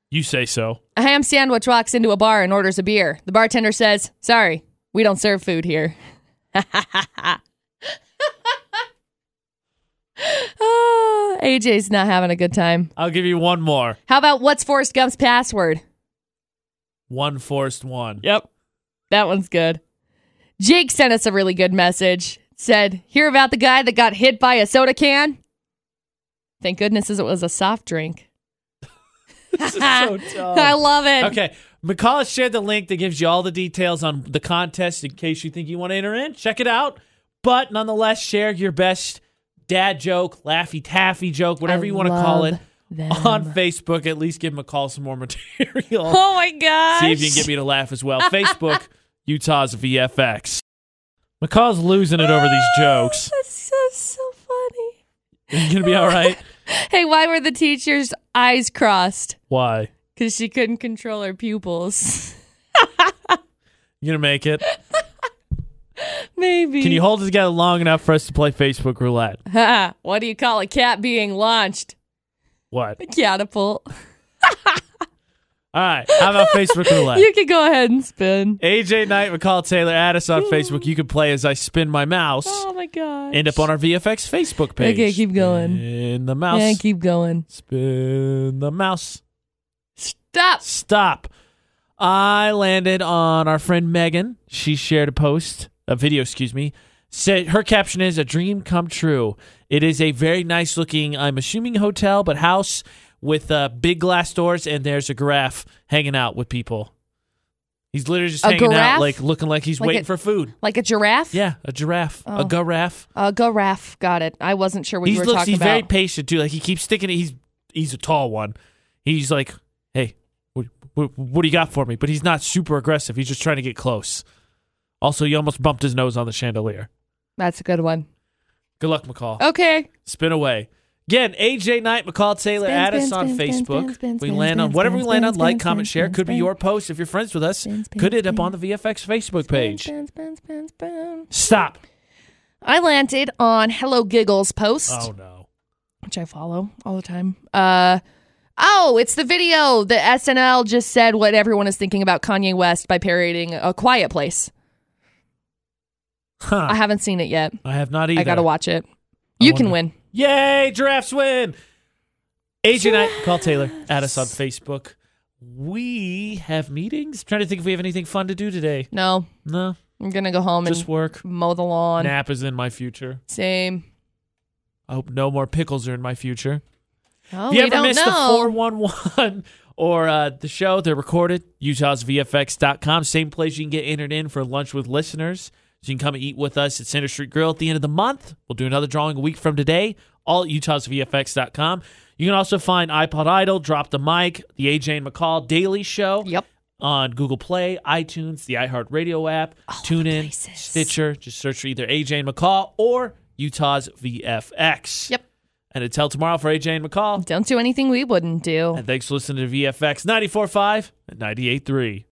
[SPEAKER 1] You say so.
[SPEAKER 2] A ham sandwich walks into a bar and orders a beer. The bartender says, Sorry, we don't serve food here. [laughs] Ah, oh, AJ's not having a good time.
[SPEAKER 1] I'll give you one more.
[SPEAKER 2] How about what's Forrest Gump's password?
[SPEAKER 1] One forced one.
[SPEAKER 2] Yep. That one's good. Jake sent us a really good message. Said, Hear about the guy that got hit by a soda can? Thank goodness it was a soft drink.
[SPEAKER 1] [laughs] This is
[SPEAKER 2] [laughs]
[SPEAKER 1] so dumb.
[SPEAKER 2] I love it.
[SPEAKER 1] Okay. McCall has shared the link that gives you all the details on the contest in case you think you want to enter in. Check it out. But nonetheless, share your best dad joke, laffy taffy joke, whatever
[SPEAKER 2] I
[SPEAKER 1] you want to call
[SPEAKER 2] love
[SPEAKER 1] it
[SPEAKER 2] them.
[SPEAKER 1] on Facebook. At least give McCall some more [laughs] material.
[SPEAKER 2] Oh my gosh.
[SPEAKER 1] See if you can get me to laugh as well. Facebook,
[SPEAKER 2] [laughs]
[SPEAKER 1] Utah's VFX. McCall's losing it over these jokes.
[SPEAKER 2] [laughs] That's, that's so funny.
[SPEAKER 1] You gonna be all
[SPEAKER 2] [laughs]
[SPEAKER 1] right?
[SPEAKER 2] Hey, why were the teacher's eyes crossed?
[SPEAKER 1] Why?
[SPEAKER 2] Because she couldn't control her pupils. [laughs]
[SPEAKER 1] You gonna make it?
[SPEAKER 2] Maybe.
[SPEAKER 1] Can you hold it together long enough for us to play Facebook roulette?
[SPEAKER 2] Ha, what do you call a cat being launched?
[SPEAKER 1] What?
[SPEAKER 2] A catapult.
[SPEAKER 1] All right. How
[SPEAKER 2] [laughs]
[SPEAKER 1] about Facebook roulette?
[SPEAKER 2] You can go ahead and spin.
[SPEAKER 1] AJ Knight, McCall Taylor, add us on Facebook. You can play as I spin my mouse.
[SPEAKER 2] Oh my god.
[SPEAKER 1] End up on our VFX Facebook page.
[SPEAKER 2] Okay, keep going.
[SPEAKER 1] Spin the mouse.
[SPEAKER 2] Yeah, keep going.
[SPEAKER 1] Spin the mouse.
[SPEAKER 2] Stop.
[SPEAKER 1] Stop. I landed on our friend Megan. She shared a post, a video, excuse me. Said her caption is a dream come true. It is a very nice looking, I'm assuming hotel, but house with uh, big glass doors, and there's a giraffe hanging out with people. He's literally just
[SPEAKER 2] A
[SPEAKER 1] hanging out,
[SPEAKER 2] giraffe?
[SPEAKER 1] like looking like he's
[SPEAKER 2] Like
[SPEAKER 1] waiting
[SPEAKER 2] a-
[SPEAKER 1] for food.
[SPEAKER 2] Like a giraffe?
[SPEAKER 1] Yeah, a giraffe, a
[SPEAKER 2] Oh.
[SPEAKER 1] giraffe.
[SPEAKER 2] A giraffe. Got it. I wasn't sure what
[SPEAKER 1] He
[SPEAKER 2] you were
[SPEAKER 1] looks.
[SPEAKER 2] talking
[SPEAKER 1] He's
[SPEAKER 2] about.
[SPEAKER 1] very patient too. Like he keeps sticking. it. He's he's a tall one. He's like, hey, what, what, what do you got for me? But he's not super aggressive. He's just trying to get close. Also, he almost bumped his nose on the chandelier.
[SPEAKER 2] That's a good one.
[SPEAKER 1] Good luck, McCall.
[SPEAKER 2] Okay.
[SPEAKER 1] Spin away. Again, AJ Knight, McCall Taylor,
[SPEAKER 2] Spin,
[SPEAKER 1] add us
[SPEAKER 2] spin,
[SPEAKER 1] on
[SPEAKER 2] spin, spin,
[SPEAKER 1] Facebook.
[SPEAKER 2] spin, spin,
[SPEAKER 1] we
[SPEAKER 2] spin,
[SPEAKER 1] land on
[SPEAKER 2] spin,
[SPEAKER 1] whatever we
[SPEAKER 2] spin,
[SPEAKER 1] land on.
[SPEAKER 2] spin,
[SPEAKER 1] Like,
[SPEAKER 2] spin,
[SPEAKER 1] comment, share.
[SPEAKER 2] spin,
[SPEAKER 1] Could be
[SPEAKER 2] spin.
[SPEAKER 1] your post if you're friends with us.
[SPEAKER 2] Spin, spin,
[SPEAKER 1] Could end up
[SPEAKER 2] spin.
[SPEAKER 1] on the VFX Facebook page.
[SPEAKER 2] Spin, spin, spin, spin.
[SPEAKER 1] Stop.
[SPEAKER 2] I landed on Hello Giggles post.
[SPEAKER 1] Oh no.
[SPEAKER 2] which I follow all the time. Uh oh, it's the video that SNL just said what everyone is thinking about Kanye West by parodying A Quiet Place.
[SPEAKER 1] Huh.
[SPEAKER 2] I haven't seen it yet.
[SPEAKER 1] I have not either.
[SPEAKER 2] I gotta watch it. You can
[SPEAKER 1] wonder-
[SPEAKER 2] win.
[SPEAKER 1] Yay, giraffes win. AJ Knight, call Taylor. Add us on Facebook. We have meetings. trying to think if we have anything fun to do today.
[SPEAKER 2] No,
[SPEAKER 1] No,
[SPEAKER 2] I'm gonna go home and
[SPEAKER 1] just work.
[SPEAKER 2] mow the lawn.
[SPEAKER 1] Nap is in my future.
[SPEAKER 2] Same.
[SPEAKER 1] I hope no more pickles are in my future.
[SPEAKER 2] Oh,
[SPEAKER 1] if you
[SPEAKER 2] we
[SPEAKER 1] ever
[SPEAKER 2] don't
[SPEAKER 1] missed the
[SPEAKER 2] know.
[SPEAKER 1] 411 [laughs] or uh, the show, they're recorded. UtahsVFX.com. Same place you can get entered in for lunch with listeners. So you can come and eat with us at Center Street Grill at the end of the month. We'll do another drawing a week from today, all at UtahsVFX.com. You can also find iPod Idol, Drop the Mic, the AJ and McCall Daily Show
[SPEAKER 2] yep.
[SPEAKER 1] on Google Play, iTunes, the iHeartRadio app, TuneIn, Stitcher. Just search for either AJ and McCall or Utah's VFX.
[SPEAKER 2] Yep.
[SPEAKER 1] And until tomorrow for AJ and McCall.
[SPEAKER 2] Don't do anything we wouldn't do.
[SPEAKER 1] And thanks for listening to VFX 94.5 and 98.3.